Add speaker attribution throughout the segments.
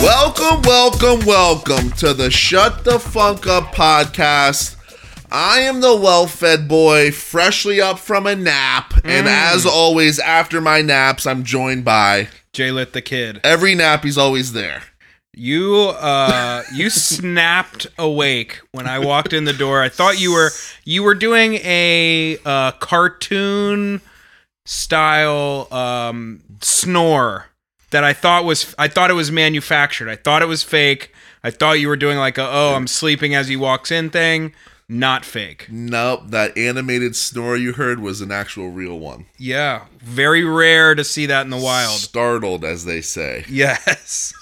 Speaker 1: Welcome, welcome, welcome to the Shut the Funk Up podcast. I am the well fed boy, freshly up from a nap. And
Speaker 2: Mm.
Speaker 1: as always, after my naps, I'm joined by
Speaker 2: Jay Lit the kid.
Speaker 1: every nap, he's always there.
Speaker 2: You uh you snapped awake when I walked in the door. I thought you were you were doing a uh cartoon style um snore that I thought was I thought it was manufactured. I thought it was fake. I thought you were doing like a oh I'm sleeping as he walks in thing. Not fake.
Speaker 1: Nope, that animated snore you heard was an actual real one.
Speaker 2: Yeah. Very rare to see that in the wild.
Speaker 1: Startled, as they say.
Speaker 2: Yes.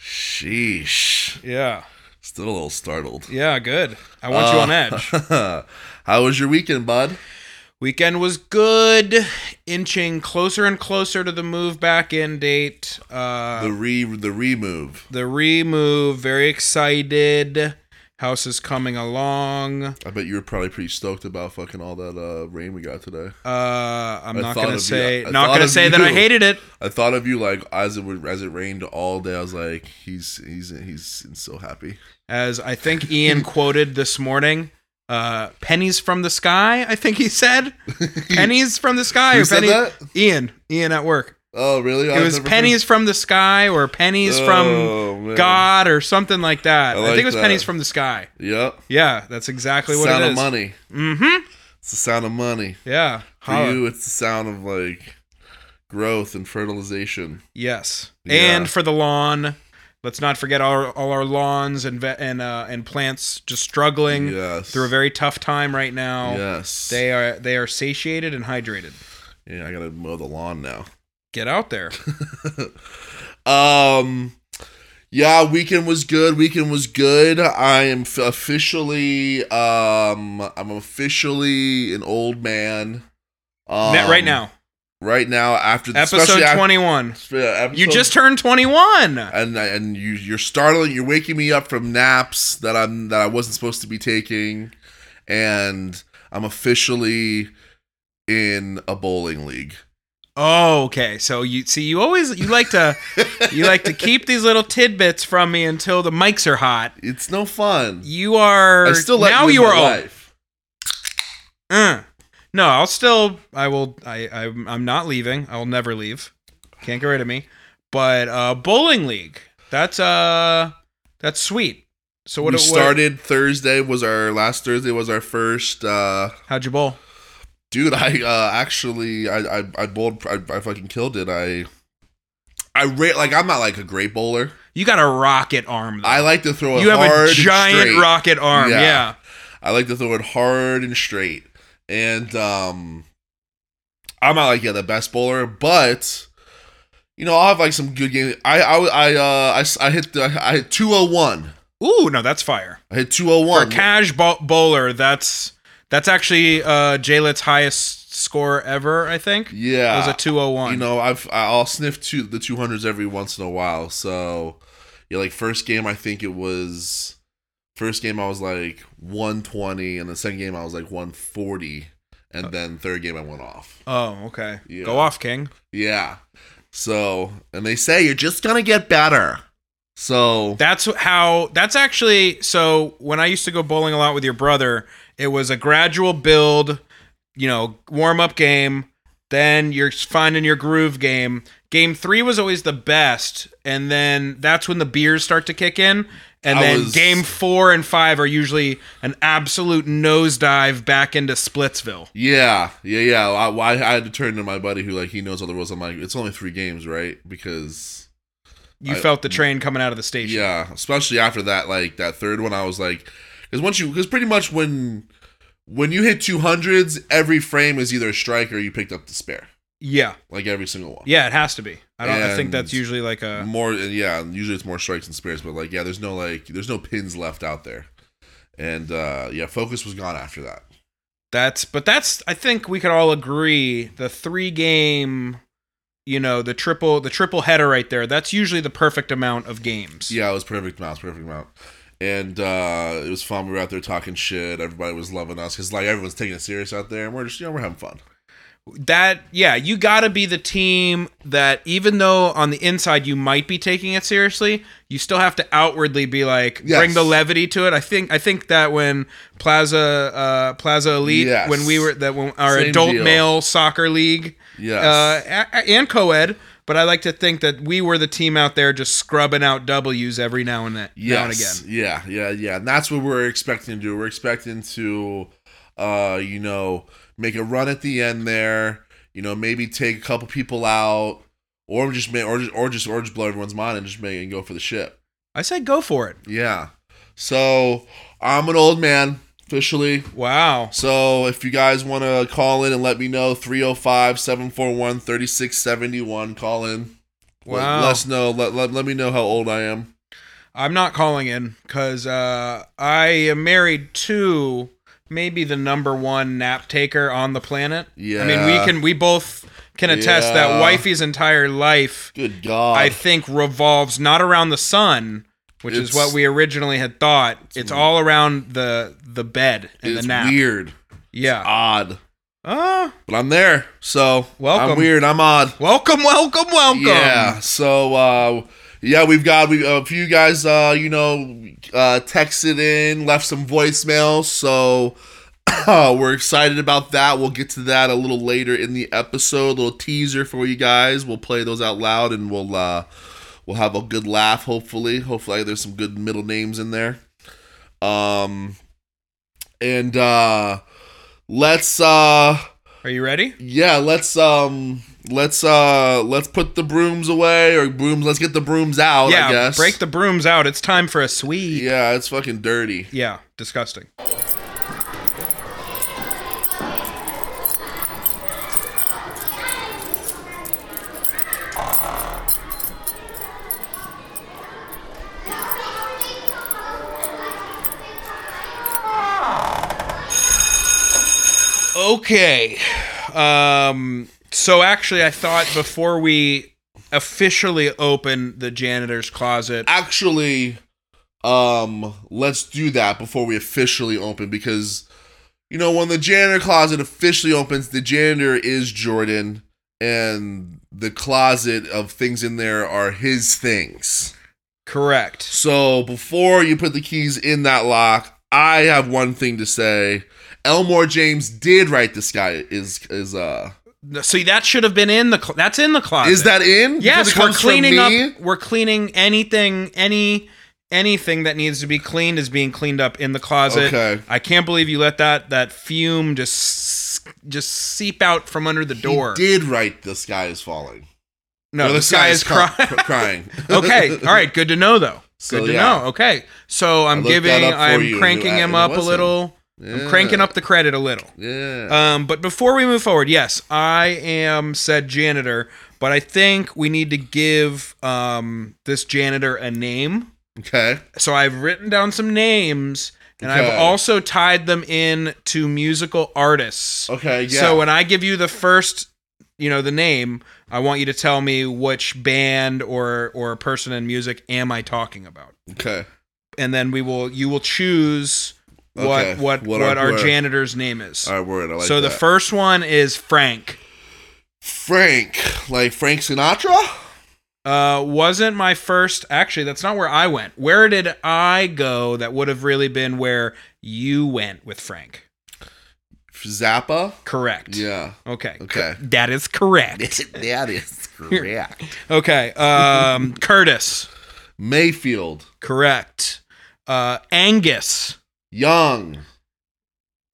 Speaker 1: Sheesh.
Speaker 2: Yeah.
Speaker 1: Still a little startled.
Speaker 2: Yeah, good. I want you on edge.
Speaker 1: How was your weekend, bud?
Speaker 2: Weekend was good, inching closer and closer to the move back in date. Uh,
Speaker 1: The re the remove.
Speaker 2: the remove, very excited. House is coming along.
Speaker 1: I bet you were probably pretty stoked about fucking all that uh, rain we got today.
Speaker 2: Uh, I'm
Speaker 1: I
Speaker 2: not
Speaker 1: thought
Speaker 2: gonna
Speaker 1: of you.
Speaker 2: say
Speaker 1: I
Speaker 2: not
Speaker 1: thought
Speaker 2: gonna
Speaker 1: of
Speaker 2: say that I
Speaker 1: you.
Speaker 2: hated it.
Speaker 1: I thought of you like as it would, as it rained all day. I was like, he's he's he's so happy.
Speaker 2: As I think Ian quoted this morning, uh, "Pennies from the sky." I think he said, "Pennies from the sky."
Speaker 1: Who
Speaker 2: or
Speaker 1: said
Speaker 2: penny-
Speaker 1: that?
Speaker 2: Ian, Ian at work.
Speaker 1: Oh really?
Speaker 2: It was pennies from the sky or pennies from God or something like that.
Speaker 1: Oh, I
Speaker 2: I,
Speaker 1: like
Speaker 2: think it was
Speaker 1: that.
Speaker 2: pennies from the sky.
Speaker 1: Yep.
Speaker 2: Yeah, that's exactly what
Speaker 1: sound
Speaker 2: it
Speaker 1: of
Speaker 2: is.
Speaker 1: money.
Speaker 2: Mm-hmm.
Speaker 1: It's the sound of money.
Speaker 2: Yeah.
Speaker 1: For
Speaker 2: Holla.
Speaker 1: you, it's the sound of like growth and fertilization.
Speaker 2: Yes.
Speaker 1: Yeah.
Speaker 2: And for the lawn. Let's not forget all, all our lawns and ve- and uh, and plants just struggling
Speaker 1: Yes.
Speaker 2: through a very tough time right now.
Speaker 1: yes.
Speaker 2: They are they are satiated and hydrated.
Speaker 1: yeah, I gotta mow the lawn now.
Speaker 2: Get out there.
Speaker 1: Um, yeah, weekend was good. Weekend was good. I am f- officially, um, I'm officially an old man. Um,
Speaker 2: Net right now.
Speaker 1: right now, after the
Speaker 2: Episode
Speaker 1: especially after-
Speaker 2: 21.
Speaker 1: yeah, episode-
Speaker 2: you just turned 21.
Speaker 1: and I- and you you're startling. You're waking me up from naps that I'm that I wasn't supposed to be taking, and I'm officially in a bowling league.
Speaker 2: Oh, okay. So you see, you always you like to you like to keep these little tidbits from me until the mics are hot.
Speaker 1: It's no fun.
Speaker 2: You are
Speaker 1: I still let
Speaker 2: now
Speaker 1: you,
Speaker 2: you,
Speaker 1: live
Speaker 2: are
Speaker 1: my
Speaker 2: old.
Speaker 1: life.
Speaker 2: Uh. No, I'll still I will I I'm, I'm not leaving. I'll never leave. Can't get rid of me. But uh bowling league. That's uh that's sweet. So what
Speaker 1: we
Speaker 2: what-
Speaker 1: started Thursday was our last Thursday was our first uh
Speaker 2: how'd you bowl?
Speaker 1: dude I uh actually I I, I bowled I, I fucking killed it I I ra- like I'm not like a great bowler
Speaker 2: You got a rocket arm. Though.
Speaker 1: I like to throw it
Speaker 2: you have
Speaker 1: hard
Speaker 2: a giant
Speaker 1: and straight.
Speaker 2: rocket arm.
Speaker 1: Yeah.
Speaker 2: Yeah.
Speaker 1: I like to throw it hard and straight and um I'm not like yeah the best bowler but you know I'll have like some good games I I I uh I, s- I hit the, I hit 201
Speaker 2: Ooh, no, that's fire.
Speaker 1: I hit
Speaker 2: For a
Speaker 1: 201
Speaker 2: cash bo- bowler, that's that's actually uh Jaylet's highest score ever, I think.
Speaker 1: yeah
Speaker 2: It was a 201.
Speaker 1: You know, I've I'll sniff two the two hundreds every once in a while. So, yeah, like first game, I think it was first game I was like one twenty, and the second game I was like one forty, and then third game I went off.
Speaker 2: oh, okay.
Speaker 1: Yeah.
Speaker 2: Go off, King.
Speaker 1: Yeah. So, and they say you're just gonna get better. So
Speaker 2: That's how that's actually so when I used to go bowling a lot with your brother, it was a gradual build, you know, warm up game, then you're finding your groove game. Game 3 was always the best, and then that's when the beers start to kick in. And
Speaker 1: I
Speaker 2: then
Speaker 1: was-
Speaker 2: game 4 and 5 are usually an absolute nosedive back into Splitsville.
Speaker 1: yeah, yeah, yeah. I, I I had to turn to my buddy who like he knows all the rules. I'm like, it's only three games, right? Because
Speaker 2: You
Speaker 1: I-
Speaker 2: felt the train coming out of the station.
Speaker 1: Yeah, especially after that, like that third one, I was like, because once you, because pretty much when when you hit two hundreds, every frame is either a strike or you picked up the spare,
Speaker 2: Yeah.
Speaker 1: like every single one.
Speaker 2: Yeah, it has to be. I don't I think that's
Speaker 1: And-
Speaker 2: usually like a
Speaker 1: More, yeah. and Usually it's more strikes and spares, but like, yeah, there's no like, there's no pins left out there, and uh yeah, focus was gone after that.
Speaker 2: That's but that's I think we could all agree the three game, you know, the triple the triple header right there. That's usually the perfect amount of games.
Speaker 1: Yeah, it was perfect amount, it was perfect amount, and uh it was fun. We were out there talking shit. Everybody was loving us because like everyone's taking it serious out there, and we're just you know we're having fun.
Speaker 2: that yeah you gotta be the team that even though on the inside you might be taking it seriously you still have to outwardly be like
Speaker 1: Yes.
Speaker 2: bring the levity to it i think i think that when plaza uh plaza elite
Speaker 1: Yes.
Speaker 2: when we were that when our
Speaker 1: Same
Speaker 2: adult
Speaker 1: deal.
Speaker 2: male soccer league
Speaker 1: Yes.
Speaker 2: uh a- a- and co-ed but i like to think that we were the team out there just scrubbing out w's every now and then now and again
Speaker 1: Yes. Yeah, yeah, yeah. And that's what we're expecting to do. We're expecting to uh, you know, make a run at the end there, you know, maybe take a couple people out or just make or just or just or just blow everyone's mind and just make and go for the ship.
Speaker 2: i say go for it
Speaker 1: Yeah. So I'm an old man officially.
Speaker 2: wow
Speaker 1: So if you guys want to call in and let me know 305-741-3671 call in. Let-
Speaker 2: Wow.
Speaker 1: Let us know let, let, let me know how old I am.
Speaker 2: I'm not calling in because uh, I am married to maybe the number one nap taker on the planet. I mean, we
Speaker 1: Yeah.
Speaker 2: can we both can attest
Speaker 1: Yeah.
Speaker 2: that wifey's entire life,
Speaker 1: Good god.
Speaker 2: I think, revolves not around the sun, which is
Speaker 1: It's-
Speaker 2: what we originally had thought. It's, all around the the bed and
Speaker 1: it's
Speaker 2: the nap.
Speaker 1: weird.
Speaker 2: Yeah.
Speaker 1: Odd.
Speaker 2: Uh,
Speaker 1: But I'm there. So I'm
Speaker 2: Welcome.
Speaker 1: weird. I'm odd.
Speaker 2: welcome, welcome, welcome.
Speaker 1: Yeah. So uh, yeah, we've got we a few guys. Uh, you know, uh, texted in, left some voicemails. So we're excited about that. We'll get to that a little later in the episode. little teaser for you guys. We'll play those out loud, and we'll uh, we'll have a good laugh. Hopefully, hopefully there's some good middle names in there. Um, and uh, let's uh
Speaker 2: Are you ready?
Speaker 1: yeah let's um let's uh let's put the brooms away or brooms let's get the brooms out i
Speaker 2: yeah.
Speaker 1: guess
Speaker 2: Break the brooms out. It's time for a sweep.
Speaker 1: yeah it's fucking dirty
Speaker 2: Yeah, disgusting. Okay. Um so actually I thought before we officially open the janitor's closet
Speaker 1: actually um let's do that before we officially open because you know when the janitor closet officially opens the janitor is jordan and the closet of things in there are his things
Speaker 2: correct.
Speaker 1: So before you put the keys in that lock, I have one thing to say. Elmore James did write this guy is is uh
Speaker 2: See, that should have been in the. Cl- that's in the closet.
Speaker 1: is that in? Because
Speaker 2: Yes,
Speaker 1: it
Speaker 2: we're
Speaker 1: comes from
Speaker 2: cleaning
Speaker 1: me?
Speaker 2: up. We're cleaning anything, any anything that needs to be cleaned is being cleaned up in the closet.
Speaker 1: Okay.
Speaker 2: I can't believe you let that that fume just just seep out from under the door.
Speaker 1: He did write the sky is falling.
Speaker 2: No,
Speaker 1: Or
Speaker 2: the sky is
Speaker 1: ca-
Speaker 2: crying.
Speaker 1: ca- crying.
Speaker 2: okay, all right, good to know though.
Speaker 1: So,
Speaker 2: good to
Speaker 1: yeah.
Speaker 2: know. Okay, so I'm
Speaker 1: looked that
Speaker 2: giving,
Speaker 1: up for you,
Speaker 2: I'm
Speaker 1: and
Speaker 2: cranking
Speaker 1: it
Speaker 2: him up a
Speaker 1: wasn't.
Speaker 2: little. I'm cranking up the credit a little.
Speaker 1: Yeah.
Speaker 2: Um, but before we move forward, yes, I am said janitor, but I think we need to give um, this janitor a name.
Speaker 1: okay.
Speaker 2: So I've written down some names, and
Speaker 1: Okay.
Speaker 2: I've also tied them in to musical artists.
Speaker 1: Okay, yeah.
Speaker 2: So uh, when I give you the first, you know, the name, I want you to tell me which band or or person in music am I talking about,
Speaker 1: okay.
Speaker 2: and then we will you will choose what
Speaker 1: Okay.
Speaker 2: what
Speaker 1: What
Speaker 2: what,
Speaker 1: our-
Speaker 2: our,
Speaker 1: what our-
Speaker 2: janitor's name is.
Speaker 1: All right, word. I like
Speaker 2: so the
Speaker 1: that.
Speaker 2: first one is Frank.
Speaker 1: Frank, like Frank Sinatra?
Speaker 2: Uh, wasn't my first. Actually, that's not where I went. Where did I go? That would have really been where you went with Frank.
Speaker 1: Zappa?
Speaker 2: Correct.
Speaker 1: Yeah.
Speaker 2: Okay.
Speaker 1: Okay.
Speaker 2: That is correct.
Speaker 1: that is correct.
Speaker 2: Okay. Um, Curtis.
Speaker 1: Mayfield,
Speaker 2: Correct. Uh, Angus.
Speaker 1: Young.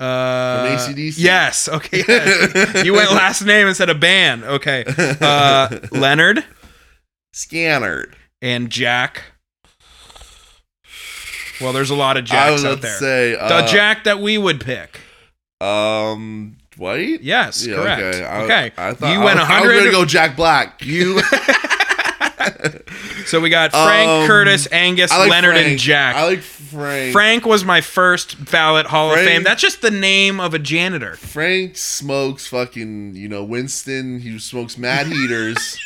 Speaker 2: Uh,
Speaker 1: From AC/DC.
Speaker 2: Yes. Okay. yes. you went last name instead of band. Okay. Uh, Leonard
Speaker 1: Scannard.
Speaker 2: and Jack. Well, there's a lot of
Speaker 1: I was
Speaker 2: Jacks out
Speaker 1: about to
Speaker 2: there.
Speaker 1: say
Speaker 2: the
Speaker 1: uh,
Speaker 2: Jack that we would pick.
Speaker 1: Um, White.
Speaker 2: Yes,
Speaker 1: Yeah,
Speaker 2: correct.
Speaker 1: Okay,
Speaker 2: Okay,
Speaker 1: I, I thought
Speaker 2: you
Speaker 1: I
Speaker 2: went
Speaker 1: was- I was gonna
Speaker 2: 100.
Speaker 1: go Jack Black. You.
Speaker 2: so we got Frank,
Speaker 1: Um,
Speaker 2: Curtis, Angus,
Speaker 1: I like
Speaker 2: Leonard,
Speaker 1: Frank.
Speaker 2: and Jack.
Speaker 1: I like Frank. Frank,
Speaker 2: Frank was my first ballot Hall
Speaker 1: Frank-
Speaker 2: of Fame. That's just the name of a janitor.
Speaker 1: smokes fucking. You know, Winston. He smokes Mad Heaters.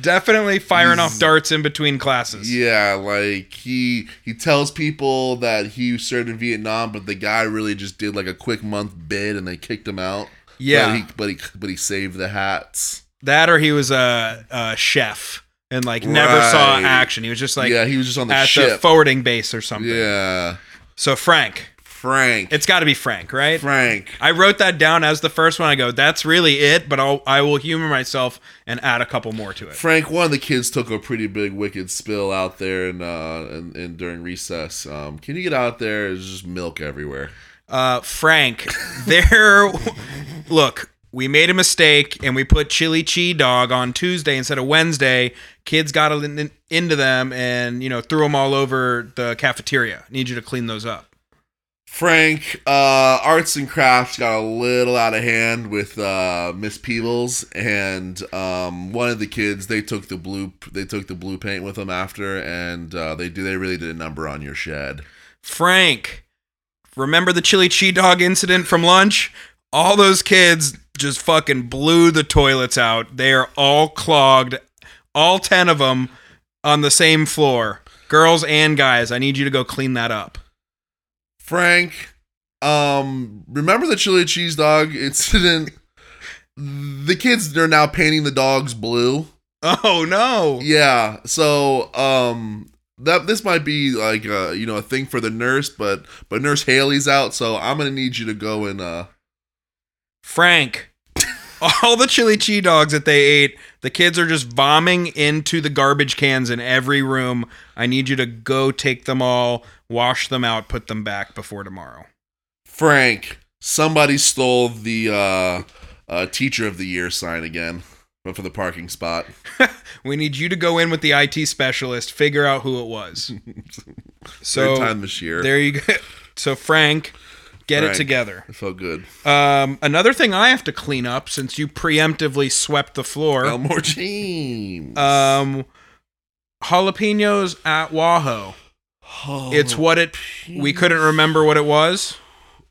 Speaker 2: Definitely firing off darts in between classes.
Speaker 1: yeah, like he he tells people that he served in Vietnam, but the guy really just did like a quick month bid and they kicked him out.
Speaker 2: Yeah,
Speaker 1: but he but he but he saved the hats.
Speaker 2: that or he was a, a chef and like never saw
Speaker 1: Right.
Speaker 2: action. He was just like
Speaker 1: yeah, he was just on the
Speaker 2: at the
Speaker 1: ship.
Speaker 2: forwarding base or something.
Speaker 1: yeah,
Speaker 2: So Frank,
Speaker 1: Frank.
Speaker 2: it's got to be Frank, right?
Speaker 1: Frank.
Speaker 2: I wrote that down as the first one. I go, that's really it, but I'll I will humor myself and add a couple more to it.
Speaker 1: Frank, one of the kids took a pretty big wicked spill out there and uh and, and during recess. Um can you get out there? There's just milk everywhere.
Speaker 2: Uh, Frank, there. look, we made a mistake and we put Chili Chi Dog on Tuesday instead of Wednesday. Kids got in, into them and you know threw them all over the cafeteria. Need you to clean those up.
Speaker 1: Frank, uh arts and crafts got a little out of hand with uh Miss Peebles and um one of the kids they took the blue they took the blue paint with them after and uh they do they really did a number on your shed.
Speaker 2: Frank, remember the chili chi dog incident from lunch? All those kids just fucking blew the toilets out. They are all clogged, all 10 of them on the same floor. Girls and guys, I need you to go clean that up.
Speaker 1: Frank, um, remember the chili cheese dog incident? The kids are now painting the dogs blue.
Speaker 2: Oh no.
Speaker 1: Yeah, so um, that this might be like uh, you know a thing for the nurse, but but Nurse Haley's out, so I'm gonna need you to go and uh,
Speaker 2: Frank, all the chili chi dogs that they ate, the kids are just bombing into the garbage cans in every room. I need you to go take them all, wash them out, put them back before tomorrow.
Speaker 1: Frank. Somebody stole the uh, uh, teacher of the year sign again, but for the parking spot.
Speaker 2: We need you to go in with the IT specialist, figure out who it was.
Speaker 1: Third
Speaker 2: So
Speaker 1: time this year,
Speaker 2: there you go. So Frank, get it
Speaker 1: Frank.
Speaker 2: together.
Speaker 1: it felt good.
Speaker 2: Um, another thing I have to clean up since you preemptively swept the floor.
Speaker 1: Elmore James.
Speaker 2: Um, jalapenos at Wahoo. It's what it. We couldn't remember what it was.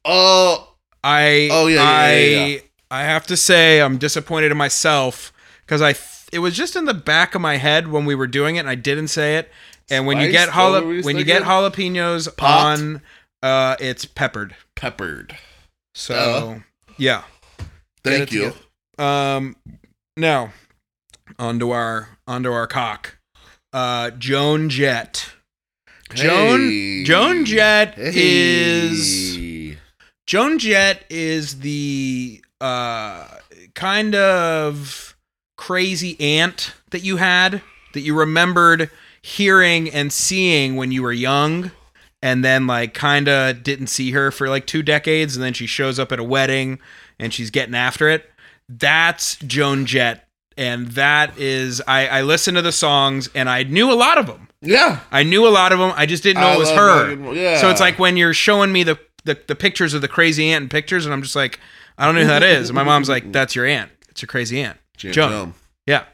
Speaker 1: Oh,
Speaker 2: I
Speaker 1: Oh, yeah,
Speaker 2: I
Speaker 1: yeah, yeah, yeah.
Speaker 2: I have to say I'm disappointed in myself because I th- it was just in the back of my head when we were doing it and I didn't say it. And when you
Speaker 1: Spiced?
Speaker 2: get jala-
Speaker 1: What were we
Speaker 2: when you get
Speaker 1: thinking?
Speaker 2: jalapenos
Speaker 1: Popped?
Speaker 2: on, uh, it's peppered.
Speaker 1: peppered.
Speaker 2: So
Speaker 1: Duh.
Speaker 2: yeah. Get
Speaker 1: Thank
Speaker 2: it
Speaker 1: you.
Speaker 2: together. Um, now onto our onto our cock. Uh, Joan Jett. Joan
Speaker 1: Hey.
Speaker 2: Joan Jett is.
Speaker 1: Hey.
Speaker 2: Joan Jett is the uh, kind of crazy aunt that you had that you remembered hearing and seeing when you were young and then like kind of didn't see her for like two decades and then she shows up at a wedding and she's getting after it that's joan jett and that is i i listened to the songs and i knew a lot of them
Speaker 1: Yeah.
Speaker 2: i knew a lot of them i just didn't know
Speaker 1: I
Speaker 2: it was
Speaker 1: love
Speaker 2: her
Speaker 1: Megan- Yeah.
Speaker 2: so it's like when you're showing me the, the the pictures of the crazy aunt and pictures, and I'm just like, I don't know who that is. And my mom's like, That's your aunt. It's your crazy aunt.
Speaker 1: Jan-
Speaker 2: Joan.
Speaker 1: Joan.
Speaker 2: Yeah.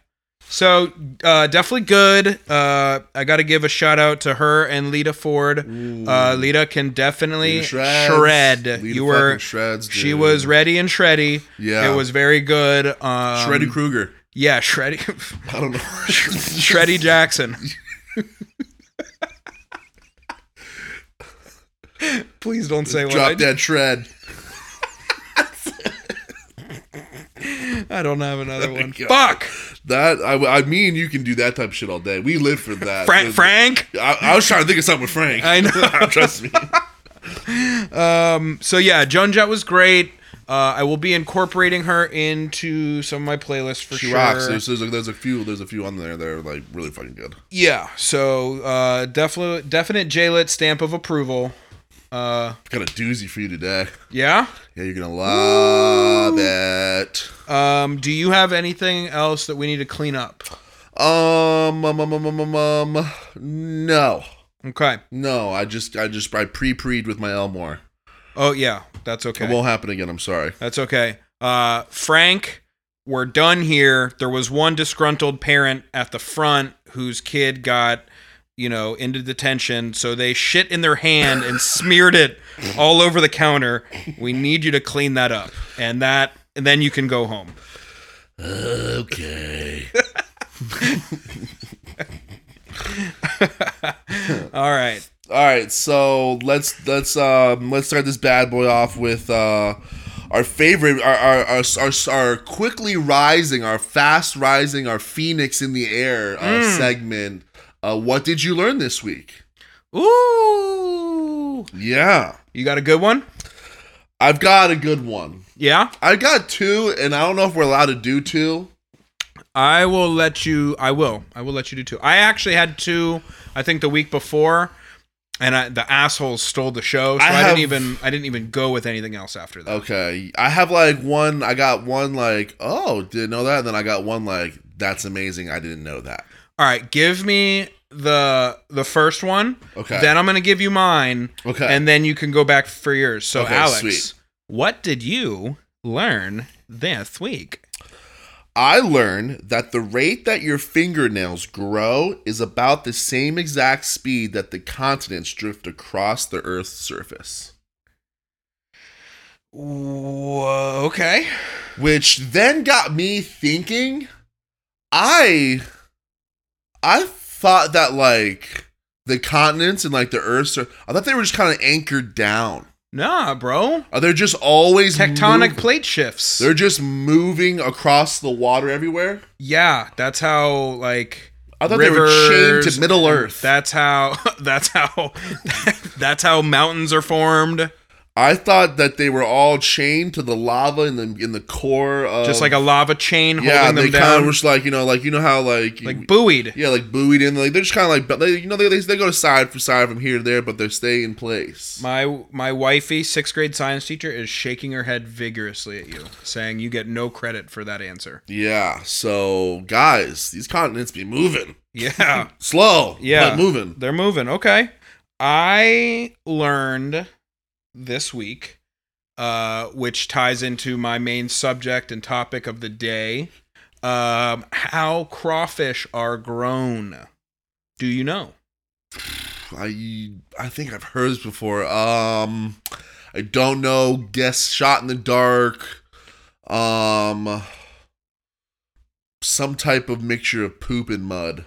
Speaker 2: So uh, definitely good. Uh, I got to give a shout out to her and Lita Ford. Uh, Lita can definitely
Speaker 1: Lita
Speaker 2: shred.
Speaker 1: Lita
Speaker 2: you were
Speaker 1: fucking shreds.
Speaker 2: she
Speaker 1: dude.
Speaker 2: was ready and shreddy.
Speaker 1: Yeah.
Speaker 2: It was very good. Um,
Speaker 1: Shreddy Krueger.
Speaker 2: Yeah, shreddy.
Speaker 1: I don't know.
Speaker 2: shreddy Jackson. Please don't say what I
Speaker 1: Drop
Speaker 2: did.
Speaker 1: that shred.
Speaker 2: I don't have another one.
Speaker 1: God.
Speaker 2: Fuck,
Speaker 1: That I, I mean, you can do that type of shit all day. We live for that.
Speaker 2: Frank.
Speaker 1: The-
Speaker 2: Frank.
Speaker 1: I, I was trying to think of something with Frank.
Speaker 2: I know.
Speaker 1: Trust me.
Speaker 2: Um. So yeah, Joan Jett was great. Uh, I will be incorporating her into some of my playlists for
Speaker 1: She
Speaker 2: sure.
Speaker 1: rocks. There's, there's, a, there's a few. There's a few on there that are like really fucking good.
Speaker 2: yeah. So uh, definite, definite J-Lit stamp of approval. Uh,
Speaker 1: Got a doozy for you today.
Speaker 2: yeah.
Speaker 1: Yeah, you're gonna love it.
Speaker 2: Um, do you have anything else that we need to clean up?
Speaker 1: Um, um, um, um, um, um, um, no,
Speaker 2: Okay.
Speaker 1: no. I just, I just, I pre-preed with my Elmore.
Speaker 2: Oh yeah, that's okay.
Speaker 1: It won't happen again. I'm sorry.
Speaker 2: That's okay. Uh, Frank, we're done here. There was one disgruntled parent at the front whose kid got, you know, into detention. So they shit in their hand and smeared it all over the counter. We need you to clean that up, and that, and then you can go home.
Speaker 1: Okay.
Speaker 2: All right.
Speaker 1: All right. So let's let's um let's start this bad boy off with uh our favorite, our our, our, our our quickly rising, our fast rising, our phoenix in the air uh,
Speaker 2: Mm.
Speaker 1: segment. Uh, what did you learn this week?
Speaker 2: Ooh.
Speaker 1: Yeah,
Speaker 2: You got a good one?
Speaker 1: I've got a good one.
Speaker 2: Yeah.
Speaker 1: I got two, and I don't know if we're allowed to do two.
Speaker 2: I will let you. I will. I will let you do two. I actually had two. I think the week before, and I, the assholes stole the show, so I,
Speaker 1: I have-
Speaker 2: didn't even. I didn't even go with anything else after that.
Speaker 1: Okay, I have like one. I got one like, oh, didn't know that. And then I got one like, that's amazing. I didn't know that.
Speaker 2: All right, give me the the first one.
Speaker 1: Okay.
Speaker 2: Then I'm gonna give you mine,
Speaker 1: Okay.
Speaker 2: and then you can go back for yours. So,
Speaker 1: Okay,
Speaker 2: Alex,
Speaker 1: sweet.
Speaker 2: what did you learn this week?
Speaker 1: I learned that the rate that your fingernails grow is about the same exact speed that the continents drift across the Earth's surface.
Speaker 2: Whoa, okay.
Speaker 1: Which then got me thinking I I thought that like the continents and like the Earth's sur- I thought they were just kind of anchored down.
Speaker 2: Nah, bro.
Speaker 1: Are they just always
Speaker 2: Tectonic
Speaker 1: move-
Speaker 2: plate shifts.
Speaker 1: They're just moving across the water everywhere.
Speaker 2: Yeah, that's how like
Speaker 1: I thought they were chained
Speaker 2: rivers-
Speaker 1: to Middle Earth.
Speaker 2: That's how that's how that's how mountains are formed.
Speaker 1: I thought that they were all chained to the lava in the in the core of
Speaker 2: Just like a lava chain
Speaker 1: Oh. yeah.
Speaker 2: holding them
Speaker 1: They kind
Speaker 2: down.
Speaker 1: of were just like you know like you know how like,
Speaker 2: like buoyed.
Speaker 1: yeah like buoyed in like they're just kind of like but they, you know they, they they go to side for side from here to there but they stay in place.
Speaker 2: My my wifey, sixth grade science teacher, is shaking her head vigorously at you, saying you get no credit for that answer.
Speaker 1: yeah, so guys, these continents be moving
Speaker 2: Yeah,
Speaker 1: slow.
Speaker 2: Yeah.
Speaker 1: but moving.
Speaker 2: they're moving. Okay, I learned this week, uh, which ties into my main subject and topic of the day, um, how crawfish are grown. Do you know?
Speaker 1: I I think I've heard this before. Um, I don't know. Guess shot in the dark. Um, some type of mixture of poop and mud.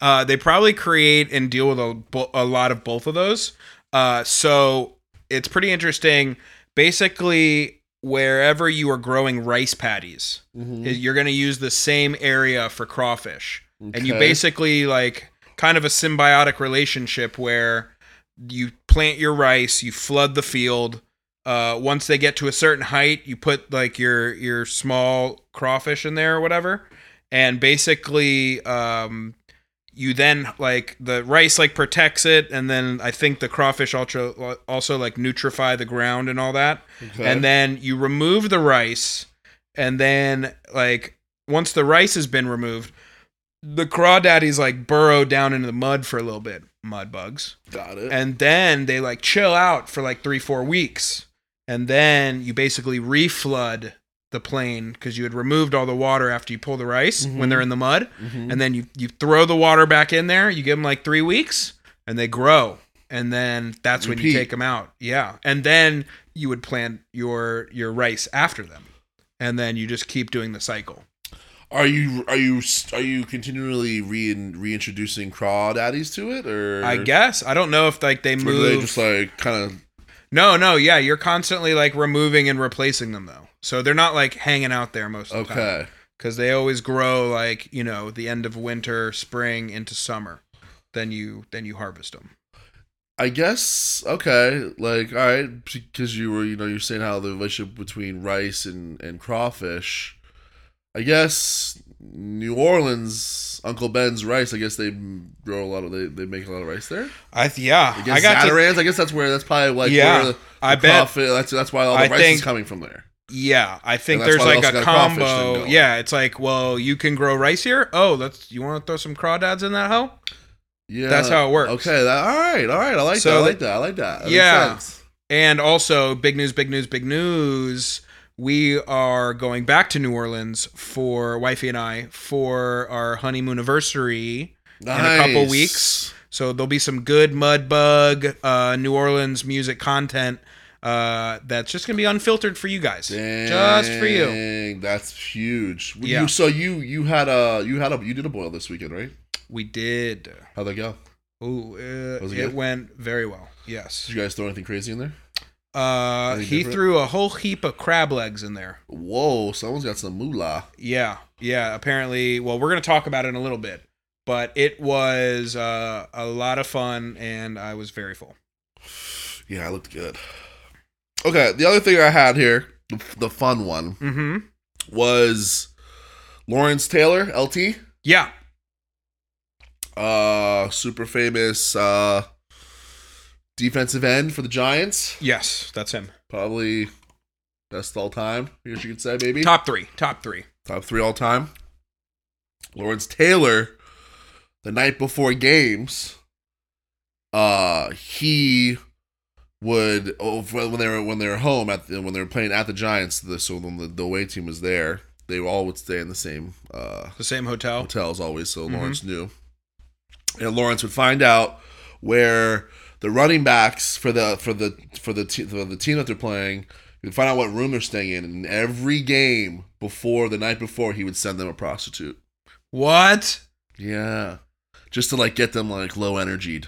Speaker 2: Uh, they probably create and deal with a, bo- a lot of both of those. Uh, so it's pretty interesting. Basically, wherever you are growing rice paddies,
Speaker 1: Mm-hmm.
Speaker 2: you're going to use the same area for crawfish. And you
Speaker 1: Okay.
Speaker 2: basically like kind of a symbiotic relationship where you plant your rice, you flood the field. Uh, once they get to a certain height, you put like your your small crawfish in there or whatever, and basically um, you then like the rice like protects it, and then I think the crawfish also also like nutrify the ground and all that
Speaker 1: Okay.
Speaker 2: and then you remove the rice and then like once the rice has been removed the crawdaddies like burrow down into the mud for a little bit mud bugs
Speaker 1: got it.
Speaker 2: and then they like chill out for like three four weeks and then you basically reflood the plain because you had removed all the water after you pull the rice when
Speaker 1: Mhm.
Speaker 2: they're in the mud
Speaker 1: Mhm.
Speaker 2: Mm-hmm. and then you you throw the water back in there. You give them like three weeks, and they grow, and then that's when you
Speaker 1: Repeat.
Speaker 2: take them out. Yeah, and then you would plant your your rice after them, and then you just keep doing the cycle.
Speaker 1: are you are you are you continually re- reintroducing crawdaddies to it, or
Speaker 2: I guess I don't know if like they
Speaker 1: or do they
Speaker 2: move.
Speaker 1: just like kind of
Speaker 2: no, no, yeah, you're constantly like removing and replacing them though, so they're not like hanging out there most of the time
Speaker 1: okay?
Speaker 2: because they always grow like you know the end of winter, spring into summer. Then you then you harvest them.
Speaker 1: I guess okay, like all right, because you were you know you're saying how the relationship between rice and and crawfish. I guess New Orleans, Uncle Ben's rice. I guess they grow a lot of they, they make a lot of rice there.
Speaker 2: I th- yeah,
Speaker 1: I
Speaker 2: I,
Speaker 1: guess
Speaker 2: got to,
Speaker 1: Zatarans, I guess that's where that's probably like
Speaker 2: Yeah,
Speaker 1: where the,
Speaker 2: I
Speaker 1: the
Speaker 2: bet
Speaker 1: crawfish- that's that's why all the
Speaker 2: I
Speaker 1: rice
Speaker 2: think-
Speaker 1: is coming from there.
Speaker 2: Yeah, I think
Speaker 1: And that's
Speaker 2: there's
Speaker 1: why they
Speaker 2: like
Speaker 1: also
Speaker 2: a
Speaker 1: got a crawfish thing
Speaker 2: combo.
Speaker 1: going.
Speaker 2: Yeah, it's like, well, you can grow rice here. Oh, let's you want to throw some crawdads in that hoe?
Speaker 1: Yeah,
Speaker 2: That's how it works.
Speaker 1: Okay, that, all right, all right. I like
Speaker 2: So
Speaker 1: that. I
Speaker 2: that-
Speaker 1: like that. I like that. that makes
Speaker 2: Yeah.
Speaker 1: sense.
Speaker 2: And also, big news, big news, big news. We are going back to New Orleans for wifey and I for our honeymoon anniversary. a couple
Speaker 1: Nice.
Speaker 2: weeks. So there'll be some good mud bug, uh, New Orleans music content uh, that's just gonna be unfiltered for you guys, just for you.
Speaker 1: Dang, That's huge. You-
Speaker 2: Yeah.
Speaker 1: so you you had a you had a you did a boil this weekend, right?
Speaker 2: We did.
Speaker 1: How'd that go?
Speaker 2: Oh, uh,
Speaker 1: Was
Speaker 2: it,
Speaker 1: it good?
Speaker 2: went very well. Yes.
Speaker 1: Did you guys throw anything crazy in there?
Speaker 2: Uh,
Speaker 1: Any
Speaker 2: he
Speaker 1: different?
Speaker 2: threw a whole heap of crab legs in there.
Speaker 1: Whoa, someone's got some moolah.
Speaker 2: Yeah, yeah. Apparently, well, we're gonna talk about it in a little bit, but it was uh, a lot of fun, and I was very full.
Speaker 1: Yeah, it looked good. Okay, the other thing I had here, the, the fun one,
Speaker 2: Mm-hmm.
Speaker 1: was Lawrence Taylor, LT,
Speaker 2: Yeah,
Speaker 1: uh, super famous uh, defensive end for the Giants.
Speaker 2: yes, that's him.
Speaker 1: Probably best all time, I guess you could say, maybe.
Speaker 2: Top three, top three.
Speaker 1: top three all time. Lawrence Taylor, the night before games, uh, he would oh, for- when they were when they were home at the, when they were playing at the Giants. The, so when the, the away team was there, they all would stay in the same uh,
Speaker 2: The same hotel.
Speaker 1: hotels always. So
Speaker 2: Mhm.
Speaker 1: Lawrence knew, and Lawrence would find out where the running backs for the for the for the te- for the team that they're playing. He would find out what room they're staying in, and every game before the night before, he would send them a prostitute.
Speaker 2: What?
Speaker 1: Yeah, just to like get them like low energied.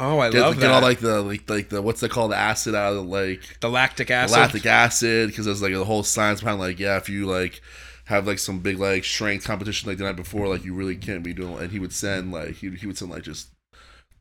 Speaker 2: Oh, I
Speaker 1: Get,
Speaker 2: love
Speaker 1: get
Speaker 2: that.
Speaker 1: all like the like like the what's that called the acid out of the like
Speaker 2: the lactic acid.
Speaker 1: lactic acid because there's like a whole science behind like yeah if you like have like some big like strength competition like the night before like you really can't be doing and he would send like he, he would send like just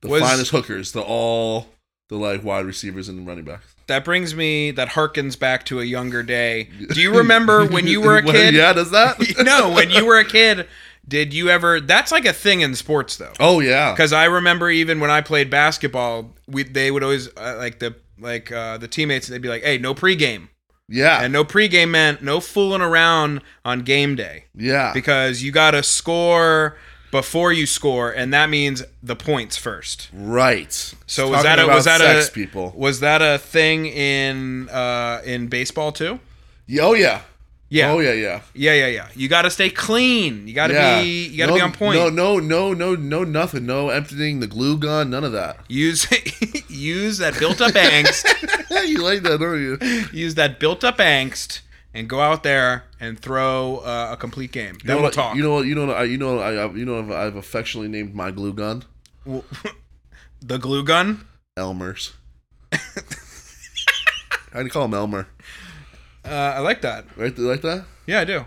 Speaker 1: the
Speaker 2: Was-
Speaker 1: finest hookers to all the like wide receivers and running backs
Speaker 2: That brings me. That harkens back to a younger day. Do you remember when you were a
Speaker 1: When-
Speaker 2: kid?
Speaker 1: yeah does that
Speaker 2: no, when you were a kid, did you ever? That's like a thing in sports, though.
Speaker 1: oh yeah
Speaker 2: Because I remember even when I played basketball, we they would always uh, like the like uh, the teammates. They'd be like, "Hey, no pregame,"
Speaker 1: yeah
Speaker 2: and no pregame meant no fooling around on game day
Speaker 1: yeah
Speaker 2: because you got to score before you score, and that means the points first.
Speaker 1: right
Speaker 2: So was
Speaker 1: Talking
Speaker 2: that a, was
Speaker 1: about
Speaker 2: that
Speaker 1: sex
Speaker 2: a
Speaker 1: people
Speaker 2: was that a thing in uh, in baseball too?
Speaker 1: yeah, oh yeah
Speaker 2: Yeah,
Speaker 1: oh yeah yeah
Speaker 2: yeah, yeah, yeah. You got to stay clean. You got to be you got to
Speaker 1: no,
Speaker 2: be on point.
Speaker 1: no no no no no nothing no emptying the glue gun none of that
Speaker 2: Use use that built up angst.
Speaker 1: you like that don't you
Speaker 2: use that built up angst and go out there and throw uh, a complete game.
Speaker 1: You
Speaker 2: Then
Speaker 1: know,
Speaker 2: we'll
Speaker 1: what,
Speaker 2: talk.
Speaker 1: you know what? You know what? I, you know what I, I- you know what I've affectionately named my glue gun
Speaker 2: Well, the glue gun.
Speaker 1: Elmer's. I would call him Elmer.
Speaker 2: Uh, I like that.
Speaker 1: Right there, like that.
Speaker 2: Yeah, I do.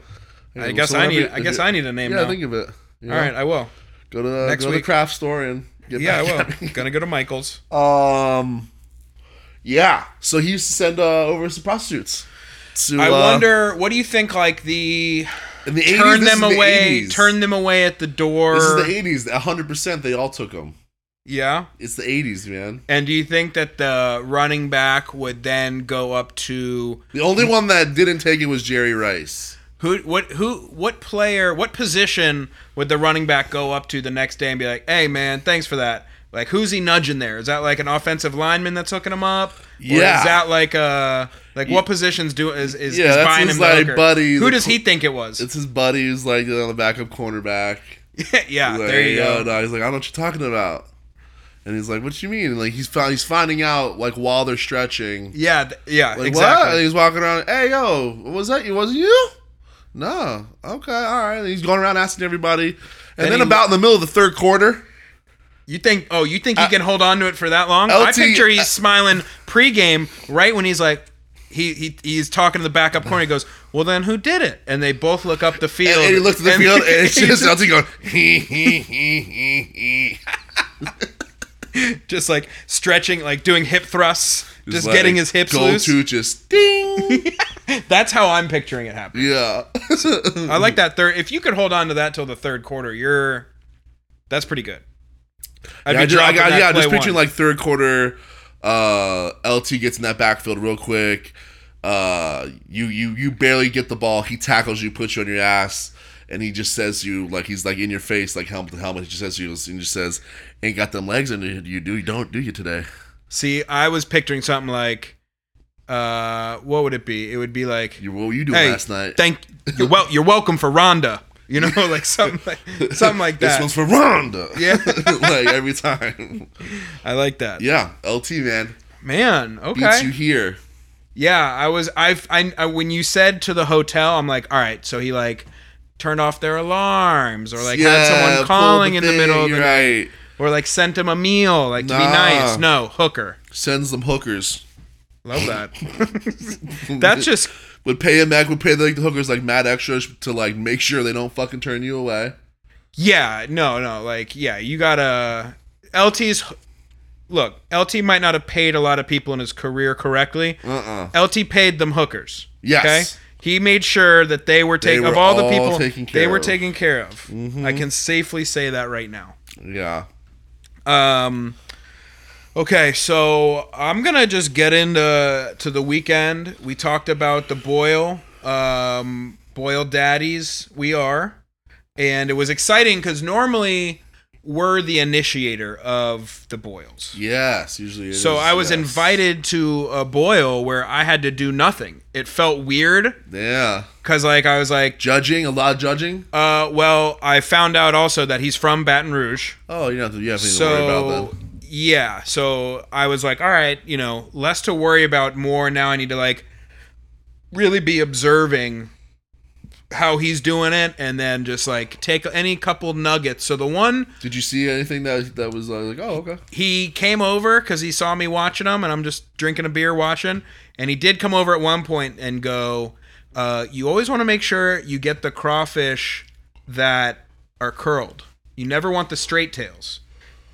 Speaker 1: Yeah,
Speaker 2: I
Speaker 1: well,
Speaker 2: guess
Speaker 1: so
Speaker 2: I
Speaker 1: whenever
Speaker 2: need.
Speaker 1: you-
Speaker 2: I guess
Speaker 1: if you-
Speaker 2: I need a name
Speaker 1: Yeah,
Speaker 2: now.
Speaker 1: think of it. you know?
Speaker 2: All right, I will.
Speaker 1: Go to the,
Speaker 2: Next
Speaker 1: go to the
Speaker 2: week.
Speaker 1: craft store and get
Speaker 2: Yeah, I
Speaker 1: back
Speaker 2: will. Gonna go to Michael's.
Speaker 1: I will. um, yeah. So he used to send uh, over some prostitutes. To,
Speaker 2: I
Speaker 1: uh,
Speaker 2: wonder. What do you think? Like the
Speaker 1: In the 80s,
Speaker 2: turn
Speaker 1: this is
Speaker 2: them
Speaker 1: the
Speaker 2: away.
Speaker 1: 80s.
Speaker 2: Turn them away at the door.
Speaker 1: This is the eighties. hundred percent. They all took them.
Speaker 2: yeah.
Speaker 1: It's the eighties, man.
Speaker 2: And do you think that the running back would then go up to
Speaker 1: The only one that didn't take it was Jerry Rice.
Speaker 2: Who what who what player what position would the running back go up to the next day and be like, "Hey man, thanks for that." Like who's he nudging there? Is that like an offensive lineman that's hooking him up? Or
Speaker 1: Yeah.
Speaker 2: is that like uh like what positions do is is,
Speaker 1: Yeah,
Speaker 2: is
Speaker 1: that's
Speaker 2: buying
Speaker 1: his,
Speaker 2: him the
Speaker 1: like,
Speaker 2: hooker?
Speaker 1: buddy,
Speaker 2: Who
Speaker 1: the
Speaker 2: does
Speaker 1: cl-
Speaker 2: he think it was?
Speaker 1: It's his buddy who's like on the backup cornerback.
Speaker 2: yeah,
Speaker 1: He's like,
Speaker 2: Uh,
Speaker 1: uh,
Speaker 2: there you
Speaker 1: "Yo,
Speaker 2: go.
Speaker 1: dog." He's like, I don't know what you're talking about. And he's like, What you mean? And like he's found, he's finding out like while they're stretching.
Speaker 2: Yeah, th- yeah,
Speaker 1: Like what? And
Speaker 2: exactly.
Speaker 1: he's walking around, Hey yo, was that you wasn't you? No. Okay, all right. And he's going around asking everybody. And,
Speaker 2: And
Speaker 1: then
Speaker 2: he-
Speaker 1: about in the middle of the third quarter,
Speaker 2: You think? Oh, you think he
Speaker 1: Uh,
Speaker 2: can hold on to it for that long? I
Speaker 1: LT
Speaker 2: picture he's smiling pregame, right when he's like, he, he he's talking to the backup corner. He goes, "Well, then who did it?" And they both look up the field.
Speaker 1: and, and he looks at the
Speaker 2: and-
Speaker 1: field and it's just LT going, hee hee hee hee hee.
Speaker 2: just like stretching, like doing hip thrusts, just
Speaker 1: Like,
Speaker 2: getting his hips
Speaker 1: go
Speaker 2: loose.
Speaker 1: to just ding.
Speaker 2: That's how I'm picturing it happening.
Speaker 1: yeah.
Speaker 2: I
Speaker 1: Mm-hmm.
Speaker 2: like that third. If you could hold on to that till the third quarter, you're that's pretty good. I'd
Speaker 1: Yeah, I just, I
Speaker 2: dropping
Speaker 1: got,
Speaker 2: that
Speaker 1: yeah,
Speaker 2: play
Speaker 1: just picturing
Speaker 2: one.
Speaker 1: like third quarter. Uh, LT gets in that backfield real quick. Uh, you you you barely get the ball. He tackles you, puts you on your ass, and he just says to you like he's like in your face, like helmet to helmet. He just says to you and just says, "Ain't got them legs under you. Do you don't do you today?"
Speaker 2: See, I was picturing something like, uh, what would it be? It would be like,
Speaker 1: You what were you doing
Speaker 2: hey,
Speaker 1: last night?
Speaker 2: thank you're well, you're welcome for Rhonda. You know, like something like something like
Speaker 1: This
Speaker 2: that.
Speaker 1: one's for Rhonda.
Speaker 2: Yeah.
Speaker 1: like every time.
Speaker 2: I like that.
Speaker 1: Yeah, LT man
Speaker 2: Man, okay.
Speaker 1: beats you here.
Speaker 2: Yeah, I was. I've. I, I when you said to the hotel, I'm like, all right. So he like turned off their alarms, or like had
Speaker 1: pull
Speaker 2: someone calling in the
Speaker 1: thing,
Speaker 2: middle of the
Speaker 1: you're
Speaker 2: night,
Speaker 1: right.
Speaker 2: or like sent him a meal, like to be
Speaker 1: Nah.
Speaker 2: nice. No hooker.
Speaker 1: Sends them hookers.
Speaker 2: Love that. That's just
Speaker 1: would pay him back. Would pay the, the hookers like mad extras to like make sure they don't fucking turn you away.
Speaker 2: Yeah, no, no, like yeah, you gotta LT's look, LT might not have paid a lot of people in his career correctly.
Speaker 1: Uh uh
Speaker 2: LT paid them hookers.
Speaker 1: Yes.
Speaker 2: He made sure that they were
Speaker 1: They
Speaker 2: taken
Speaker 1: were
Speaker 2: of all the
Speaker 1: all
Speaker 2: people
Speaker 1: taken care
Speaker 2: they were
Speaker 1: of. Mm-hmm.
Speaker 2: taken care of. I can safely say that right now.
Speaker 1: Yeah.
Speaker 2: Um Okay, so I'm gonna just get into to the weekend. We talked about the boil, um, boil daddies. We are, and it was exciting because normally we're the initiator of the boils.
Speaker 1: Yes. Usually. it
Speaker 2: So
Speaker 1: is,
Speaker 2: I was
Speaker 1: yes.
Speaker 2: invited to a boil where I had to do nothing. It felt weird
Speaker 1: Yeah.
Speaker 2: because like I was like,
Speaker 1: Judging a lot of judging.
Speaker 2: uh, well, I found out also that he's from Baton Rouge.
Speaker 1: Oh, you don't have to. You have anything to worry about
Speaker 2: so
Speaker 1: then.
Speaker 2: yeah so i was like all right you know less to worry about more now i need to like really be observing how he's doing it and then just like take any couple nuggets so the one
Speaker 1: Did you see anything that that was uh, like, oh, okay.
Speaker 2: he came over because he saw me watching him and i'm just drinking a beer watching and he did come over at one point and go uh, you always want to make sure you get the crawfish that are curled you never want the straight tails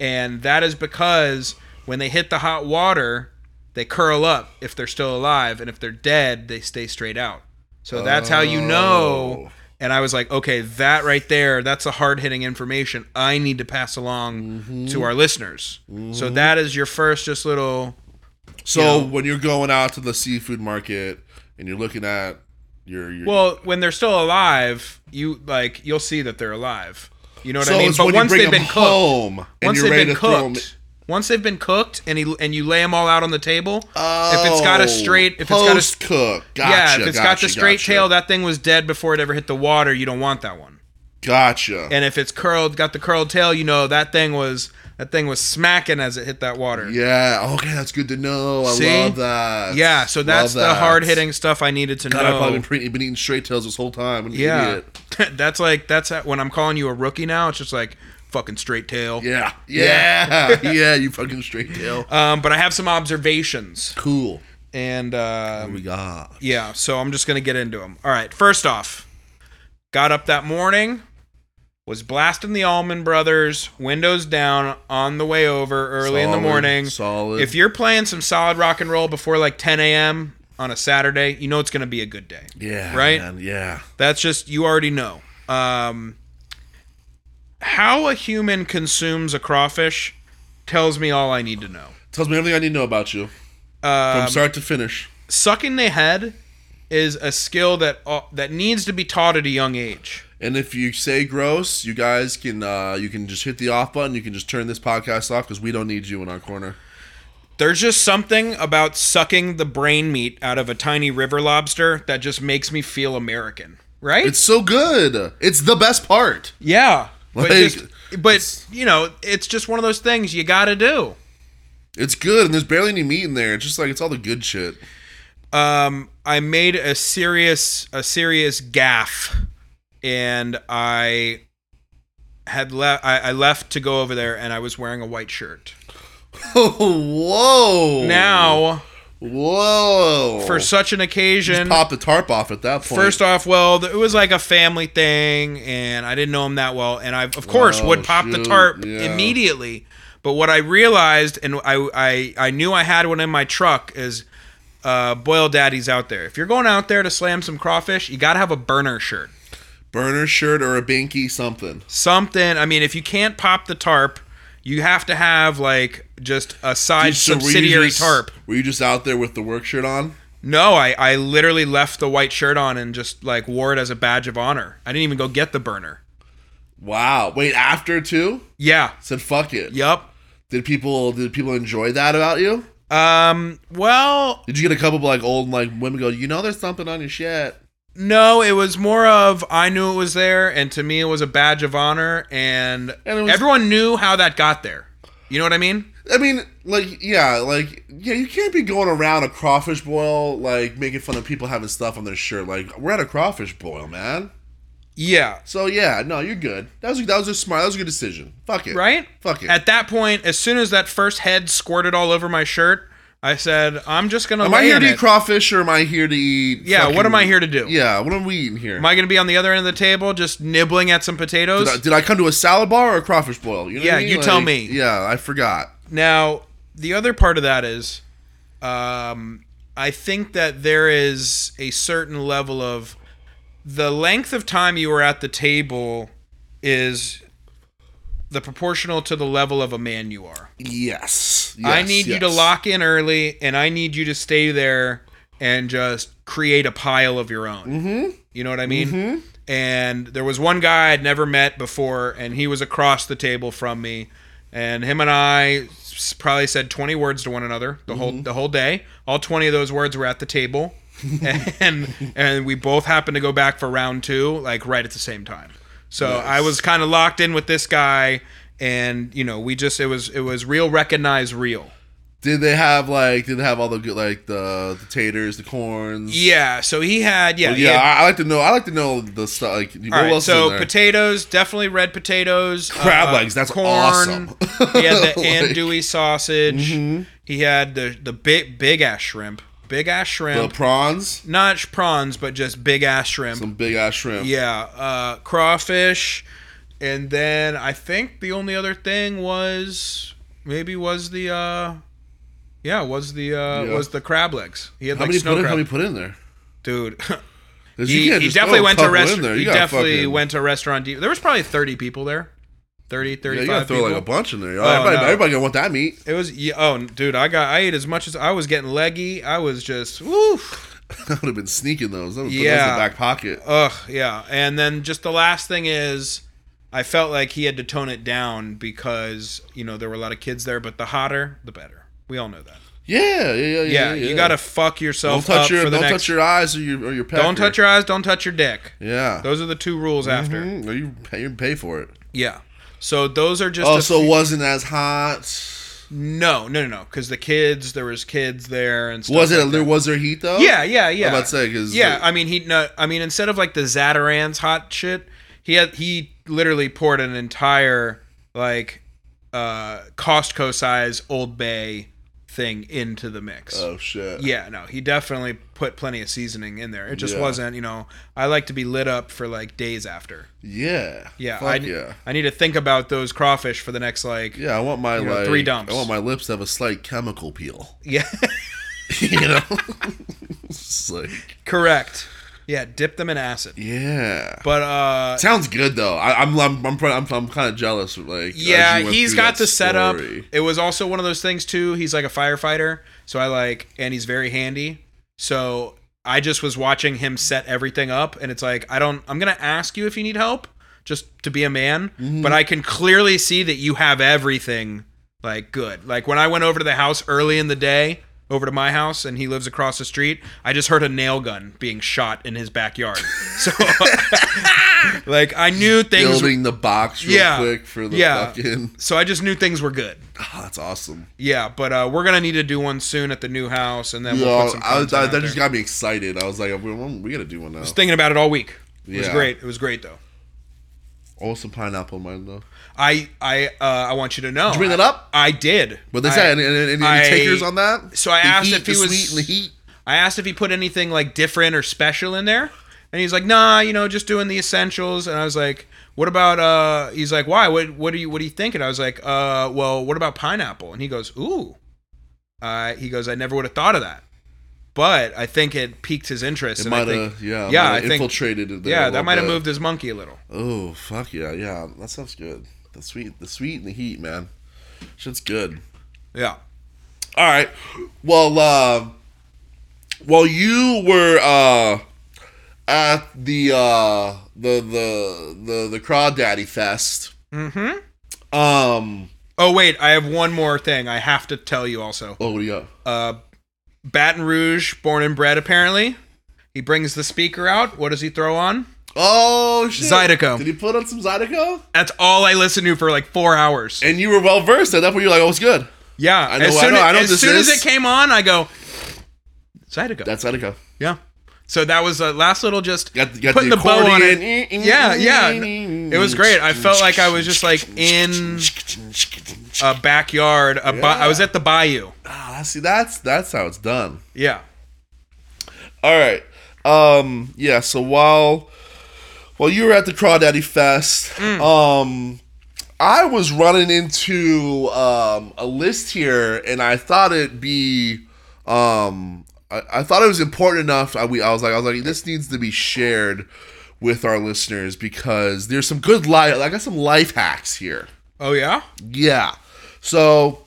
Speaker 2: and that is because when they hit the hot water they curl up if they're still alive and if they're dead they stay straight out so that's how you know
Speaker 1: Oh.
Speaker 2: and i was like okay that right there that's a hard-hitting information i need to pass along
Speaker 1: Mm-hmm.
Speaker 2: to our listeners so that is your first just little
Speaker 1: So
Speaker 2: You know.
Speaker 1: when you're going out to the seafood market and you're looking at your, your
Speaker 2: well when they're still alive you like you'll see that they're alive you know what
Speaker 1: so
Speaker 2: i mean
Speaker 1: it's
Speaker 2: but
Speaker 1: when you
Speaker 2: once
Speaker 1: bring
Speaker 2: they've
Speaker 1: them
Speaker 2: been cooked
Speaker 1: home and
Speaker 2: once
Speaker 1: you're
Speaker 2: they've
Speaker 1: ready
Speaker 2: been
Speaker 1: to throw 'em-
Speaker 2: cooked once they've been cooked and he and you lay them all out on the table
Speaker 1: Oh,
Speaker 2: if it's got a straight if it's got a
Speaker 1: post cook, Oh, gotcha,
Speaker 2: yeah if it's got the
Speaker 1: gotcha,
Speaker 2: straight
Speaker 1: gotcha.
Speaker 2: tail that thing was dead before it ever hit the water you don't want that one
Speaker 1: gotcha.
Speaker 2: and if it's curled got the curled tail you know that thing was that thing was smacking as it hit that water
Speaker 1: yeah, okay, that's good to know. I
Speaker 2: See?
Speaker 1: love that.
Speaker 2: Yeah, so that's
Speaker 1: Love
Speaker 2: the
Speaker 1: that.
Speaker 2: hard hitting stuff I needed to
Speaker 1: God, I've
Speaker 2: know.
Speaker 1: probably been, pre- been eating straight tails this whole time. I'm an
Speaker 2: yeah,
Speaker 1: idiot.
Speaker 2: that's like that's how- when I'm calling you a rookie now. It's just like fucking straight tail.
Speaker 1: Yeah, yeah, yeah, You fucking straight tail.
Speaker 2: Um, but I have some observations,
Speaker 1: Cool.
Speaker 2: and uh,
Speaker 1: What we got?
Speaker 2: yeah, so I'm just gonna get into them. All right, first off, got up that morning, was blasting the Allman Brothers, windows down, on the way over early in the
Speaker 1: Solid,
Speaker 2: morning.
Speaker 1: Solid.
Speaker 2: If you're playing some solid rock and roll before like 10 a.m. on a Saturday, you know it's gonna be a good day.
Speaker 1: yeah,
Speaker 2: right?
Speaker 1: man, yeah.
Speaker 2: That's just you already know. Um, how a human consumes a crawfish tells me all I need to know.
Speaker 1: Tells me everything I need to know about you from
Speaker 2: Um,
Speaker 1: start to finish.
Speaker 2: sucking the head is a skill that uh, that needs to be taught at a young age.
Speaker 1: And if you say gross, you guys can uh, you can just hit the off button. You can just turn this podcast off because we don't need you in our corner.
Speaker 2: There's just something about sucking the brain meat out of a tiny river lobster that just makes me feel American, right?
Speaker 1: It's so good. It's the best part.
Speaker 2: yeah.
Speaker 1: Like,
Speaker 2: but just,
Speaker 1: it's-
Speaker 2: but you know, it's just one of those things you got to do.
Speaker 1: It's good, and there's barely any meat in there. It's just like it's all the good shit.
Speaker 2: um, I made a serious a serious gaff, and I had left. I, I left to go over there, and I was wearing a white shirt.
Speaker 1: Oh, whoa!
Speaker 2: Now,
Speaker 1: whoa!
Speaker 2: for such an occasion,
Speaker 1: pop the tarp off at that point.
Speaker 2: first off, well, th- it was like a family thing, and I didn't know him that well, and I of course
Speaker 1: Oh,
Speaker 2: would pop the
Speaker 1: shoot,
Speaker 2: tarp
Speaker 1: yeah.
Speaker 2: immediately. But what I realized, and I, I I knew I had one in my truck, is uh, boil daddies out there. If you're going out there to slam some crawfish, you gotta have a burner shirt.
Speaker 1: burner shirt or a binky something.
Speaker 2: something. I mean, if you can't pop the tarp, you have to have like just a side
Speaker 1: So were you
Speaker 2: subsidiary
Speaker 1: just-
Speaker 2: tarp.
Speaker 1: Were you just out there with the work shirt on?
Speaker 2: No, I I literally left the white shirt on and just like wore it as a badge of honor. I didn't even go get the burner.
Speaker 1: Wow. Wait, after too?
Speaker 2: Yeah.
Speaker 1: Said fuck it.
Speaker 2: Yup.
Speaker 1: Did people did people enjoy that about you?
Speaker 2: Um. Well,
Speaker 1: Did you get a couple of like old like women go, you know there's something on your shit?
Speaker 2: no. It was more of I knew it was there, and to me it was a badge of honor, and,
Speaker 1: And it was-
Speaker 2: everyone knew how that got there. You know what I mean?
Speaker 1: I mean, like, yeah, like, yeah, you can't be going around a crawfish boil, like, making fun of people having stuff on their shirt. Like, we're at a crawfish boil, man.
Speaker 2: Yeah.
Speaker 1: So, yeah, no, you're good. That was, that was a smart, that was a good decision. Fuck it.
Speaker 2: Right?
Speaker 1: Fuck it.
Speaker 2: At that point, as soon as that first head squirted all over my shirt, I said, I'm just gonna.
Speaker 1: Am
Speaker 2: lay
Speaker 1: I here
Speaker 2: in
Speaker 1: to eat
Speaker 2: it.
Speaker 1: crawfish or am I here to eat?
Speaker 2: Yeah, what am I
Speaker 1: fucking-
Speaker 2: here to do?
Speaker 1: Yeah, what am we eating here?
Speaker 2: Am I gonna be on the other end of the table just nibbling at some potatoes?
Speaker 1: did, I, did I come to a salad bar or a crawfish boil? You know what
Speaker 2: Yeah,
Speaker 1: I mean?
Speaker 2: you tell me.
Speaker 1: Yeah, I forgot.
Speaker 2: Now, the other part of that is, um, I think that there is a certain level of the length of time you were at the table is the proportional to the level of a man you are.
Speaker 1: Yes.
Speaker 2: I
Speaker 1: yes,
Speaker 2: need you to
Speaker 1: yes.
Speaker 2: lock in early, and I need you to stay there and just create a pile of your own. Mm-hmm. You know what I mean? And there was one guy I'd never met before, and he was across the table from me, and him and I s- probably said twenty words to one another the
Speaker 1: Mm-hmm.
Speaker 2: whole the whole day. All twenty of those words were at the table, and and we both happened to go back for round two, like right at the same time. So I was kind of locked in with this guy, and you know, we just it was it was real, recognize real.
Speaker 1: Did they have like? Did they have all the good like the, the taters, the corns?
Speaker 2: Yeah. So he had yeah
Speaker 1: Well,
Speaker 2: he
Speaker 1: yeah.
Speaker 2: had-
Speaker 1: I, I like to know. I like to know the stuff. Like what
Speaker 2: All right,
Speaker 1: else? is in
Speaker 2: so
Speaker 1: there?
Speaker 2: potatoes, definitely red potatoes, uh,
Speaker 1: Crab legs, that's awesome.
Speaker 2: he had the
Speaker 1: Like- mm-hmm.
Speaker 2: andouille sausage. He had the the big big ass shrimp, big ass
Speaker 1: the
Speaker 2: shrimp,
Speaker 1: prawns,
Speaker 2: not sh- prawns, but just big ass shrimp.
Speaker 1: some big ass shrimp.
Speaker 2: yeah, uh, crawfish, and then I think the only other thing was maybe was the uh, yeah was the uh,
Speaker 1: Yeah.
Speaker 2: was the crab legs. He had
Speaker 1: How
Speaker 2: like
Speaker 1: many
Speaker 2: snow
Speaker 1: put in?
Speaker 2: crab.
Speaker 1: How many put in there?
Speaker 2: Dude,
Speaker 1: 'Cause you
Speaker 2: He,
Speaker 1: can't
Speaker 2: he
Speaker 1: just
Speaker 2: definitely
Speaker 1: throw a
Speaker 2: went to
Speaker 1: couple in
Speaker 2: restaurant.
Speaker 1: there. You
Speaker 2: He
Speaker 1: gotta
Speaker 2: definitely
Speaker 1: fucking-
Speaker 2: went to restaurant. D- There was probably 30 people there. 30,
Speaker 1: Yeah,
Speaker 2: 35
Speaker 1: you gotta throw
Speaker 2: people.
Speaker 1: like a bunch in there.
Speaker 2: Oh,
Speaker 1: everybody,
Speaker 2: no.
Speaker 1: everybody gonna want that meat.
Speaker 2: it was yeah, oh dude, I got I ate as much as I was getting leggy. I was just woof.
Speaker 1: I would have been sneaking those. I would
Speaker 2: Yeah.
Speaker 1: put those in the back pocket.
Speaker 2: Ugh, yeah. And then just the last thing is I felt like he had to tone it down because, you know, there were a lot of kids there, but the hotter, the better. We all know that.
Speaker 1: Yeah, yeah, yeah, yeah.
Speaker 2: Yeah,
Speaker 1: yeah.
Speaker 2: you got to fuck yourself
Speaker 1: don't touch
Speaker 2: up
Speaker 1: your
Speaker 2: for the
Speaker 1: don't
Speaker 2: next
Speaker 1: touch your eyes or your or your pecker.
Speaker 2: Don't touch your eyes, don't touch your dick.
Speaker 1: yeah.
Speaker 2: Those are the two rules after.
Speaker 1: Mhm. Or you pay, you pay for it.
Speaker 2: Yeah. So those are just
Speaker 1: Oh,
Speaker 2: a
Speaker 1: so
Speaker 2: few-
Speaker 1: it wasn't as hot.
Speaker 2: No, no, no, no. Because the kids, there was kids there and stuff.
Speaker 1: Was it?
Speaker 2: like
Speaker 1: there was there heat though?
Speaker 2: that. Yeah, yeah, yeah.
Speaker 1: I'm about to say because
Speaker 2: yeah, I mean he. No, I mean instead of like the Zatarans hot shit, he had he literally poured an entire like uh Costco size Old Bay thing into the mix.
Speaker 1: oh shit.
Speaker 2: yeah, no, he definitely put plenty of seasoning in there. It just
Speaker 1: Yeah.
Speaker 2: wasn't, you know. I like to be lit up for like days after.
Speaker 1: Yeah.
Speaker 2: Yeah,
Speaker 1: Fuck
Speaker 2: I
Speaker 1: yeah.
Speaker 2: I need to think about those crawfish for the next like
Speaker 1: Yeah, I want my
Speaker 2: know,
Speaker 1: like
Speaker 2: three dumps.
Speaker 1: I want my lips to have a slight chemical peel.
Speaker 2: yeah.
Speaker 1: you know, it's like
Speaker 2: Correct. Yeah, dip them in acid.
Speaker 1: yeah.
Speaker 2: But uh
Speaker 1: Sounds good though. I, I'm I'm I'm, pr- I'm, I'm kind of jealous. of, Like as
Speaker 2: yeah,
Speaker 1: you went
Speaker 2: he's
Speaker 1: through
Speaker 2: got
Speaker 1: that
Speaker 2: the setup.
Speaker 1: story.
Speaker 2: It was also one of those things too. He's like a firefighter, so I like and he's very handy. So I just was watching him set everything up and it's like I don't I'm going to ask you if you need help just to be a man,
Speaker 1: Mm-hmm.
Speaker 2: but I can clearly see that you have everything like good. Like when I went over to the house early in the day, over to my house and he lives across the street, I just heard a nail gun being shot in his backyard. So like I knew things
Speaker 1: Building the box real
Speaker 2: Yeah.
Speaker 1: quick for the
Speaker 2: Yeah.
Speaker 1: fucking.
Speaker 2: so I just knew things were good.
Speaker 1: Ah, that's awesome.
Speaker 2: Yeah, but uh, we're gonna need to do one soon at the new house, and then we'll
Speaker 1: Yeah,
Speaker 2: put some.
Speaker 1: I, I,
Speaker 2: content out
Speaker 1: that
Speaker 2: there.
Speaker 1: just got me excited. I was like, we, we gotta do one now.
Speaker 2: I was thinking about it all week. It was
Speaker 1: Yeah.
Speaker 2: great. It was great though.
Speaker 1: Oh, some pineapple in mine though.
Speaker 2: I I uh, I want you to know.
Speaker 1: Did you bring that up?
Speaker 2: I did.
Speaker 1: But they
Speaker 2: I-
Speaker 1: said any, any, any
Speaker 2: I-
Speaker 1: takers on that?
Speaker 2: so I
Speaker 1: The
Speaker 2: asked
Speaker 1: heat,
Speaker 2: if he
Speaker 1: the sweet
Speaker 2: was-
Speaker 1: and the heat.
Speaker 2: I asked if he put anything like different or special in there, and he's like, "Nah, you know, just doing the essentials." And I was like, "What about?" uh He's like, "Why? What? What are you? What are you thinking?" I was like, "Uh, well, what about pineapple?" And he goes, "Ooh," uh, he goes, "I never would have thought of that." But I think it piqued his interest.
Speaker 1: It
Speaker 2: and I
Speaker 1: might
Speaker 2: think-
Speaker 1: have, yeah,
Speaker 2: Yeah,
Speaker 1: might
Speaker 2: I
Speaker 1: have
Speaker 2: think-
Speaker 1: infiltrated it. There a
Speaker 2: yeah,
Speaker 1: little
Speaker 2: that might have
Speaker 1: bit.
Speaker 2: moved his monkey a little.
Speaker 1: Oh fuck yeah, yeah, that stuff's good. The sweet, the sweet and the heat, man. Shit's good.
Speaker 2: Yeah.
Speaker 1: All right. Well, uh, while you were uh, at the uh, the the the the Crawdaddy Fest,
Speaker 2: Mm-hmm.
Speaker 1: um,
Speaker 2: Oh wait, I have one more thing I have to tell you also.
Speaker 1: oh yeah,
Speaker 2: Uh Baton Rouge, born and bred apparently. He brings the speaker out. What does he throw on?
Speaker 1: oh shit,
Speaker 2: Zydeco.
Speaker 1: Did he put on some Zydeco?
Speaker 2: That's all I listened to for like four hours.
Speaker 1: And you were well versed at that point. You're like, oh, it's good.
Speaker 2: yeah.
Speaker 1: I know-
Speaker 2: as
Speaker 1: I
Speaker 2: soon,
Speaker 1: know- I know
Speaker 2: as,
Speaker 1: this
Speaker 2: soon as
Speaker 1: is.
Speaker 2: it came on, I go Zydeco.
Speaker 1: That's Zydeco.
Speaker 2: Yeah. So that was a last little just
Speaker 1: Got, got
Speaker 2: Putting the bow on
Speaker 1: accordion.
Speaker 2: Yeah, yeah. It was great. I felt like I was just like in a backyard. A ba- I was at the bayou.
Speaker 1: Ah, see, that's that's how it's done.
Speaker 2: Yeah.
Speaker 1: All right. Um. Yeah. So while while you were at the Crawdaddy Fest, um, I was running into um a list here, and I thought it'd be um I, I thought it was important enough. I we I was like I was like this needs to be shared with our listeners because there's some good life. I got some life hacks here.
Speaker 2: Oh yeah.
Speaker 1: Yeah. So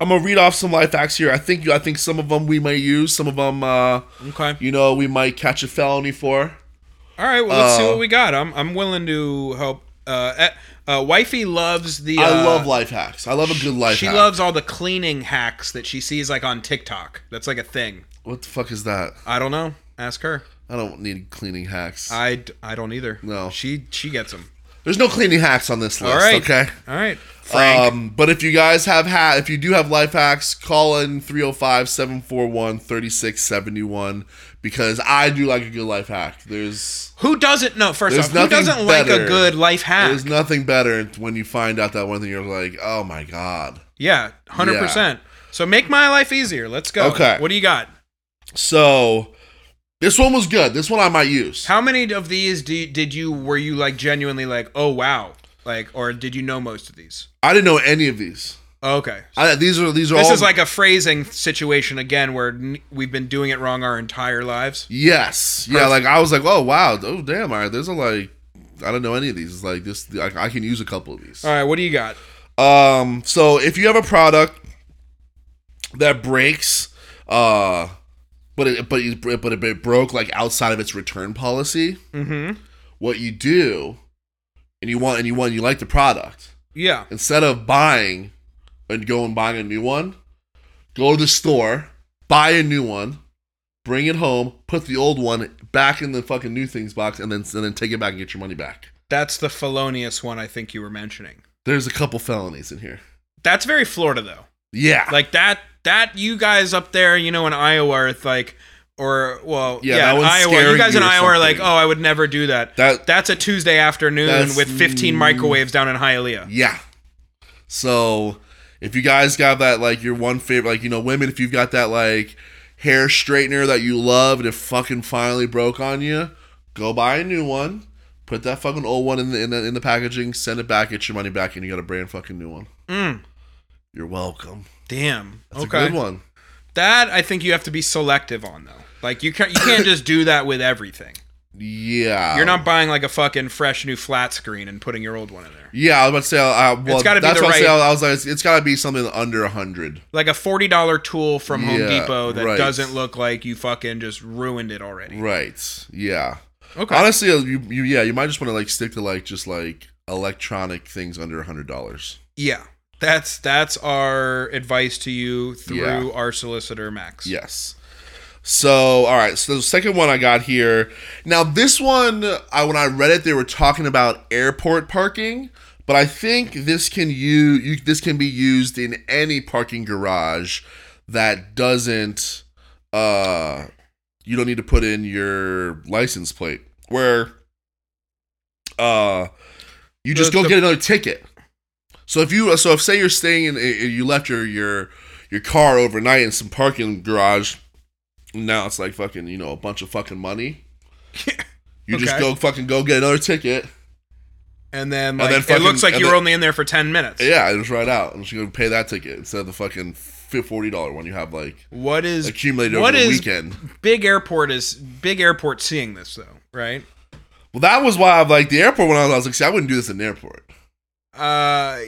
Speaker 1: I'm gonna read off some life hacks here. I think I think some of them we may use. Some of them, uh,
Speaker 2: Okay.
Speaker 1: you know, we might catch a felony for.
Speaker 2: All right. Well, let's see
Speaker 1: Uh,
Speaker 2: what we got. I'm I'm willing to help. Uh, uh, uh wifey loves the. Uh,
Speaker 1: I love life hacks. I love a good life.
Speaker 2: She
Speaker 1: hack.
Speaker 2: loves all the cleaning hacks that she sees like on TikTok. That's like a thing.
Speaker 1: What the fuck is that?
Speaker 2: I don't know. Ask her.
Speaker 1: I don't need cleaning hacks.
Speaker 2: I, d- I don't either.
Speaker 1: No.
Speaker 2: She she gets them.
Speaker 1: There's no cleaning hacks on this list.
Speaker 2: All right.
Speaker 1: Okay.
Speaker 2: All right. Frank.
Speaker 1: Um, but if you guys have ha- if you do have life hacks, call in 305-741-3671 because I do like a good life hack. There's
Speaker 2: who doesn't know? First
Speaker 1: there's
Speaker 2: off, who
Speaker 1: nothing
Speaker 2: doesn't like
Speaker 1: better.
Speaker 2: a good life hack?
Speaker 1: There's nothing better when you find out that one thing. You're like, oh my god.
Speaker 2: Yeah, hundred percent. So make my life easier. Let's go.
Speaker 1: Okay.
Speaker 2: What do you got?
Speaker 1: So this one was good. This one I might use.
Speaker 2: How many of these do you, did you were you like genuinely like oh wow like or did you know most of these?
Speaker 1: I didn't know any of these.
Speaker 2: Okay.
Speaker 1: I, these are these are
Speaker 2: This
Speaker 1: all.
Speaker 2: is like a phrasing situation again where n- we've been doing it wrong our entire lives.
Speaker 1: yes, yeah. Like I was like, oh wow, oh damn. All right, there's a like. I don't know any of these. It's like this, I, I can use a couple of these.
Speaker 2: All right, what do you got?
Speaker 1: Um, so if you have a product that breaks, uh, but it but it, but it, it broke like outside of its return policy,
Speaker 2: Mhm.
Speaker 1: what you do, and you want and you want you like the product,
Speaker 2: Yeah.
Speaker 1: instead of buying and go and buying a new one, go to the store, buy a new one, bring it home, put the old one back in the fucking new things box, and then and then take it back and get your money back.
Speaker 2: That's the felonious one I think you were mentioning.
Speaker 1: There's a couple felonies in here.
Speaker 2: That's very Florida though.
Speaker 1: Yeah,
Speaker 2: Like that that you guys up there, you know in Iowa are like or well
Speaker 1: Yeah,
Speaker 2: yeah,
Speaker 1: that
Speaker 2: in
Speaker 1: one's
Speaker 2: Iowa.
Speaker 1: scaring
Speaker 2: You guys
Speaker 1: you
Speaker 2: in
Speaker 1: or
Speaker 2: Iowa are like,
Speaker 1: something.
Speaker 2: "Oh, I would never do that."
Speaker 1: that
Speaker 2: That's a Tuesday afternoon
Speaker 1: That's-
Speaker 2: with 15 microwaves down in Hialeah.
Speaker 1: yeah. So if you guys got that like your one favorite, like you know, women, if you've got that like hair straightener that you love and it fucking finally broke on you, go buy a new one. Put that fucking old one in the in the, in the packaging, send it back, get your money back, and you got a brand fucking new one.
Speaker 2: Mm,
Speaker 1: You're welcome.
Speaker 2: damn.
Speaker 1: That's
Speaker 2: okay.
Speaker 1: a good one.
Speaker 2: That I think you have to be selective on though. Like you can't you can't just do that with everything.
Speaker 1: Yeah.
Speaker 2: You're not buying like a fucking fresh new flat screen and putting your old one in there.
Speaker 1: Yeah, I was about to say. Uh, well,
Speaker 2: gotta be
Speaker 1: that's
Speaker 2: the
Speaker 1: what I was
Speaker 2: right-
Speaker 1: saying. I was like, it's, it's got to be something under a hundred.
Speaker 2: Like a forty dollar tool from Home
Speaker 1: Yeah,
Speaker 2: Depot that
Speaker 1: right.
Speaker 2: doesn't look like you fucking just ruined it already.
Speaker 1: Right. Yeah.
Speaker 2: Okay.
Speaker 1: Honestly, uh, you, you yeah, you might just want to like stick to like just like electronic things under a hundred dollars.
Speaker 2: yeah. That's that's our advice to you through
Speaker 1: Yeah.
Speaker 2: our solicitor Max.
Speaker 1: Yes. So, all right. So the second one I got here. Now this one, I when I read it, they were talking about airport parking, but I think this can you, you this can be used in any parking garage that doesn't. Uh, you don't need to put in your license plate. Where, uh, you just
Speaker 2: The-
Speaker 1: go
Speaker 2: the-
Speaker 1: get another ticket. So if you so if say you're staying in you left your your your car overnight in some parking garage, now it's like fucking you know a bunch of fucking money. You just
Speaker 2: Okay.
Speaker 1: go fucking go get another ticket.
Speaker 2: And then
Speaker 1: And
Speaker 2: like
Speaker 1: then
Speaker 2: it
Speaker 1: fucking-
Speaker 2: looks like
Speaker 1: and
Speaker 2: you were
Speaker 1: then-
Speaker 2: only in there for ten minutes.
Speaker 1: Yeah, it's right out. I'm just gonna pay that ticket instead of the fucking forty dollar one you have like
Speaker 2: What is
Speaker 1: accumulated
Speaker 2: What
Speaker 1: over the
Speaker 2: is-
Speaker 1: weekend.
Speaker 2: big airport is big airport seeing this though, right?
Speaker 1: Well, that was why I'm like the airport when I was, I was like, see, I wouldn't do this in the airport.
Speaker 2: Uh,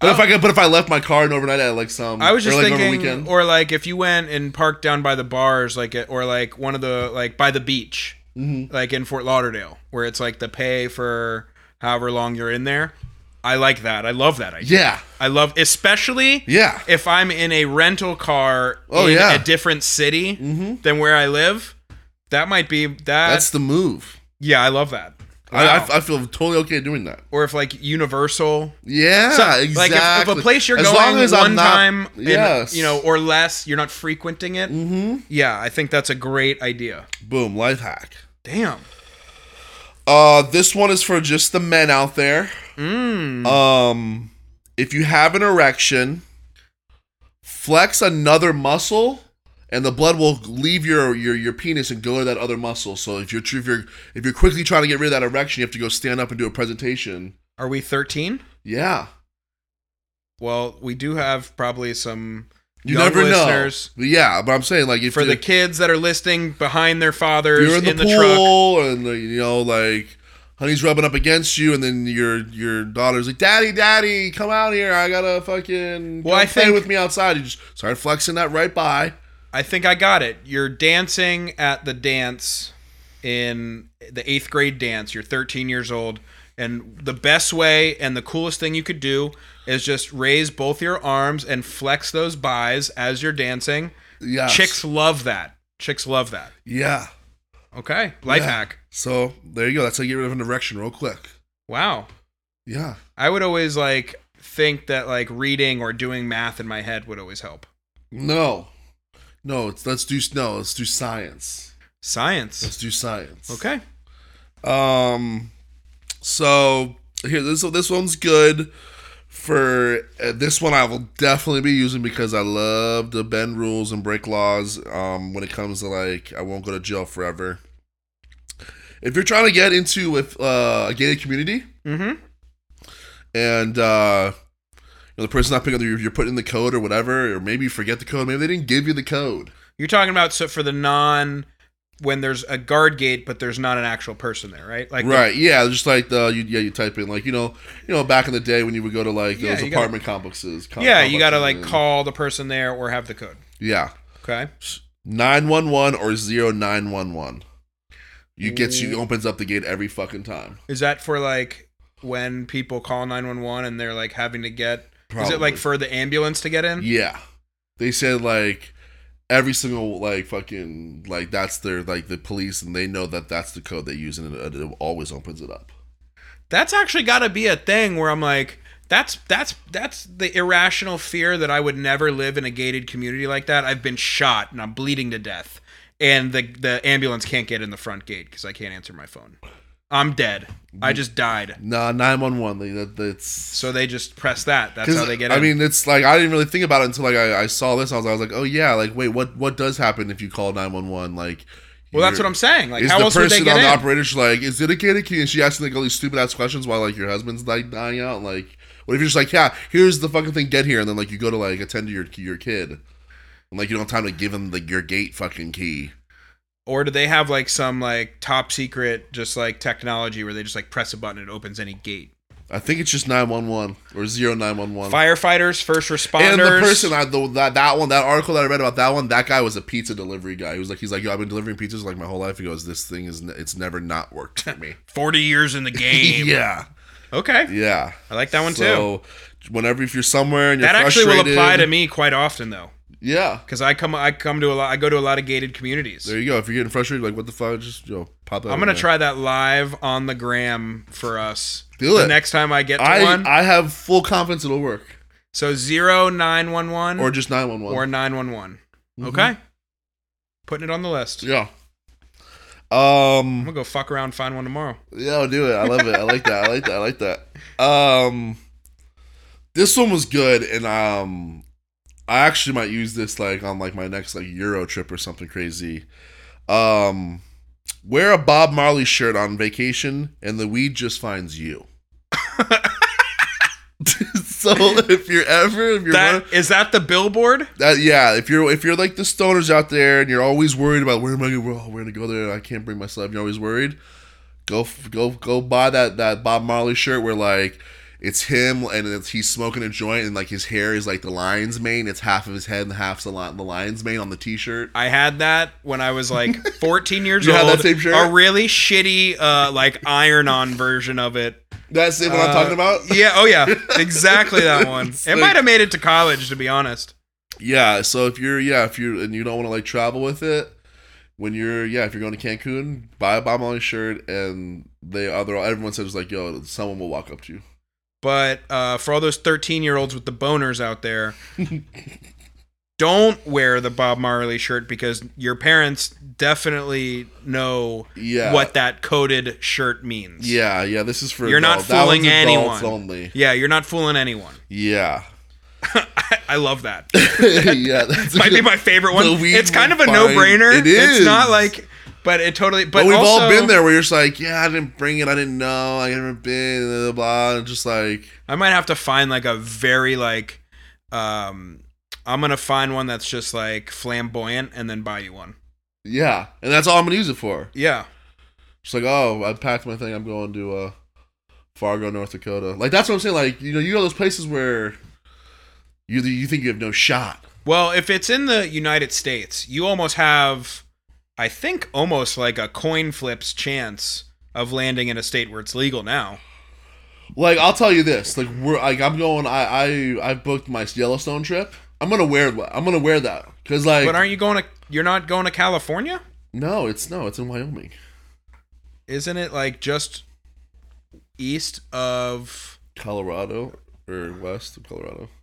Speaker 1: But if
Speaker 2: I,
Speaker 1: I could, but if I left my car and overnight at like some,
Speaker 2: I was just
Speaker 1: or, like, over the
Speaker 2: thinking,
Speaker 1: weekend.
Speaker 2: or like if you went and parked down by the bars, like it, or like one of the like by the beach,
Speaker 1: Mhm.
Speaker 2: like in Fort Lauderdale, where it's like the pay for however long you're in there. I like that. I love that idea.
Speaker 1: yeah,
Speaker 2: I love especially
Speaker 1: yeah,
Speaker 2: if I'm in a rental car
Speaker 1: Oh,
Speaker 2: in
Speaker 1: yeah.
Speaker 2: a different city
Speaker 1: Mhm.
Speaker 2: than where I live. That might be that.
Speaker 1: that's the move.
Speaker 2: yeah, I love that.
Speaker 1: I, I,
Speaker 2: Wow.
Speaker 1: I feel totally okay doing that.
Speaker 2: or if like Universal
Speaker 1: Yeah,
Speaker 2: So,
Speaker 1: exactly.
Speaker 2: Like if, if a place you're
Speaker 1: As
Speaker 2: going
Speaker 1: long as I'm
Speaker 2: one
Speaker 1: not-
Speaker 2: time, in-
Speaker 1: yes.
Speaker 2: you know, or less, you're not frequenting it.
Speaker 1: hmm
Speaker 2: Yeah, I think that's a great idea.
Speaker 1: Boom, life hack.
Speaker 2: Damn.
Speaker 1: Uh, this one is for just the men out there.
Speaker 2: Mm.
Speaker 1: Um, if you have an erection, flex another muscle, and the blood will leave your your your penis and go to that other muscle. So if you're tr- if you're if you're quickly trying to get rid of that erection, you have to go stand up and do a presentation.
Speaker 2: Are we 13?
Speaker 1: Yeah,
Speaker 2: Well, we do have probably some
Speaker 1: you
Speaker 2: young
Speaker 1: never
Speaker 2: listeners.
Speaker 1: know. But yeah, but I'm saying like if
Speaker 2: For the
Speaker 1: you're,
Speaker 2: kids that are listening behind their fathers
Speaker 1: you're in the
Speaker 2: truck.
Speaker 1: pool and the, you know like. Honey's rubbing up against you, and then your your daughter's like, "Daddy, Daddy, come out here! I gotta fucking
Speaker 2: Well,
Speaker 1: come
Speaker 2: I
Speaker 1: play
Speaker 2: think-
Speaker 1: with me outside." You just start flexing that right by.
Speaker 2: I think I got it. You're dancing at the dance in the eighth grade dance. You're 13 years old. And the best way and the coolest thing you could do is just raise both your arms and flex those buys as you're dancing.
Speaker 1: Yeah,
Speaker 2: Chicks love that. Chicks love that.
Speaker 1: Yeah.
Speaker 2: Okay. Life
Speaker 1: Yeah.
Speaker 2: hack.
Speaker 1: So there you go. That's how you get rid of an erection real quick.
Speaker 2: Wow.
Speaker 1: Yeah.
Speaker 2: I would always like think that like reading or doing math in my head would always help.
Speaker 1: No. No. It's, let's do no. Let's do science.
Speaker 2: Science.
Speaker 1: Let's do science.
Speaker 2: Okay.
Speaker 1: Um. So here, this this one's good. For uh, this one, I will definitely be using because I love to bend rules and break laws. Um, when it comes to like, I won't go to jail forever. If you're trying to get into with uh, a gated community,
Speaker 2: Mm-hmm.
Speaker 1: and uh, you know, the person's not picking up, you're, you're putting in the code or whatever, or maybe you forget the code. Maybe they didn't give you the code.
Speaker 2: You're talking about so for the non when there's a guard gate but there's not an actual person there, right? Like
Speaker 1: right? Yeah, just like the you, yeah, you type in like you know, you know, back in the day when you would go to like
Speaker 2: Yeah,
Speaker 1: those
Speaker 2: you gotta-
Speaker 1: apartment complexes. com-
Speaker 2: yeah, you got to like
Speaker 1: complexes and-
Speaker 2: call the person there or have the code.
Speaker 1: Yeah,
Speaker 2: Okay.
Speaker 1: nine one one or zero nine one one. You gets you opens up the gate every fucking time.
Speaker 2: Is that for like when people call 911 and they're like having to get Is it
Speaker 1: Probably.
Speaker 2: like for the ambulance to get in?
Speaker 1: Yeah, they said like every single like fucking like that's their like the police and they know that that's the code they use and it, it always opens it up.
Speaker 2: that's actually got to be a thing where I'm like, that's that's that's the irrational fear that I would never live in a gated community like that. I've been shot and I'm bleeding to death, and the the ambulance can't get in the front gate because I can't answer my phone. I'm dead. I just died.
Speaker 1: Nah, nine one one. That that's
Speaker 2: So they just press that. That's how they get in.
Speaker 1: I mean, it's like I didn't really think about it until like I, I saw this. I was, I was like, oh yeah, like wait, what what does happen if you call nine one one? Like,
Speaker 2: well, that's what
Speaker 1: you're-
Speaker 2: I'm saying. Like,
Speaker 1: is
Speaker 2: how
Speaker 1: the
Speaker 2: else would they
Speaker 1: person
Speaker 2: get
Speaker 1: on
Speaker 2: in?
Speaker 1: the operator she's like, is it a kid? And she asking like all these stupid ass questions while like your husband's like dying out. Like, what if you're just like, yeah, here's the fucking thing, get here, and then like you go to like attend to your your kid, and like you don't have time to give him like your gate fucking key.
Speaker 2: or do they have like some like top secret, just like technology where they just like press a button and it opens any gate?
Speaker 1: I think it's just nine one one or zero nine one one.
Speaker 2: Firefighters, first responders.
Speaker 1: And the person I, the, that that one that article that I read about that one that guy was a pizza delivery guy. He was like he's like yo I've been delivering pizzas like my whole life. He goes this thing is ne- it's never not worked for me.
Speaker 2: 40 years in the game.
Speaker 1: yeah,
Speaker 2: Okay.
Speaker 1: yeah.
Speaker 2: I like that one too.
Speaker 1: so whenever if you're somewhere and you're
Speaker 2: that actually will
Speaker 1: frustrated-
Speaker 2: apply to me quite often though
Speaker 1: Yeah,
Speaker 2: because i come i come to a lot i go to a lot of gated communities
Speaker 1: there you go. If you're getting frustrated, like what the fuck, just yo pop out.
Speaker 2: i'm
Speaker 1: in
Speaker 2: gonna
Speaker 1: there.
Speaker 2: try that live on the gram for us
Speaker 1: Do
Speaker 2: the
Speaker 1: it.
Speaker 2: next time i get to
Speaker 1: I
Speaker 2: one
Speaker 1: I have full confidence it'll work
Speaker 2: so 0911
Speaker 1: or
Speaker 2: or,
Speaker 1: just nine one one.
Speaker 2: 911 okay putting it on the list
Speaker 1: Yeah.
Speaker 2: i'm
Speaker 1: Um.
Speaker 2: gonna go fuck around and find one tomorrow
Speaker 1: Yeah, I'll do it. I love it. I like that. I like that. I like that. Um, this one was good, and um, I actually might use this like on like my next like Euro trip or something crazy. Um, wear a Bob Marley shirt on vacation, and the weed just finds you. so if you're ever if you're one-
Speaker 2: that is that the billboard
Speaker 1: that yeah, if you're if you're like the stoners out there and you're always worried about where am I gonna oh, we're gonna go there and I can't bring myself, you're always worried. Go f- go go buy that that Bob Marley shirt where like it's him and it's, he's smoking a joint and like his hair is like the lion's mane. It's half of his head and half's the, lion, the lion's mane on the t-shirt.
Speaker 2: I had that when I was like 14 years
Speaker 1: You
Speaker 2: old.
Speaker 1: had that same shirt?
Speaker 2: A really shitty, uh, like iron-on version of it.
Speaker 1: That's it. What I'm
Speaker 2: Uh,
Speaker 1: talking about.
Speaker 2: Yeah, oh yeah, exactly that one.
Speaker 1: It's
Speaker 2: It
Speaker 1: like-
Speaker 2: might have made it to college, to be honest.
Speaker 1: Yeah. So if you're yeah if you and you don't want to like travel with it, when you're yeah, if you're going to Cancun, buy a Bob Marley shirt, and they other everyone says like, yo, someone will walk up to you.
Speaker 2: But uh, for all those 13 year olds with the boners out there, don't wear the Bob Marley shirt because your parents definitely know
Speaker 1: Yeah.
Speaker 2: what that coded shirt means.
Speaker 1: Yeah, yeah. This is for
Speaker 2: You're not
Speaker 1: adult- that one's
Speaker 2: fooling
Speaker 1: adults
Speaker 2: anyone.
Speaker 1: Only.
Speaker 2: Yeah, you're not fooling anyone.
Speaker 1: Yeah.
Speaker 2: I, I love that.
Speaker 1: yeah. That's a
Speaker 2: Might be
Speaker 1: good-
Speaker 2: my favorite
Speaker 1: The
Speaker 2: one.
Speaker 1: weed
Speaker 2: It's kind of a
Speaker 1: will
Speaker 2: no
Speaker 1: find-
Speaker 2: brainer.
Speaker 1: It
Speaker 2: It's not
Speaker 1: is.
Speaker 2: like, but it totally. But,
Speaker 1: But we've
Speaker 2: also,
Speaker 1: all been there where you're just like, yeah, I didn't bring it. I didn't know. I never been. Blah, blah, blah. And just like,
Speaker 2: I might have to find like a very like, um, I'm gonna find one that's just like flamboyant and then buy you one.
Speaker 1: yeah. And that's all I'm going to use it for.
Speaker 2: Yeah.
Speaker 1: Just like, oh, I packed my thing. I'm going to uh, Fargo, North Dakota. Like, that's what I'm saying. Like, you know, you go to those places where you, you think you have no shot.
Speaker 2: Well, if it's in the United States, you almost have, I think, almost like a coin flips chance of landing in a state where it's legal now.
Speaker 1: Like, I'll tell you this. Like, we're like, I'm going, I, I, I booked my Yellowstone trip. I'm going to wear, I'm going to wear that. Cause like,
Speaker 2: But aren't you going to? You're not going to California?
Speaker 1: no, it's, no, it's in Wyoming.
Speaker 2: Isn't it like just east of?
Speaker 1: Colorado or west of Colorado.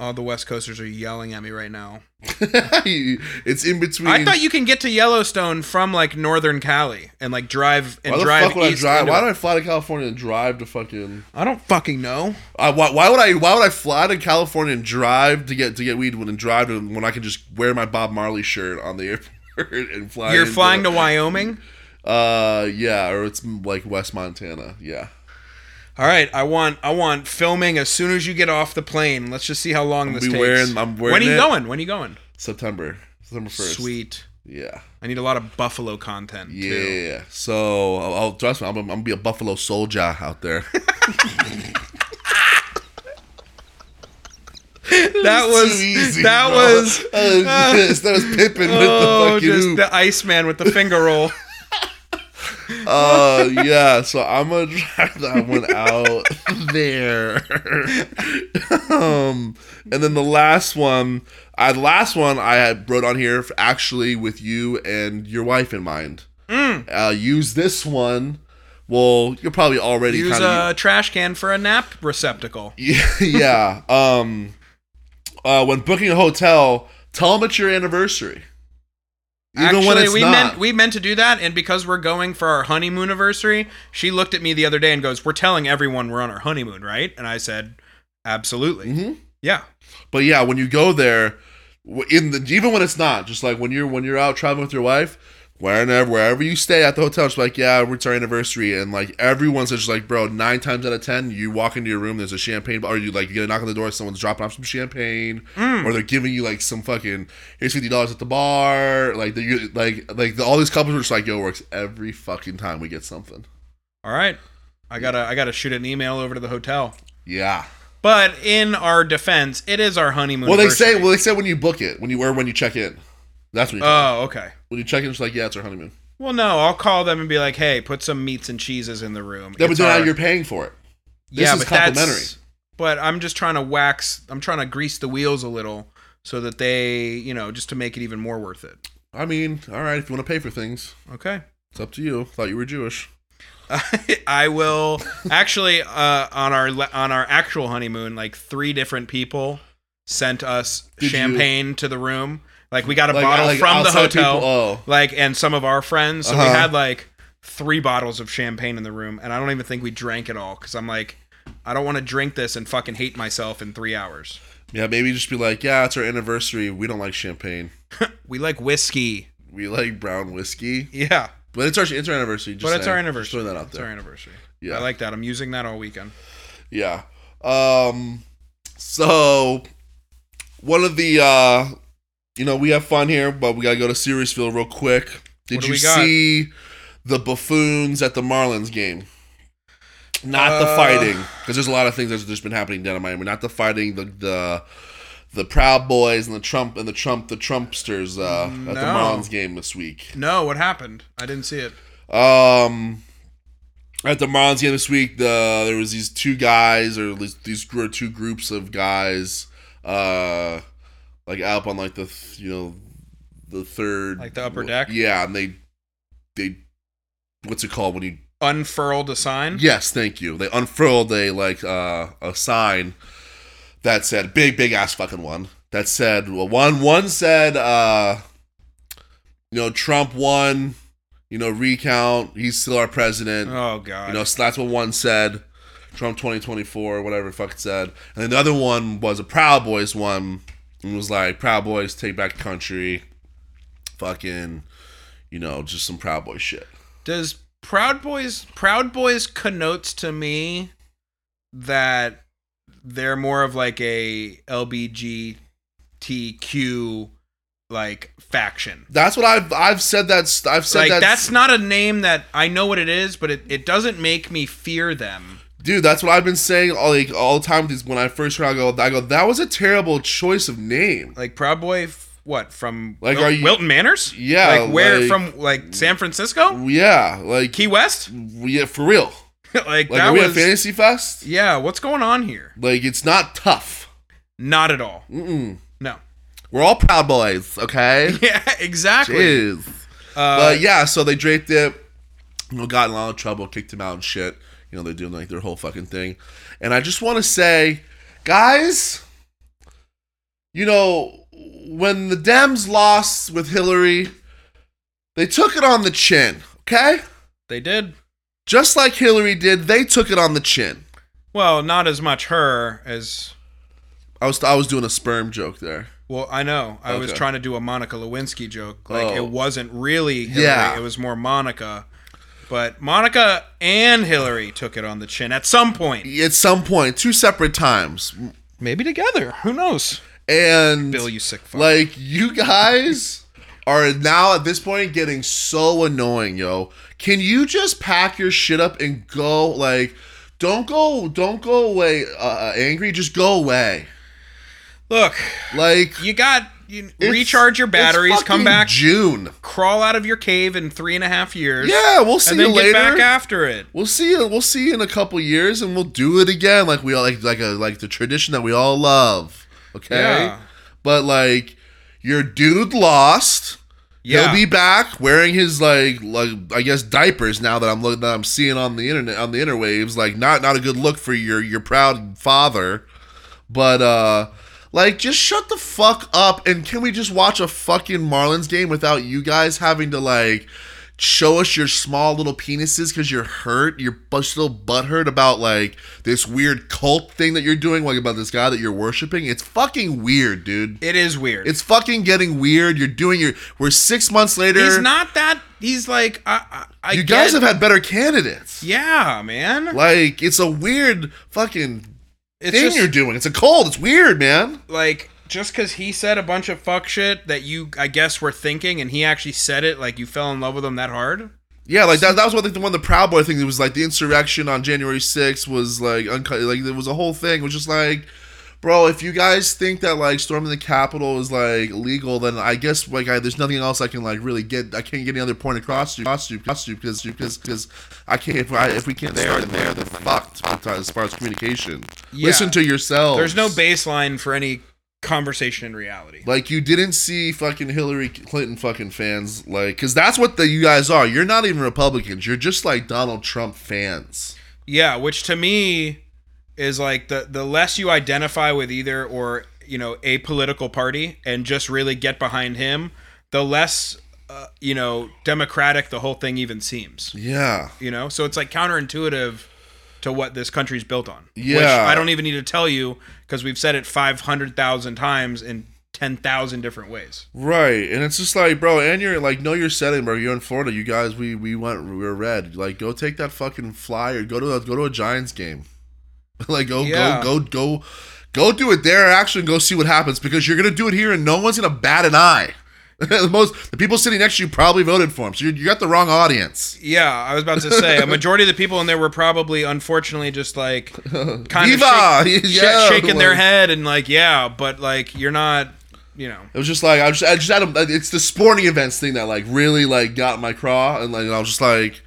Speaker 2: All the West Coasters are yelling at me right now.
Speaker 1: it's in between.
Speaker 2: I thought you can get to Yellowstone from like northern Cali and like drive and
Speaker 1: why the
Speaker 2: drive
Speaker 1: fuck would I
Speaker 2: east.
Speaker 1: drive?
Speaker 2: into
Speaker 1: Why
Speaker 2: it.
Speaker 1: do I fly to California and drive to fucking?
Speaker 2: I don't fucking know.
Speaker 1: I, why, why would I? Why would I fly to California and drive to get to get weed when and drive to, when I can just wear my Bob Marley shirt on the airport and fly?
Speaker 2: You're
Speaker 1: into-
Speaker 2: flying to Wyoming.
Speaker 1: Uh, yeah, or it's like West Montana. Yeah,
Speaker 2: All right, I want I want filming as soon as you get off the plane. Let's just see how long this
Speaker 1: be
Speaker 2: takes.
Speaker 1: wearing- I'm wearing
Speaker 2: when are you
Speaker 1: it.
Speaker 2: going? When are you going?
Speaker 1: September, September first.
Speaker 2: Sweet.
Speaker 1: Yeah,
Speaker 2: I need a lot of buffalo content
Speaker 1: yeah.
Speaker 2: too.
Speaker 1: So I'll, I'll trust me. I'm, I'm gonna be a Buffalo soldier out there.
Speaker 2: That was that was
Speaker 1: that was that was Pippin with the
Speaker 2: oh,
Speaker 1: fucking
Speaker 2: just
Speaker 1: hoop.
Speaker 2: the Iceman with the finger roll.
Speaker 1: Uh, yeah. So I'm gonna drive that one out there. um, and then the last one, I the last one I had wrote on here f- actually with you and your wife in mind.
Speaker 2: Mm.
Speaker 1: Uh, use this one. Well, you're probably already
Speaker 2: Use uh,
Speaker 1: kind of
Speaker 2: a trash can for a nap receptacle.
Speaker 1: yeah, yeah. Um, uh, when booking a hotel, tell them it's your anniversary. Even
Speaker 2: Actually,
Speaker 1: when it's
Speaker 2: we
Speaker 1: not.
Speaker 2: meant we meant to do that, and because we're going for our honeymoon anniversary, she looked at me the other day and goes, "We're telling everyone we're on our honeymoon, right?" And I said, "Absolutely,
Speaker 1: Mhm.
Speaker 2: yeah."
Speaker 1: But yeah, when you go there, w- in the even when it's not, just like when you're when you're out traveling with your wife, wherever wherever you stay at the hotel, it's like yeah, it's our anniversary, and like everyone's just like, bro, nine times out of ten, you walk into your room, there's a champagne, bar- or you like you get a knock on the door, someone's dropping off some champagne, or they're giving you like some fucking here's fifty dollars at the bar, like the, you like like the, all these couples are just like, yo, it works every fucking time we get something.
Speaker 2: All right, I gotta I gotta shoot an email over to the hotel.
Speaker 1: Yeah.
Speaker 2: But in our defense, it is our honeymoon.
Speaker 1: Well, they say
Speaker 2: anniversary.
Speaker 1: well they say when you book it, when you or when you check in, that's when you check in.
Speaker 2: oh, okay.
Speaker 1: when you check in, it's like yeah, it's our honeymoon.
Speaker 2: Well, no, I'll call them and be like, "Hey, put some meats and cheeses in the room."
Speaker 1: Yeah, but
Speaker 2: It's
Speaker 1: then
Speaker 2: our-
Speaker 1: now you're paying for it. This is complimentary.
Speaker 2: But I'm just trying to wax. I'm trying to grease the wheels a little so that they, you know, just to make it even more worth it.
Speaker 1: I mean, all right, if you want to pay for things,
Speaker 2: Okay.
Speaker 1: it's up to you. Thought you were Jewish.
Speaker 2: I will actually uh, on our le- on our actual honeymoon, like three different people sent us
Speaker 1: Did you-
Speaker 2: champagne to the room. Like we got a
Speaker 1: Like,
Speaker 2: bottle
Speaker 1: like
Speaker 2: from the
Speaker 1: outside
Speaker 2: hotel,
Speaker 1: people- oh.
Speaker 2: like and some of our friends. So we
Speaker 1: Uh-huh.
Speaker 2: had like three bottles of champagne in the room, and I don't even think we drank it all because I'm like, I don't want to drink this and fucking hate myself in three hours.
Speaker 1: Yeah, maybe just be like, yeah, it's our anniversary. We don't like champagne.
Speaker 2: We like whiskey.
Speaker 1: We like brown whiskey.
Speaker 2: Yeah,
Speaker 1: But it's our it's our anniversary. Just
Speaker 2: but it's our
Speaker 1: saying.
Speaker 2: anniversary.
Speaker 1: Just throwing that out
Speaker 2: It's our
Speaker 1: there.
Speaker 2: anniversary.
Speaker 1: Yeah.
Speaker 2: I like that. I'm using that all weekend.
Speaker 1: Yeah. Um. So one of the uh, you know, we have fun here, but we gotta go to Seriesville real quick. Did
Speaker 2: What do
Speaker 1: you
Speaker 2: we got?
Speaker 1: see the buffoons at the Marlins game? Not the
Speaker 2: Uh,
Speaker 1: fighting, because there's a lot of things that's just been happening down in Miami. Not the fighting, the the the Proud Boys and the Trump and the Trump the Trumpsters uh, at the
Speaker 2: No.
Speaker 1: Marlins game this week.
Speaker 2: No, what happened? I didn't see it.
Speaker 1: Um, at the Marlins game this week, the there was these two guys, or at least these gr- two groups of guys, uh, like out on like the th- you know the third
Speaker 2: Like the upper deck?
Speaker 1: Yeah, and they they what's it called when you
Speaker 2: Unfurled a sign.
Speaker 1: Yes, thank you. They unfurled a like uh, a sign that said big, big ass fucking one. That said well, one one said uh you know, Trump won, you know, recount, he's still our president.
Speaker 2: Oh god.
Speaker 1: You know, so that's what one said. Trump 2024, whatever the fuck it said. And then the other one was a Proud Boys one. It was like, Proud Boys, take back the country. Fucking, you know, just some Proud Boy shit.
Speaker 2: Does Proud Boys Proud Boys connotes to me that they're more of like a LBGTQ like faction.
Speaker 1: That's what I've I've said that's I've said
Speaker 2: like
Speaker 1: that
Speaker 2: that's, not a name that I know what it is, but it, it doesn't make me fear them.
Speaker 1: dude. That's what I've been saying all like all the time. with These when I first heard, I go I go that was a terrible choice of name.
Speaker 2: Like Proud Boy, f- what from
Speaker 1: Like,
Speaker 2: Wil-
Speaker 1: are you-
Speaker 2: Wilton Manors?
Speaker 1: Yeah,
Speaker 2: like where
Speaker 1: like-
Speaker 2: from? Like San Francisco,
Speaker 1: Yeah, like
Speaker 2: Key West?
Speaker 1: yeah for real.
Speaker 2: like,
Speaker 1: Like
Speaker 2: that
Speaker 1: are we
Speaker 2: was
Speaker 1: at Fantasy Fest?
Speaker 2: yeah. What's going on here?
Speaker 1: Like it's not tough.
Speaker 2: Not at all.
Speaker 1: Mm-mm.
Speaker 2: No.
Speaker 1: We're all proud boys, okay?
Speaker 2: Yeah, exactly.
Speaker 1: Jeez.
Speaker 2: Uh,
Speaker 1: but yeah, so they draped it, you know, got in a lot of trouble, kicked him out and shit. You know, they're doing like their whole fucking thing. And I just want to say, guys, you know, when the Dems lost with Hillary, they took it on the chin, okay?
Speaker 2: They did.
Speaker 1: Just like Hillary did, they took it on the chin.
Speaker 2: Well, not as much her as
Speaker 1: I was I was doing a sperm joke there.
Speaker 2: well. I know. I was
Speaker 1: Okay.
Speaker 2: trying to do a Monica Lewinsky joke. Like
Speaker 1: Oh.
Speaker 2: it wasn't really. Hillary,
Speaker 1: Yeah.
Speaker 2: It was more Monica. But Monica and Hillary took it on the chin at some point.
Speaker 1: At some point, two separate times.
Speaker 2: Maybe together. Who knows?
Speaker 1: And
Speaker 2: Bill, you sick fuck.
Speaker 1: Like you guys are now at this point getting so annoying, yo. Can you just pack your shit up and go? Like, don't go, don't go away uh, uh, angry. Just go away.
Speaker 2: Look,
Speaker 1: Like,
Speaker 2: you got you
Speaker 1: it's-
Speaker 2: recharge your
Speaker 1: it's
Speaker 2: batteries. Come
Speaker 1: fucking
Speaker 2: back.
Speaker 1: June.
Speaker 2: crawl out of your cave in three and a half years.
Speaker 1: Yeah, we'll see
Speaker 2: And
Speaker 1: you
Speaker 2: then
Speaker 1: later.
Speaker 2: get back after it.
Speaker 1: We'll see you. We'll see you in a couple years, and we'll do it again, like we all like like a like the tradition that we all love. Okay,
Speaker 2: Yeah.
Speaker 1: but like your dude lost.
Speaker 2: Yeah.
Speaker 1: He'll be back wearing his like like I guess diapers now that I'm looking that I'm seeing on the internet on the interwaves like not not a good look for your your proud father, but uh like just shut the fuck up and can we just watch a fucking Marlins game without you guys having to like show us your small little penises because you're hurt you're bu- still butthurt about like this weird cult thing that you're doing like about this guy that you're worshiping it's fucking weird dude
Speaker 2: it is weird.
Speaker 1: it's fucking getting weird. You're doing your. We're six months later.
Speaker 2: he's not that. He's like I. I, I
Speaker 1: you guys
Speaker 2: get-
Speaker 1: have had better candidates.
Speaker 2: Yeah, man.
Speaker 1: Like it's a weird fucking
Speaker 2: it's
Speaker 1: thing
Speaker 2: just
Speaker 1: you're doing. It's a cold. It's weird, man.
Speaker 2: like just because he said a bunch of fuck shit that you, I guess, were thinking, and he actually said it, like you fell in love with him that hard.
Speaker 1: Yeah, like that. That was one thing. The one the Proud Boy thing. It was like the insurrection on January 6th was like uncut. Like there was a whole thing. It was just like. Bro, if you guys think that like storming the Capitol is like legal, then I guess like I, there's nothing else I can like really get. I can't get any other point across to you, across to you, across to you, because because because I can't. If, I, if we can't start in there, then fucked as far as communication.
Speaker 2: Yeah.
Speaker 1: Listen to yourselves.
Speaker 2: There's no baseline for any conversation in reality.
Speaker 1: Like you didn't see fucking Hillary Clinton fucking fans like cuz that's what the you guys are. You're not even Republicans. You're just like Donald Trump fans.
Speaker 2: Yeah, which to me is like the the less you identify with either or you know a political party and just really get behind him, the less uh, you know democratic the whole thing even seems.
Speaker 1: Yeah.
Speaker 2: You know, so it's like counterintuitive to what this country's built on. which
Speaker 1: Yeah.
Speaker 2: I don't even need to tell you because we've said it five hundred thousand times in ten thousand different ways.
Speaker 1: Right. And it's just like, bro, and you're like know your setting, bro. You're in Florida. You guys we we went we were red. Like go take that fucking flyer. Go to a, go to a Giants game. like go
Speaker 2: Yeah.
Speaker 1: go go go go do it there actually and go see what happens because you're going to do it here and no one's going to bat an eye. the most the people sitting next to you probably voted for him. So you you got the wrong audience.
Speaker 2: Yeah, I was about to say a majority of the people in there were probably unfortunately just like kind
Speaker 1: Viva!
Speaker 2: of shake- sh-
Speaker 1: Yeah,
Speaker 2: shaking their
Speaker 1: like-
Speaker 2: head and like yeah, but like you're not, you know.
Speaker 1: It was just like I just I just had a, it's the sporting events thing that like really like got my craw and like I was just like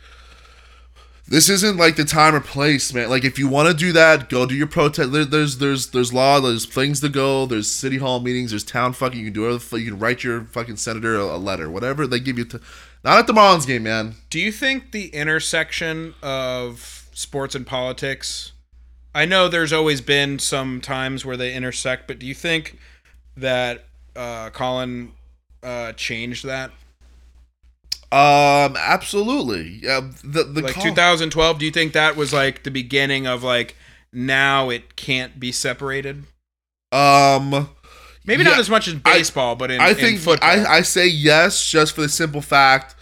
Speaker 1: this isn't like the time or place, man. Like if you want to do that, go do your protest. There, there's there's there's law. There's things to go. There's city hall meetings. There's town fucking. You can do whatever. the fuck- You can write your fucking senator a, a letter, whatever they give you. To, not at the Marlins game, man.
Speaker 2: Do you think the intersection of sports and politics? I know there's always been some times where they intersect, but do you think that uh, Colin uh, changed that?
Speaker 1: Um, absolutely. Yeah, the the
Speaker 2: Like
Speaker 1: call-
Speaker 2: 2012, do you think that was like the beginning of like now it can't be separated?
Speaker 1: um.
Speaker 2: Maybe not
Speaker 1: Yeah,
Speaker 2: as much as baseball, but in,
Speaker 1: I
Speaker 2: in
Speaker 1: think
Speaker 2: football.
Speaker 1: I, I say yes just for the simple fact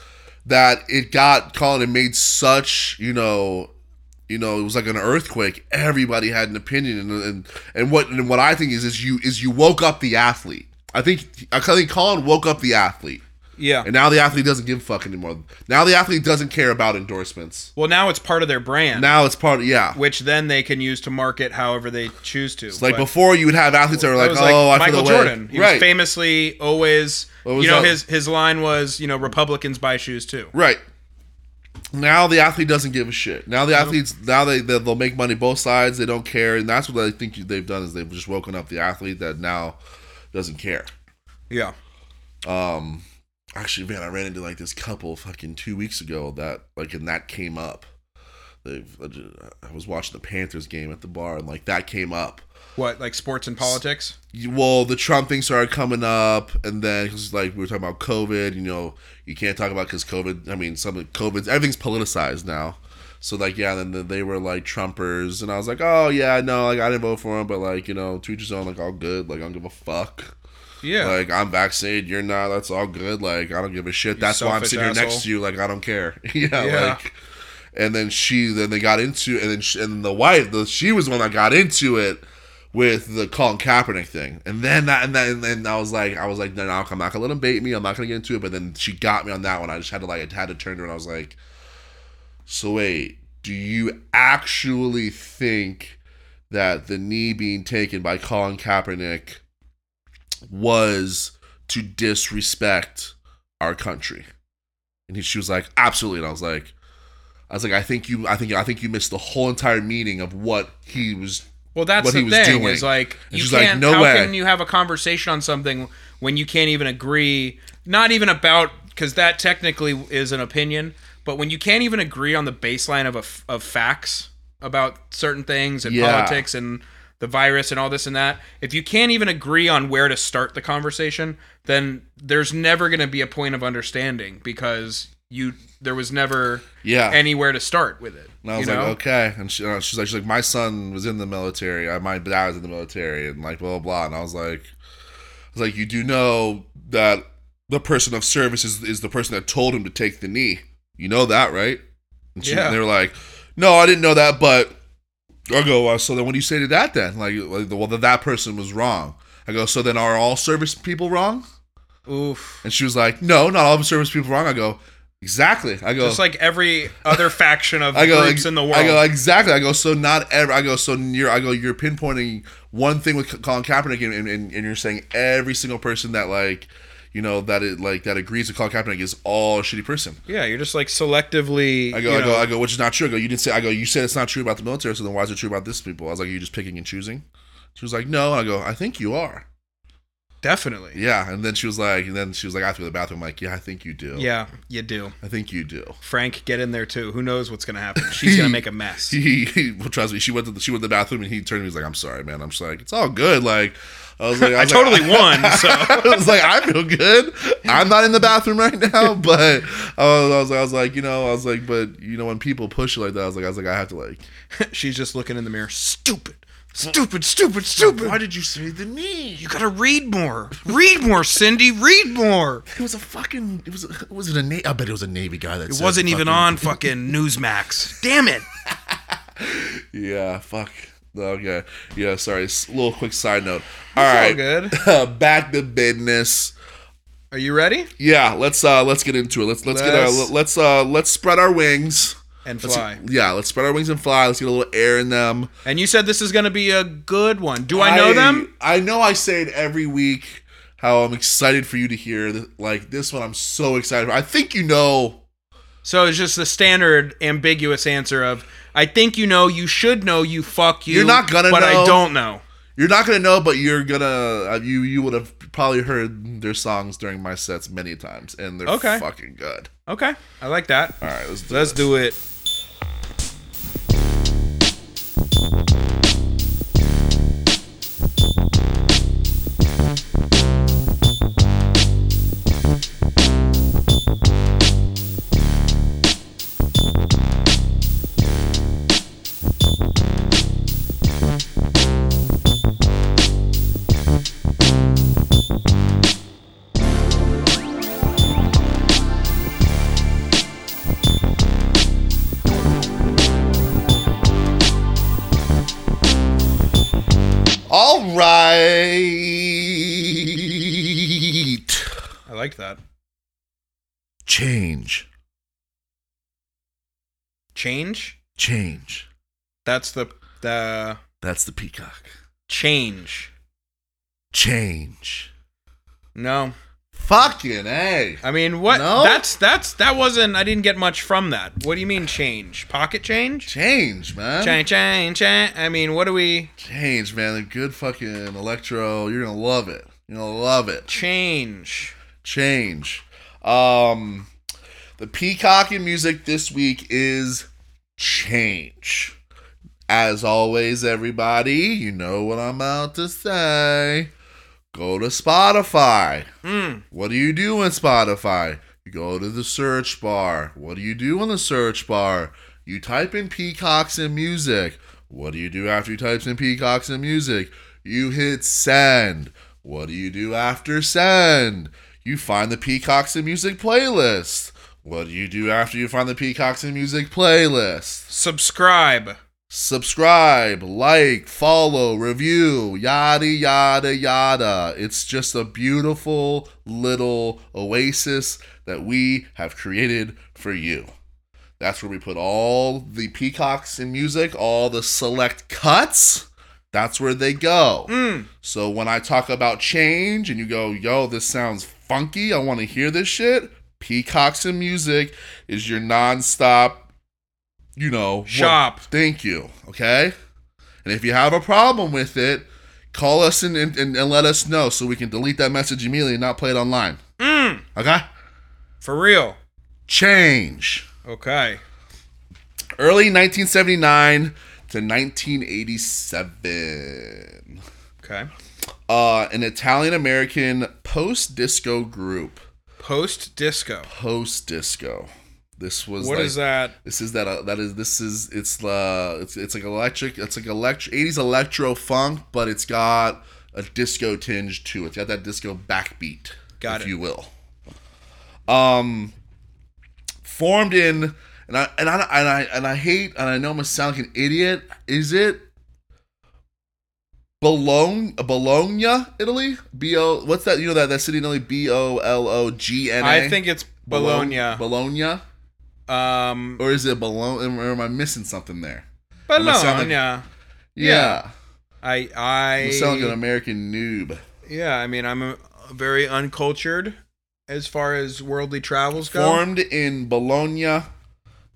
Speaker 1: that it got Colin and made such you know you know it was like an earthquake. Everybody had an opinion and and, and what and what I think is is you is you woke up the athlete. I think I think Colin woke up the athlete,
Speaker 2: yeah.
Speaker 1: and now the athlete doesn't give a fuck anymore. Now the athlete doesn't care about endorsements.
Speaker 2: Well, now it's part of their brand,
Speaker 1: Now it's part of yeah.
Speaker 2: which then they can use to market however they choose to.
Speaker 1: Like
Speaker 2: But-
Speaker 1: before, you would have athletes that were like,
Speaker 2: That was
Speaker 1: "Oh,
Speaker 2: like
Speaker 1: I
Speaker 2: Michael
Speaker 1: feel the way."
Speaker 2: Jordan. He was
Speaker 1: right,
Speaker 2: famously always.
Speaker 1: was
Speaker 2: You know
Speaker 1: that?
Speaker 2: his his line was you know Republicans buy shoes too.
Speaker 1: Right. Now the athlete doesn't give a shit. Now the athletes, now they they- they'll make money both sides. They don't care, and that's what I think they've done is they've just woken up the athlete that now doesn't care.
Speaker 2: Yeah.
Speaker 1: Um, actually, man, I ran into like this couple fucking two weeks ago that like, and that came up. They've I ju- I was watching the Panthers game at the bar, and like that came up.
Speaker 2: What like sports and politics?
Speaker 1: You- Well, the Trump thing started coming up, and then 'cause, like we were talking about COVID. You know, you can't talk about because COVID. I mean, some of COVID, everything's politicized now. So like, yeah, then then they were like Trumpers, and I was like, oh yeah, no, like I didn't vote for him, but like you know, to each his own. Like all good. Like I don't give a fuck.
Speaker 2: Yeah.
Speaker 1: Like I'm vaccinated, you're not. That's all good. Like I don't give a shit. That's why I'm
Speaker 2: selfish
Speaker 1: sitting here next
Speaker 2: asshole.
Speaker 1: to you. Like I don't care. yeah,
Speaker 2: Yeah.
Speaker 1: Like, and then she, then they got into, and then she, and the wife, the, she was the one that got into it with the Colin Kaepernick thing. And then that, and then, and then I was like, I was like, no, no, I'm not gonna let him bait me. I'm not gonna get into it. But then she got me on that one. I just had to like, I had to turn to her. and I was like, so wait, do you actually think that the knee being taken by Colin Kaepernick was to disrespect our country? And he, she was like, absolutely. And I was like, I was like, I think you, I think, I think you missed the whole entire meaning of what he was.
Speaker 2: well, that's
Speaker 1: what
Speaker 2: the
Speaker 1: he was
Speaker 2: thing
Speaker 1: doing.
Speaker 2: is like
Speaker 1: And
Speaker 2: you
Speaker 1: she's like,
Speaker 2: can't.
Speaker 1: "No
Speaker 2: how
Speaker 1: way."
Speaker 2: can you have a conversation on something when you can't even agree? Not even about because that technically is an opinion, but when you can't even agree on the baseline of a f of facts about certain things and
Speaker 1: Yeah.
Speaker 2: politics and the virus and all this and that, if you can't even agree on where to start the conversation, then there's never going to be a point of understanding because you there was never
Speaker 1: Yeah.
Speaker 2: anywhere to start with it.
Speaker 1: And I
Speaker 2: you
Speaker 1: was
Speaker 2: know?
Speaker 1: like, okay. And she, uh, she's like, she's like, my son was in the military. I, my dad was in the military, and like blah blah. blah. And I was like, I was like, you do know that the person of service is, is the person that told him to take the knee. You know that, right? And she,
Speaker 2: Yeah.
Speaker 1: they were like, no, I didn't know that, but I go. Uh, so then, what do you say to that then? Like, like, well, that that person was wrong. I go. So then, are all service people wrong?
Speaker 2: Oof.
Speaker 1: And she was like, no, not all of the service people are wrong. I go, exactly. I go,
Speaker 2: Just like every other faction of
Speaker 1: I go
Speaker 2: groups
Speaker 1: ex-
Speaker 2: in the world.
Speaker 1: I go exactly. I go so not ever. I go so you're. I go you're pinpointing one thing with Colin Kaepernick, and, and, and you're saying every single person that like, you know that it like that agrees with Colin Kaepernick is all a shitty person.
Speaker 2: yeah, you're just like selectively.
Speaker 1: I go.
Speaker 2: you
Speaker 1: I go.
Speaker 2: know-
Speaker 1: I go. Which is not true. I go. You didn't say. I go. You said it's not true about the military. So then why is it true about this people? I was like, are you just picking and choosing? She was like, no. I go. I think you are.
Speaker 2: definitely.
Speaker 1: Yeah. And then she was like. And then she was like. I have to go to the bathroom. I'm like, yeah, I think you do.
Speaker 2: Yeah, you do.
Speaker 1: I think you do.
Speaker 2: Frank, get in there too. Who knows what's gonna happen? She's gonna make a mess.
Speaker 1: he, he well, trust me. She went to the, she went to the bathroom and he turned to me. He's like, "I'm sorry, man." I'm just like, "It's all good." Like, I was like,
Speaker 2: I
Speaker 1: was like-
Speaker 2: totally won. So
Speaker 1: I was like, I feel good. I'm not in the bathroom right now, but I was, I was, I was like, you know, I was like, but you know, when people push you like that, I was like, I was like, I have to like,
Speaker 2: she's just looking in the mirror. Stupid, stupid, stupid, stupid.
Speaker 1: did you say the knee?
Speaker 2: You gotta read more. Read more, Cindy. Read more.
Speaker 1: It was a fucking. It was. a- Was it a? Na- I bet it was a navy guy that.
Speaker 2: It wasn't even on fucking Newsmax. Damn it.
Speaker 1: Yeah. Fuck. Okay. Yeah. Sorry. S- little quick side note. All right.
Speaker 2: good.
Speaker 1: Back to business.
Speaker 2: Are you ready?
Speaker 1: Yeah, let's uh let's get into it. Let's let's, get
Speaker 2: Let's-
Speaker 1: our let's uh let's spread our wings.
Speaker 2: And
Speaker 1: Let's-
Speaker 2: fly.
Speaker 1: yeah, let's spread our wings and fly. Let's get a little air in them.
Speaker 2: And you said this is gonna be a good one. Do I know them?
Speaker 1: I know I say it every week how I'm excited for you to hear th- like this one I'm so excited for. I think you know
Speaker 2: So it's just the standard ambiguous answer of I think you know, you should know, you fuck you.
Speaker 1: You're not gonna
Speaker 2: but I
Speaker 1: know.
Speaker 2: don't know.
Speaker 1: You're not gonna know, but you're gonna uh, you you would have probably heard their songs during my sets many times, and they're
Speaker 2: Okay.
Speaker 1: fucking good.
Speaker 2: Okay, I like that.
Speaker 1: All right, let's do this.
Speaker 2: Let's do it.
Speaker 1: All right.
Speaker 2: I like that.
Speaker 1: Change,
Speaker 2: Change?
Speaker 1: change.
Speaker 2: That's the the
Speaker 1: That's the peacock.
Speaker 2: change.
Speaker 1: Change.
Speaker 2: No.
Speaker 1: Fucking a.
Speaker 2: I mean, what?
Speaker 1: No?
Speaker 2: That's that's that wasn't. I didn't get much from that. What do you mean change? Pocket change?
Speaker 1: Change, man.
Speaker 2: Change, change, change. I mean, what do we
Speaker 1: Change, man. The good fucking electro. You're gonna love it. You're gonna love it.
Speaker 2: change?
Speaker 1: Change. Um, the peacock in music this week is change. As always, everybody, you know what I'm about to say. Go to Spotify.
Speaker 2: Mm.
Speaker 1: What do you do on Spotify? You go to the search bar. What do you do on the search bar? You type in peacocks and music. What do you do after you type in peacocks and music? You hit send. What do you do after send? You find the peacocks and music playlist. What do you do after you find the peacocks and music playlist?
Speaker 2: Subscribe.
Speaker 1: Subscribe, like, follow, review, yada, yada, yada. It's just a beautiful little oasis that we have created for you. That's where we put all the peacocks in music, all the select cuts. That's where they go.
Speaker 2: Mm.
Speaker 1: So when I talk about change and you go, yo, this sounds funky, I want to hear this shit, Peacocks and Music is your nonstop, you know, what-
Speaker 2: Shop.
Speaker 1: thank you. Okay? And if you have a problem with it, call us and, and, and and let us know so we can delete that message immediately and not play it online.
Speaker 2: Mm.
Speaker 1: Okay?
Speaker 2: For real.
Speaker 1: Change.
Speaker 2: Okay.
Speaker 1: Early 1979 to 1987.
Speaker 2: Okay.
Speaker 1: uh, an Italian American post disco group.
Speaker 2: Post disco.
Speaker 1: Post disco. This was
Speaker 2: What
Speaker 1: like,
Speaker 2: is that?
Speaker 1: This is that. Uh, that is. This is. It's. Uh. It's. It's like electric. It's like electric. Eighties electro funk, but it's got a disco tinge to it. It's got that disco backbeat,
Speaker 2: Got
Speaker 1: if
Speaker 2: it.
Speaker 1: you will. Um. Formed in, and I and I and I and I hate and I know I'm gonna sound like an idiot. Is it? Bologna, Bologna, Italy. B o. What's that? You know that that city in Italy. B o l o g n a.
Speaker 2: I think it's Bologna.
Speaker 1: Bologna.
Speaker 2: Um,
Speaker 1: Or is it Bologna? Or am I missing something there?
Speaker 2: Bologna.
Speaker 1: gonna sound like-
Speaker 2: Yeah.
Speaker 1: Yeah.
Speaker 2: I
Speaker 1: I'm sounding like an
Speaker 2: I
Speaker 1: American noob.
Speaker 2: yeah. I mean, I'm a, very uncultured as far as worldly travels go.
Speaker 1: Formed in Bologna,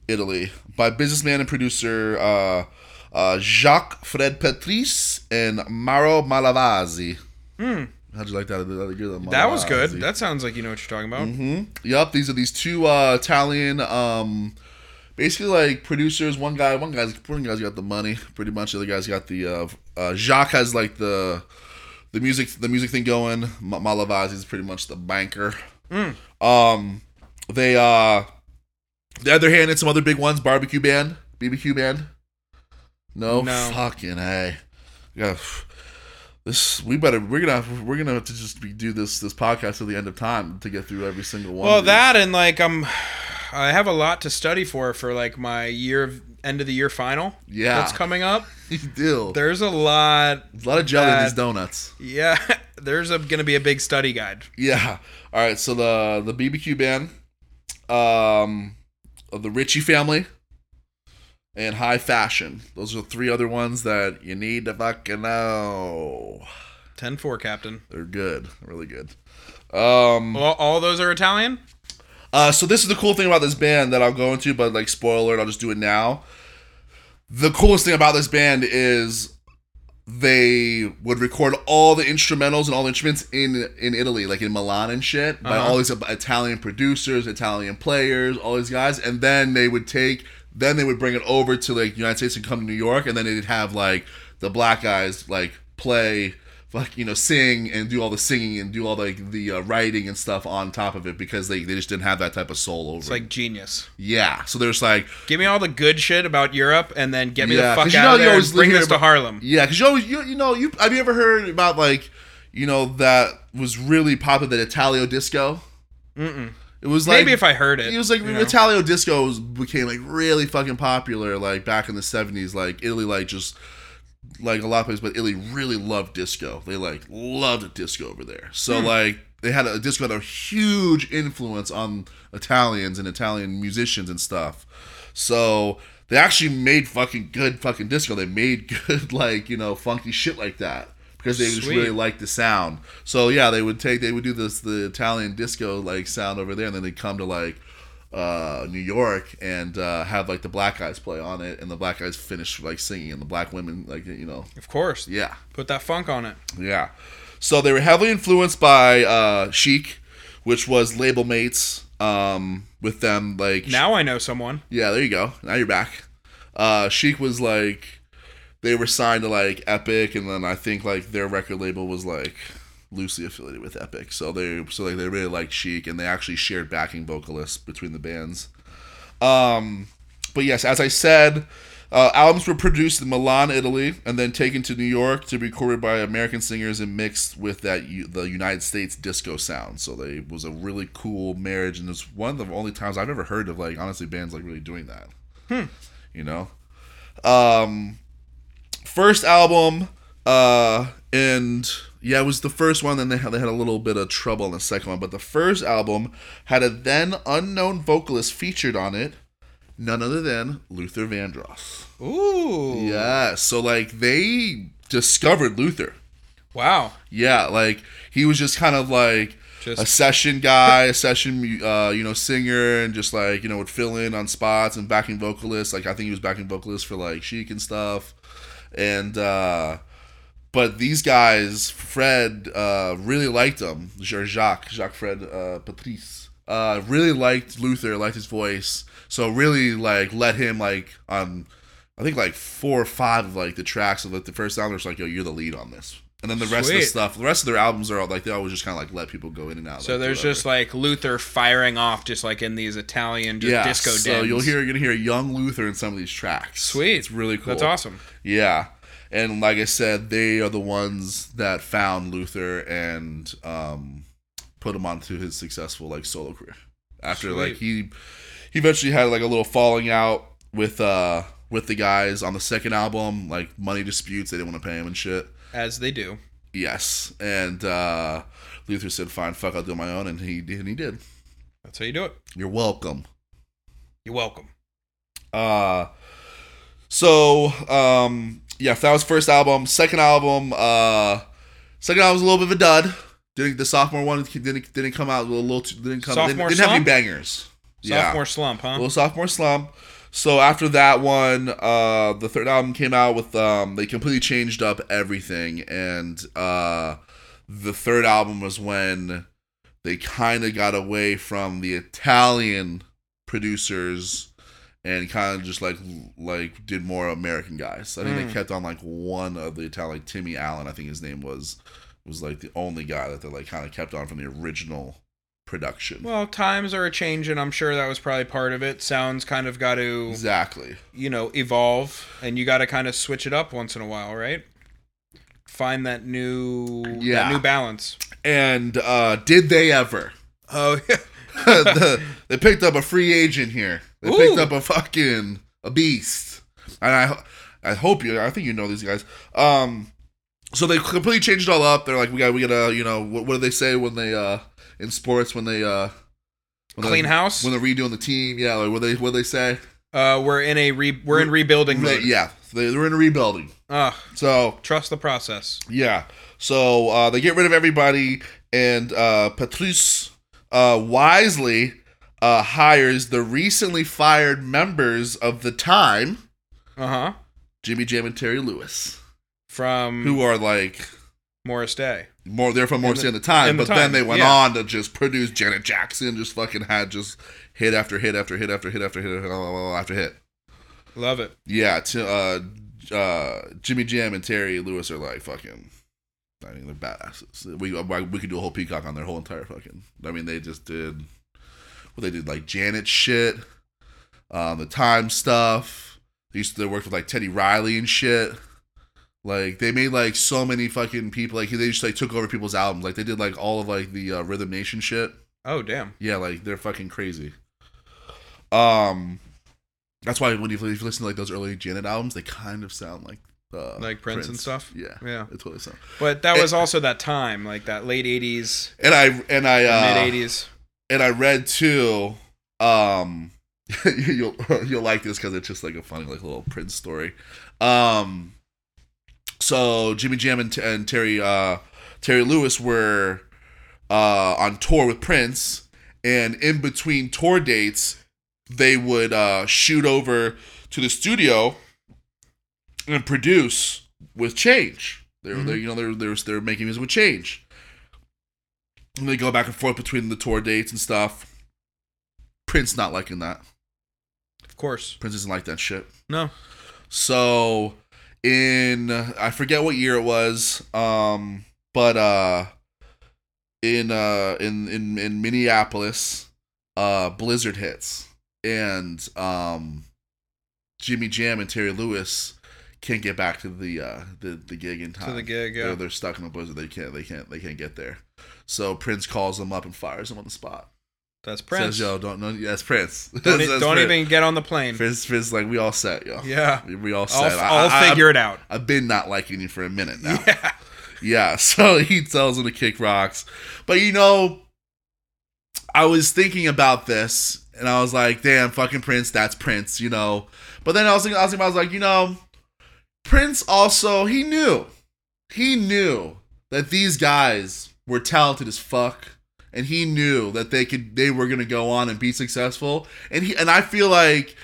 Speaker 1: Italy, by businessman and producer uh, uh, Jacques Fred Patrice and Mauro Malavasi.
Speaker 2: Hmm.
Speaker 1: How'd you like that? That was good.
Speaker 2: That was good. That sounds like you know what you're talking about.
Speaker 1: hmm Yep, these are these two uh, Italian, um, basically like producers. One guy, one guy's one guy's got the money, pretty much. The other guy's got the uh, uh, Jacques has like the the music the music thing going. Ma- Malavasi is pretty much the banker.
Speaker 2: Mm.
Speaker 1: Um, they uh, the other hand, and some other big ones. Barbecue band, BBQ band. No,
Speaker 2: No.
Speaker 1: fucking hey, yeah. This we better we're gonna we're gonna have to just be, do this this podcast till the end of time to get through every single one.
Speaker 2: Well,
Speaker 1: of these.
Speaker 2: that and like I'm, I have a lot to study for for like my year of end of the year final
Speaker 1: yeah,
Speaker 2: that's coming up.
Speaker 1: you do.
Speaker 2: There's a lot.
Speaker 1: There's a lot of jelly in these
Speaker 2: that-
Speaker 1: donuts.
Speaker 2: Yeah, there's a, gonna be a big study guide.
Speaker 1: Yeah. All right. So the the BBQ band, um, of the Richie family, and High Fashion. Those are three other ones that you need to fucking know.
Speaker 2: 10-4, Captain.
Speaker 1: They're good, really good. Um,
Speaker 2: All, all those are Italian.
Speaker 1: Uh, so this is the cool thing about this band that I'll go into, but like spoiler, alert, I'll just do it now. The coolest thing about this band is they would record all the instrumentals and all the instruments in in Italy, like in Milan and shit, by
Speaker 2: Uh-huh.
Speaker 1: all these Italian producers, Italian players, all these guys, and then they would take, then they would bring it over to like United States and come to New York, and then they'd have like the black guys like play. Like you know, sing and do all the singing and do all like the uh, writing and stuff on top of it because they, they just didn't have that type of soul over.
Speaker 2: It's
Speaker 1: it.
Speaker 2: like genius.
Speaker 1: yeah, so there's like
Speaker 2: Give me all the good shit about Europe, and then get me
Speaker 1: Yeah,
Speaker 2: the
Speaker 1: 'cause
Speaker 2: fuck
Speaker 1: you
Speaker 2: out
Speaker 1: know
Speaker 2: of
Speaker 1: you
Speaker 2: there.
Speaker 1: always
Speaker 2: And bring
Speaker 1: hear
Speaker 2: this to
Speaker 1: about-
Speaker 2: Harlem.
Speaker 1: Yeah, because you always you you know you have you ever heard about like you know that was really popular that Italio disco?
Speaker 2: Mm-mm.
Speaker 1: It was like
Speaker 2: Maybe if I heard it,
Speaker 1: it was like
Speaker 2: you know.
Speaker 1: Italio disco was, became like really fucking popular like back in the seventies. Like Italy, like just like a lot of places, but Italy really loved disco. They like loved disco over there. So
Speaker 2: Hmm.
Speaker 1: like they had a disco had a huge influence on Italians and Italian musicians and stuff. So they actually made fucking good fucking disco. They made good like you know funky shit like that because they just
Speaker 2: Sweet.
Speaker 1: really liked the sound. So yeah, they would take they would do this the Italian disco like sound over there, and then they'd come to like uh, New York and uh, have like the black guys play on it, and the black guys finish like singing, and the black women like you know
Speaker 2: of course.
Speaker 1: yeah
Speaker 2: Put that funk on it.
Speaker 1: yeah. So they were heavily influenced by uh, Chic, which was label mates um, with them like
Speaker 2: Now I know someone.
Speaker 1: yeah, there you go. Now you're back. Uh Chic was like they were signed to like Epic and then I think like their record label was like loosely affiliated with Epic. So they so like they really liked Chic and they actually shared backing vocalists between the bands. Um but yes, as I said, uh, albums were produced in Milan, Italy, and then taken to New York to be recorded by American singers and mixed with that U- the United States disco sound. So they it was a really cool marriage, and it's one of the only times I've ever heard of like honestly bands like really doing that. You know, um, first album, uh, and yeah, it was the first one. Then they had they had a little bit of trouble in the second one, but the first album had a then unknown vocalist featured on it none other than Luther Vandross.
Speaker 2: Ooh.
Speaker 1: Yeah, so like they discovered Luther.
Speaker 2: Wow.
Speaker 1: Yeah, like he was just kind of like
Speaker 2: Just-
Speaker 1: a session guy, a session uh, you know singer, and just like you know would fill in on spots and backing vocalist. Like I think he was backing vocalist for like Chic and stuff, and. uh but these guys, Fred uh, really liked him. Jer- Jacques, Jacques Fred uh, Patrice, uh, really liked Luther, liked his voice. So really like let him like on, I think like four or five of like the tracks of like the first album. It's like yo, you're the lead on this. And then the rest of the
Speaker 2: Sweet.
Speaker 1: stuff, the rest of their albums are all like they always just kind of like let people go in and out.
Speaker 2: So
Speaker 1: like,
Speaker 2: there's
Speaker 1: whatever.
Speaker 2: just like Luther firing off, just like in these Italian just
Speaker 1: yeah.
Speaker 2: disco
Speaker 1: so
Speaker 2: dens.
Speaker 1: you'll hear you're gonna hear young Luther in some of these tracks.
Speaker 2: Sweet.
Speaker 1: it's really cool.
Speaker 2: That's awesome.
Speaker 1: Yeah. And like I said, they are the ones that found Luther and um, put him onto his successful like solo career. After like he he eventually had like a little falling out with uh with the guys on the second album, like money disputes, they didn't want to pay him and shit.
Speaker 2: As they do.
Speaker 1: Yes. And uh Luther said, Fine, fuck, I'll do it on my own and he did and he did.
Speaker 2: That's how you do it.
Speaker 1: You're welcome.
Speaker 2: You're welcome.
Speaker 1: Uh so um yeah, that was first album. Second album, uh second album was a little bit of a dud. Didn't the sophomore one didn't didn't come out a little too, didn't come didn't,
Speaker 2: Sophomore
Speaker 1: didn't have any
Speaker 2: slump?
Speaker 1: bangers.
Speaker 2: Sophomore slump,
Speaker 1: Yeah. A
Speaker 2: huh?
Speaker 1: little sophomore slump. So after that one, uh the third album came out with um they completely changed up everything and uh the third album was when they kind of got away from the Italian producers and kind of just like like did more American guys. I think
Speaker 2: Mm.
Speaker 1: they kept on like one of the Italian, like Timmy Allen, I think his name was, was like the only guy that they like kind of kept on from the original production.
Speaker 2: Well, times are a change, and I'm sure that was probably part of it. Sounds kind of got to,
Speaker 1: exactly.
Speaker 2: you know, evolve, and you got to kind of switch it up once in a while, right? Find that new,
Speaker 1: Yeah.
Speaker 2: that new balance.
Speaker 1: And uh did they ever?
Speaker 2: Oh, yeah.
Speaker 1: The- they picked up a free agent here. They picked
Speaker 2: Ooh.
Speaker 1: up a fucking a beast. And I ho- I hope you I think you know these guys. Um so they completely changed it all up. They're like we got we got to, you know, what, what do they say when they uh in sports when they uh when
Speaker 2: clean
Speaker 1: they,
Speaker 2: house.
Speaker 1: when they're redoing the team, yeah, like what they what they say?
Speaker 2: Uh, we're in a re- we're in rebuilding
Speaker 1: They-
Speaker 2: mode.
Speaker 1: yeah, they, they're in a rebuilding.
Speaker 2: Ugh,
Speaker 1: So
Speaker 2: trust the process.
Speaker 1: Yeah. So uh, they get rid of everybody, and uh, Patrice uh, wisely uh, hires the recently fired members of the time,
Speaker 2: Uh huh.
Speaker 1: Jimmy Jam and Terry Lewis,
Speaker 2: From
Speaker 1: who are like
Speaker 2: Morris Day.
Speaker 1: more there from more
Speaker 2: the-
Speaker 1: at the time,
Speaker 2: Mm. in the
Speaker 1: but then
Speaker 2: time,
Speaker 1: they went
Speaker 2: yeah.
Speaker 1: on to just produce Janet Jackson, just fucking had just hit after hit after hit after hit after hit after hit. After hit.
Speaker 2: Love it.
Speaker 1: Yeah, to, uh, uh, Jimmy Jam and Terry Lewis are like fucking. I mean, they're badasses. We we could do a whole peacock on their whole entire fucking. I mean, they just did what they did, like Janet shit, um, the time stuff. They used to they worked with like Teddy Riley and shit. Like they made like so many fucking people. Like they just like took over people's albums. Like they did like all of like the uh, Rhythm Nation shit.
Speaker 2: Oh damn.
Speaker 1: Yeah, like they're fucking crazy. Um, that's why when you, if you listen to like those early Janet albums, they kind of sound like uh,
Speaker 2: Like Prince and stuff?
Speaker 1: Yeah,
Speaker 2: Yeah.
Speaker 1: it totally sounds.
Speaker 2: But that
Speaker 1: Eh.
Speaker 2: was also that time, like that late '80s,
Speaker 1: And I and I uh,
Speaker 2: mid '80s.
Speaker 1: and I read too. Um, you'll you'll like this because it's just like a funny like little Prince story. Um, so Jimmy Jam and, and Terry uh, Terry Lewis were uh, on tour with Prince, and in between tour dates, they would uh, shoot over to the studio and produce with Change. They were, they, you know, they're they're they're making music with Change and they go back and forth between the tour dates and stuff. Prince not liking that.
Speaker 2: Of course.
Speaker 1: Prince doesn't like that shit.
Speaker 2: No.
Speaker 1: So in I forget what year it was, um, but uh, in uh, in in in Minneapolis, uh, blizzard hits, and um, Jimmy Jam and Terry Lewis can't get back to the uh, the the gig in time.
Speaker 2: To the gig.
Speaker 1: They're,
Speaker 2: Yeah.
Speaker 1: they're stuck in a blizzard. They can't. They can't. They can't get there. So Prince calls them up and fires them on the spot.
Speaker 2: That's Prince.
Speaker 1: Says, "Yo, don't no, yes, Prince.
Speaker 2: don't e-
Speaker 1: That's
Speaker 2: don't
Speaker 1: Prince.
Speaker 2: even get on the plane.
Speaker 1: Prince, Prince, is like we all set, yo.
Speaker 2: Yeah.
Speaker 1: we, we all
Speaker 2: I'll,
Speaker 1: set.
Speaker 2: I'll figure it out.
Speaker 1: I've been not liking you for a minute now. Yeah.
Speaker 2: Yeah.
Speaker 1: so he tells him to kick rocks, but you know, I was thinking about this, and I was like, damn, fucking Prince, that's Prince, you know. But then I was thinking, I was, thinking, I was like, you know, Prince also he knew, he knew that these guys were talented as fuck. And he knew that they could, they were gonna go on and be successful. And he, and I feel like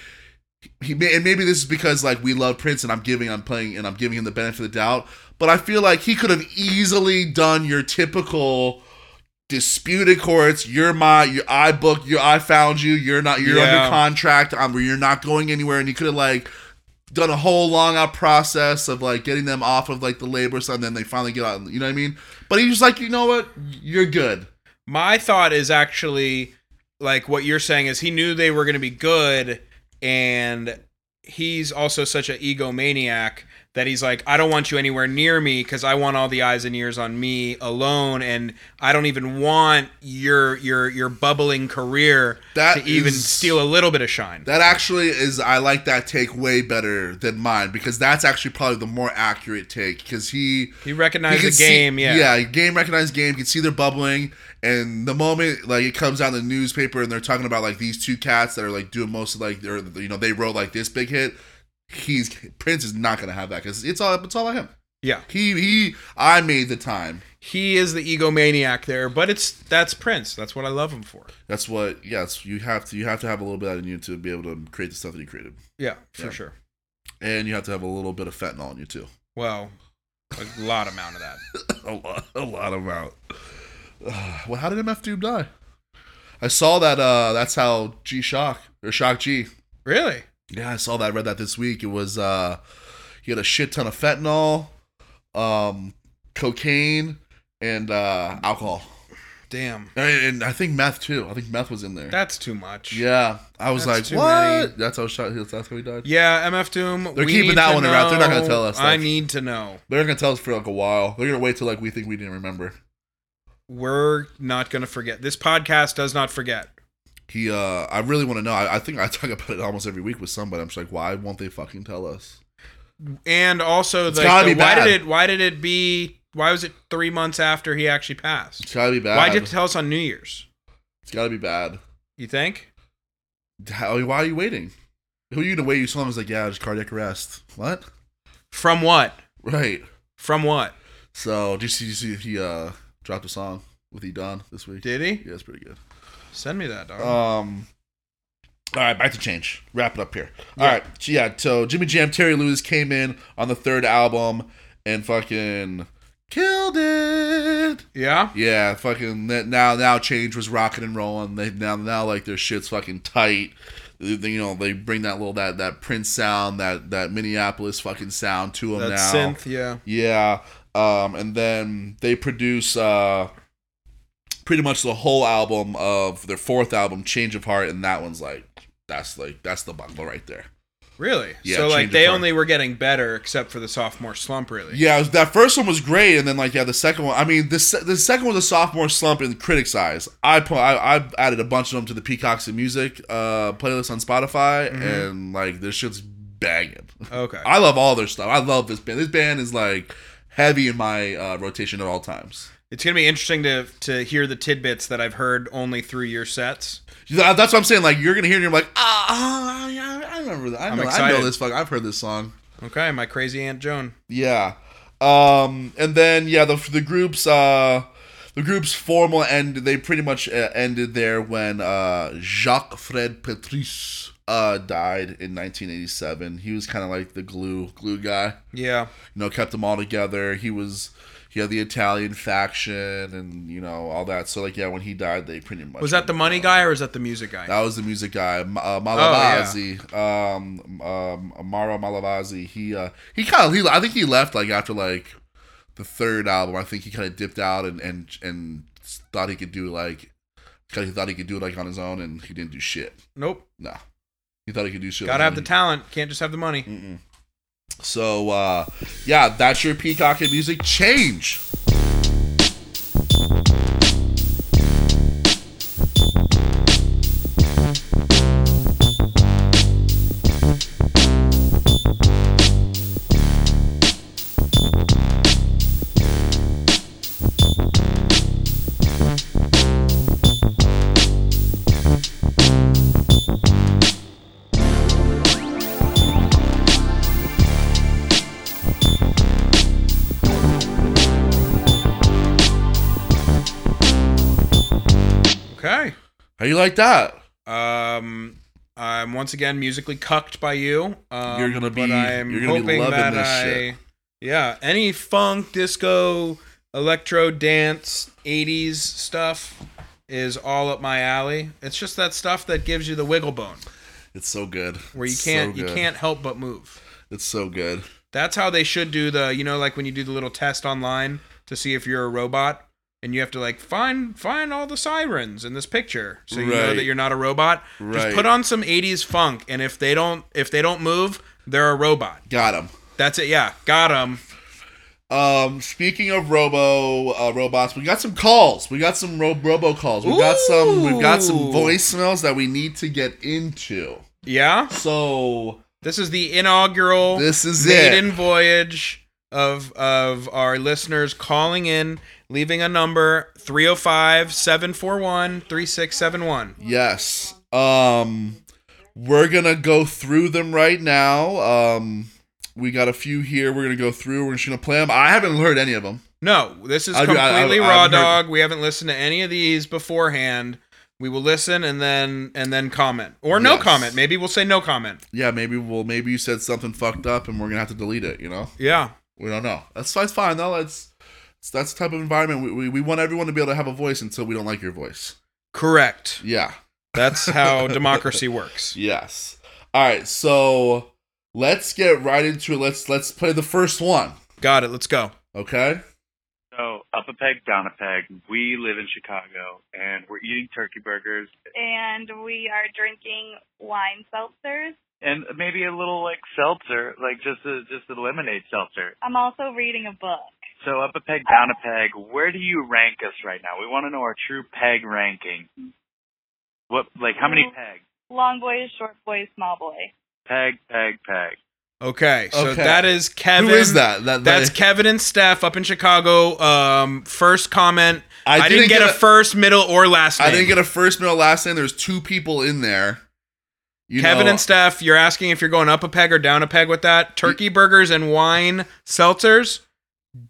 Speaker 1: he may, and maybe this is because like we love Prince and I'm giving I'm playing and I'm giving him the benefit of the doubt, but I feel like he could have easily done your typical disputed courts. You're my, your I book, your I found you. You're not, you're
Speaker 2: Yeah.
Speaker 1: under contract. I'm, you're not going anywhere, and he could have like done a whole long out process of like getting them off of like the labor stuff, and then they finally get out. You know what I mean? But he was like, you know what, you're good.
Speaker 2: My thought is actually like what you're saying is he knew they were going to be good, and he's also such an egomaniac that he's like, I don't want you anywhere near me because I want all the eyes and ears on me alone, and I don't even want your your your bubbling career
Speaker 1: That
Speaker 2: to even
Speaker 1: is-
Speaker 2: steal a little bit of shine.
Speaker 1: That actually is. I like that take way better than mine because that's actually probably the more accurate take because he.
Speaker 2: he
Speaker 1: he
Speaker 2: recognized
Speaker 1: can
Speaker 2: the game,
Speaker 1: see,
Speaker 2: yeah.
Speaker 1: yeah, game recognized game. You can see they're bubbling, and the moment like it comes out in the newspaper and they're talking about like these two cats that are like doing most of like they're you know they wrote like this big hit. He's Prince is not gonna have that because it's all it's all on him.
Speaker 2: Yeah.
Speaker 1: He he. I made the time.
Speaker 2: He is the egomaniac there, but it's that's Prince. That's what I love him for.
Speaker 1: That's what. Yes, you have to. You have to have a little bit in you to be able to create the stuff that you created,
Speaker 2: Yeah, for
Speaker 1: Yeah.
Speaker 2: sure.
Speaker 1: and you have to have a little bit of fentanyl in you too.
Speaker 2: Well, a lot amount of that.
Speaker 1: a lot, a lot of out. Ugh, Well, how did MF Doom die? I saw that. Uh, that's how G Shock or Shock G.
Speaker 2: Really?
Speaker 1: Yeah, I saw that. I read that this week. It was uh, he had a shit ton of fentanyl, um, cocaine, and uh, alcohol,
Speaker 2: Damn.
Speaker 1: and, and I think meth too. I think meth was in there.
Speaker 2: That's too much.
Speaker 1: yeah, I was
Speaker 2: That's
Speaker 1: like,
Speaker 2: too
Speaker 1: what?
Speaker 2: many.
Speaker 1: That's how Shock. That's how he died.
Speaker 2: Yeah, MF Doom.
Speaker 1: They're
Speaker 2: we
Speaker 1: keeping
Speaker 2: need
Speaker 1: that
Speaker 2: to
Speaker 1: one around. They're not gonna
Speaker 2: know.
Speaker 1: tell us
Speaker 2: I
Speaker 1: that.
Speaker 2: need to know.
Speaker 1: They're not gonna tell us for like a while. They're gonna wait till like we think we didn't remember.
Speaker 2: We're not gonna forget. This podcast does not forget.
Speaker 1: He, uh, I really want to know. I, I think I talk about it almost every week with somebody. I'm just like, why won't they fucking tell us?
Speaker 2: And also, like,
Speaker 1: gotta
Speaker 2: the-
Speaker 1: be
Speaker 2: why
Speaker 1: bad.
Speaker 2: did it? Why did it be? Why was it three months after he actually passed?
Speaker 1: It's gotta be bad.
Speaker 2: Why did it tell us on New Year's?
Speaker 1: it's gotta be bad?
Speaker 2: You think?
Speaker 1: How, why are you waiting? Who are you gonna wait? You saw him. I was like, yeah, just cardiac arrest. What?
Speaker 2: From what?
Speaker 1: Right.
Speaker 2: From what?
Speaker 1: So, did you see, did you see if he uh dropped a song with E Don this week?
Speaker 2: Did he?
Speaker 1: Yeah, it's pretty good.
Speaker 2: Send me that, dog.
Speaker 1: Um, all right, back to change. Wrap it up here. All
Speaker 2: Yeah.
Speaker 1: right, so yeah. So Jimmy Jam, Terry Lewis came in on the third album and fucking killed it.
Speaker 2: yeah.
Speaker 1: Yeah, fucking that now now change was rocking and rolling. They now now like their shit's fucking tight. They- they, you know they bring that little that that Prince sound that that Minneapolis fucking sound to them
Speaker 2: That
Speaker 1: now.
Speaker 2: synth, yeah.
Speaker 1: Yeah. Um, and then they produce uh, pretty much the whole album of their fourth album, Change of Heart, and that one's like that's like that's the bundle right there.
Speaker 2: Really?
Speaker 1: Yeah,
Speaker 2: so like
Speaker 1: change
Speaker 2: they
Speaker 1: of heart.
Speaker 2: only were getting better except for the sophomore slump really.
Speaker 1: Yeah, it was- that first one was great, and then like yeah, the second one. I mean, the se- the second was a sophomore slump in critics' eyes. I put I, I added a bunch of them to the Peacocks and Music uh, playlist on Spotify, and like this shit's banging.
Speaker 2: Okay.
Speaker 1: I love all their stuff. I love this band. This band is like heavy in my uh, rotation at all times.
Speaker 2: It's going to be interesting to to hear the tidbits that I've heard only through your sets.
Speaker 1: Yeah, That's what I'm saying. Like you're gonna hear it, and you're like, ah, ah, yeah, I remember that. I know, I know
Speaker 2: excited.
Speaker 1: this fuck. I've heard this song.
Speaker 2: Okay, my crazy aunt Joan.
Speaker 1: Yeah. Um, and then yeah, the the group's uh, the group's formal end. They pretty much uh, ended there when uh, Jacques Fred Petrus uh, died in 1987. He was kind of like the glue glue guy.
Speaker 2: Yeah.
Speaker 1: You know, kept them all together. He was. He had the Italian faction and you know all that. So like yeah, when he died, they pretty much
Speaker 2: Was that the money guy or was that the music guy?
Speaker 1: That was the music guy, M- uh,
Speaker 2: Oh, yeah.
Speaker 1: Malavasi, um, um, Amaro Malavasi. He uh, he kind of he. I think he left like after like the third album. I think he kind of dipped out and and and thought he could do like kind of thought he could do it like on his own, and he didn't do shit.
Speaker 2: Nope.
Speaker 1: No, he thought he could do shit.
Speaker 2: Got to
Speaker 1: on
Speaker 2: have
Speaker 1: his
Speaker 2: the
Speaker 1: own.
Speaker 2: talent, can't just have the money.
Speaker 1: Mm. So uh, yeah, that's your Peacock and music change.
Speaker 2: Okay.
Speaker 1: How you like that?
Speaker 2: Um I'm once again musically cucked by you. Um,
Speaker 1: You're gonna be-
Speaker 2: but I'm
Speaker 1: you're gonna be
Speaker 2: hoping
Speaker 1: loving
Speaker 2: that
Speaker 1: this
Speaker 2: I,
Speaker 1: shit.
Speaker 2: Yeah, any funk, disco, electro dance, 80s stuff is all up my alley. It's just that stuff that gives you the wiggle bone
Speaker 1: It's so good.
Speaker 2: where you
Speaker 1: It's so
Speaker 2: can't you
Speaker 1: good.
Speaker 2: can't help but move.
Speaker 1: It's so good.
Speaker 2: That's how they should do the, you know, like when you do the little test online to see if you're a robot and you have to like find find all the sirens in this picture so you know
Speaker 1: Right.
Speaker 2: that you're not a robot.
Speaker 1: Right.
Speaker 2: Just put on some 80s funk and if they don't if they don't move, they're a robot.
Speaker 1: Got him.
Speaker 2: That's it. Yeah. Got 'em.
Speaker 1: Um, speaking of robo uh, robots, we got some calls. We got some ro- robo calls. We got some. We've got some
Speaker 2: Ooh.
Speaker 1: voicemails that we need to get into.
Speaker 2: Yeah.
Speaker 1: So
Speaker 2: This is the inaugural
Speaker 1: this is
Speaker 2: maiden
Speaker 1: it.
Speaker 2: voyage of of our listeners calling in, leaving a number 305-741-3671.
Speaker 1: Yes. Um, we're gonna go through them right now. Um, we got a few here. We're gonna go through. We're just gonna play them. I haven't heard any of them.
Speaker 2: No, this is
Speaker 1: I- I-
Speaker 2: completely
Speaker 1: I- I
Speaker 2: raw
Speaker 1: haven't heard-
Speaker 2: dog. We haven't listened to any of these beforehand. We will listen and then and then comment or no
Speaker 1: Yes.
Speaker 2: comment. Maybe we'll say no comment.
Speaker 1: Yeah, maybe we'll. Maybe you said something fucked up, and we're gonna have to delete it. You know.
Speaker 2: Yeah.
Speaker 1: We don't know. That's that's fine though. That's that's the type of environment we, we, we want everyone to be able to have a voice until we don't like your voice.
Speaker 2: Correct.
Speaker 1: Yeah.
Speaker 2: That's how democracy works.
Speaker 1: Yes. All right. So let's get right into it. Let's let's play the first one.
Speaker 2: Got it. Let's go.
Speaker 1: Okay.
Speaker 3: So up a peg, down a peg. We live in Chicago, and we're eating turkey burgers
Speaker 4: and we are drinking wine seltzers.
Speaker 3: and maybe a little like seltzer, like just a just a lemonade seltzer.
Speaker 4: I'm also reading a book.
Speaker 3: So up a peg, down a peg. Where do you rank us right now? We want to know our true peg ranking. What like how many pegs?
Speaker 4: Long boy, short boy, small boy.
Speaker 3: Peg, peg, peg.
Speaker 2: Okay. So
Speaker 1: Okay.
Speaker 2: that is Kevin.
Speaker 1: Who is that? that, that
Speaker 2: That's Kevin and Steph up in Chicago. Um, first comment. I, didn't, get, a, first, middle, or last name.
Speaker 1: I didn't get a first, middle, last name. There's two people in there. You
Speaker 2: Kevin
Speaker 1: know,
Speaker 2: and Steph, you're asking if you're going up a peg or down a peg with that. Turkey burgers and wine seltzers.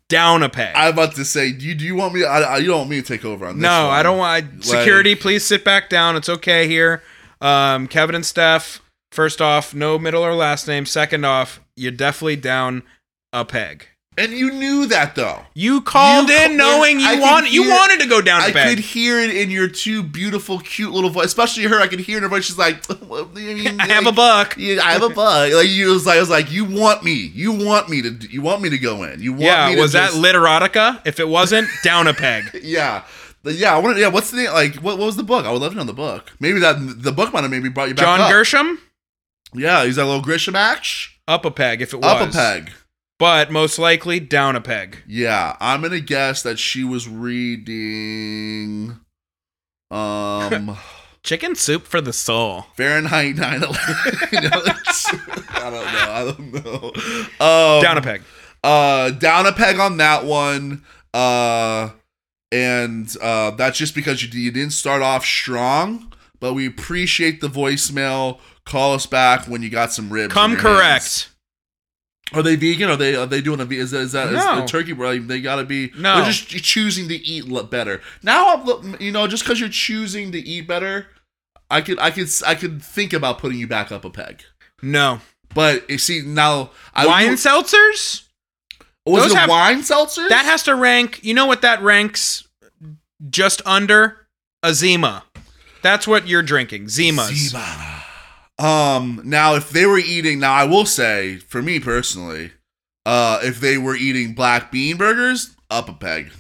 Speaker 2: down a peg.
Speaker 1: I'm about to say, do you, do you want me? I, I, you don't want me to take over on this?
Speaker 2: no,
Speaker 1: one.
Speaker 2: I don't want security. Please sit back down. It's okay here. Um, Kevin and Steph. First off, no middle or last name. Second off, you're definitely down a peg.
Speaker 1: And you knew that though.
Speaker 2: You called
Speaker 1: You
Speaker 2: in
Speaker 1: ca-
Speaker 2: knowing
Speaker 1: I
Speaker 2: you
Speaker 1: could
Speaker 2: want you
Speaker 1: hear-
Speaker 2: wanted to go down a
Speaker 1: I
Speaker 2: peg.
Speaker 1: could hear it in your two beautiful, cute little voice, especially her. I could hear in her voice. She's like, well, I, mean,
Speaker 2: I have a
Speaker 1: like,
Speaker 2: buck.
Speaker 1: yeah, I have a bug. Like you was like, I was like, you want me? You want me to? do- You want me to go in? You want
Speaker 2: Yeah,
Speaker 1: me to
Speaker 2: was that
Speaker 1: just-
Speaker 2: literotica? If it wasn't, down a peg.
Speaker 1: Yeah. The- Yeah, I wanted, yeah. What's the name? Like, what, what was the book? I would love to know the book. Maybe that the book might have maybe brought you back.
Speaker 2: John
Speaker 1: up.
Speaker 2: Gershom,
Speaker 1: Yeah, he's that little Grisham match.
Speaker 2: up a peg. If it was
Speaker 1: Up a peg.
Speaker 2: but most likely down a peg.
Speaker 1: Yeah, I'm gonna guess that she was reading, um,
Speaker 2: Chicken soup for the soul.
Speaker 1: Fahrenheit 9/11. You know, it's- I don't know. I don't know. Um,
Speaker 2: down a peg.
Speaker 1: uh down a peg on that one uh and uh that's just because you, you didn't start off strong but we appreciate the voicemail call us back when you got some ribs
Speaker 2: Come
Speaker 1: in your hands.
Speaker 2: correct.
Speaker 1: are they vegan are they are they doing a ve- is that is that is
Speaker 2: No.
Speaker 1: the turkey well, they gotta be
Speaker 2: No.
Speaker 1: they're just choosing to eat lo- better now I'm, lo- you know just because you're choosing to eat better i could i could i could think about putting you back up a peg
Speaker 2: No.
Speaker 1: but you see now i
Speaker 2: Wine seltzers?
Speaker 1: was
Speaker 2: those
Speaker 1: it a
Speaker 2: have-
Speaker 1: wine seltzer
Speaker 2: That has to rank. You know what that ranks? Just under Azima. That's what you're drinking. Zimas.
Speaker 1: Zima. Um. Now, if they were eating, now I will say, for me personally, uh, if they were eating black bean burgers, up a peg.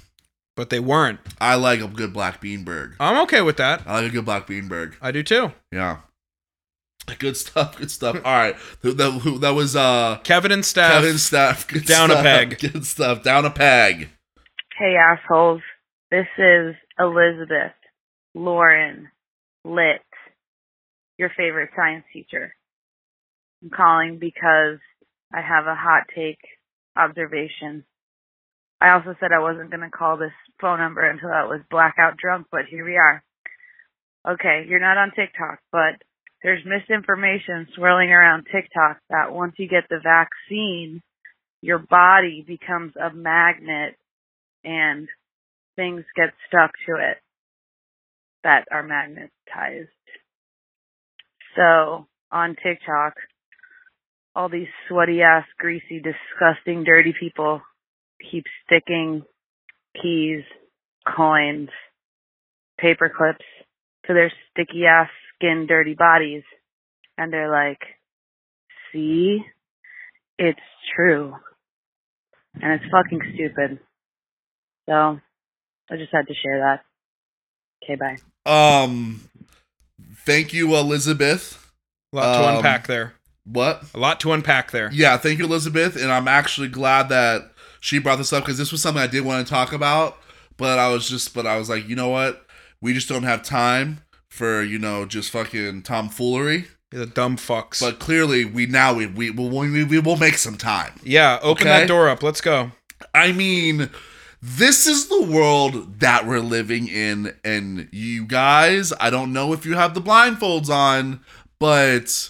Speaker 2: But they weren't.
Speaker 1: I like a good black bean burger.
Speaker 2: I'm okay with that.
Speaker 1: I like a good black bean burger.
Speaker 2: I do too.
Speaker 1: Yeah. Good stuff. Good stuff. All right. Th- That, who- that was uh
Speaker 2: Kevin and Steph.
Speaker 1: Kevin Steph. Good
Speaker 2: Down a
Speaker 1: stuff.
Speaker 2: peg.
Speaker 1: Good stuff. Down a peg.
Speaker 5: Hey assholes, this is Elizabeth, Lauren, Lit, your favorite science teacher. I'm calling because I have a hot take observation. I also said I wasn't going to call this phone number until I was blackout drunk, but here we are. Okay, you're not on TikTok, but there's misinformation swirling around TikTok that once you get the vaccine, your body becomes a magnet and things get stuck to it that are magnetized. So on TikTok, all these sweaty ass, greasy, disgusting, dirty people keep sticking keys, coins, paper clips to their sticky ass skin dirty bodies. And they're like, see, it's true. And it's fucking stupid. So I just had to share that. Okay, bye.
Speaker 1: Um. Thank you, Elizabeth.
Speaker 2: A lot to
Speaker 1: Um,
Speaker 2: unpack there.
Speaker 1: What?
Speaker 2: A lot to unpack there.
Speaker 1: Yeah, thank you, Elizabeth. And I'm actually glad that she brought this up because this was something I did want to talk about, but I was just, but I was like, you know what? We just don't have time for you know just fucking tomfoolery.
Speaker 2: The dumb fucks.
Speaker 1: But clearly, we now we we will we, we will make some time.
Speaker 2: yeah, open
Speaker 1: Okay.
Speaker 2: that door up. Let's go.
Speaker 1: I mean, this is the world that we're living in, and you guys, I don't know if you have the blindfolds on, but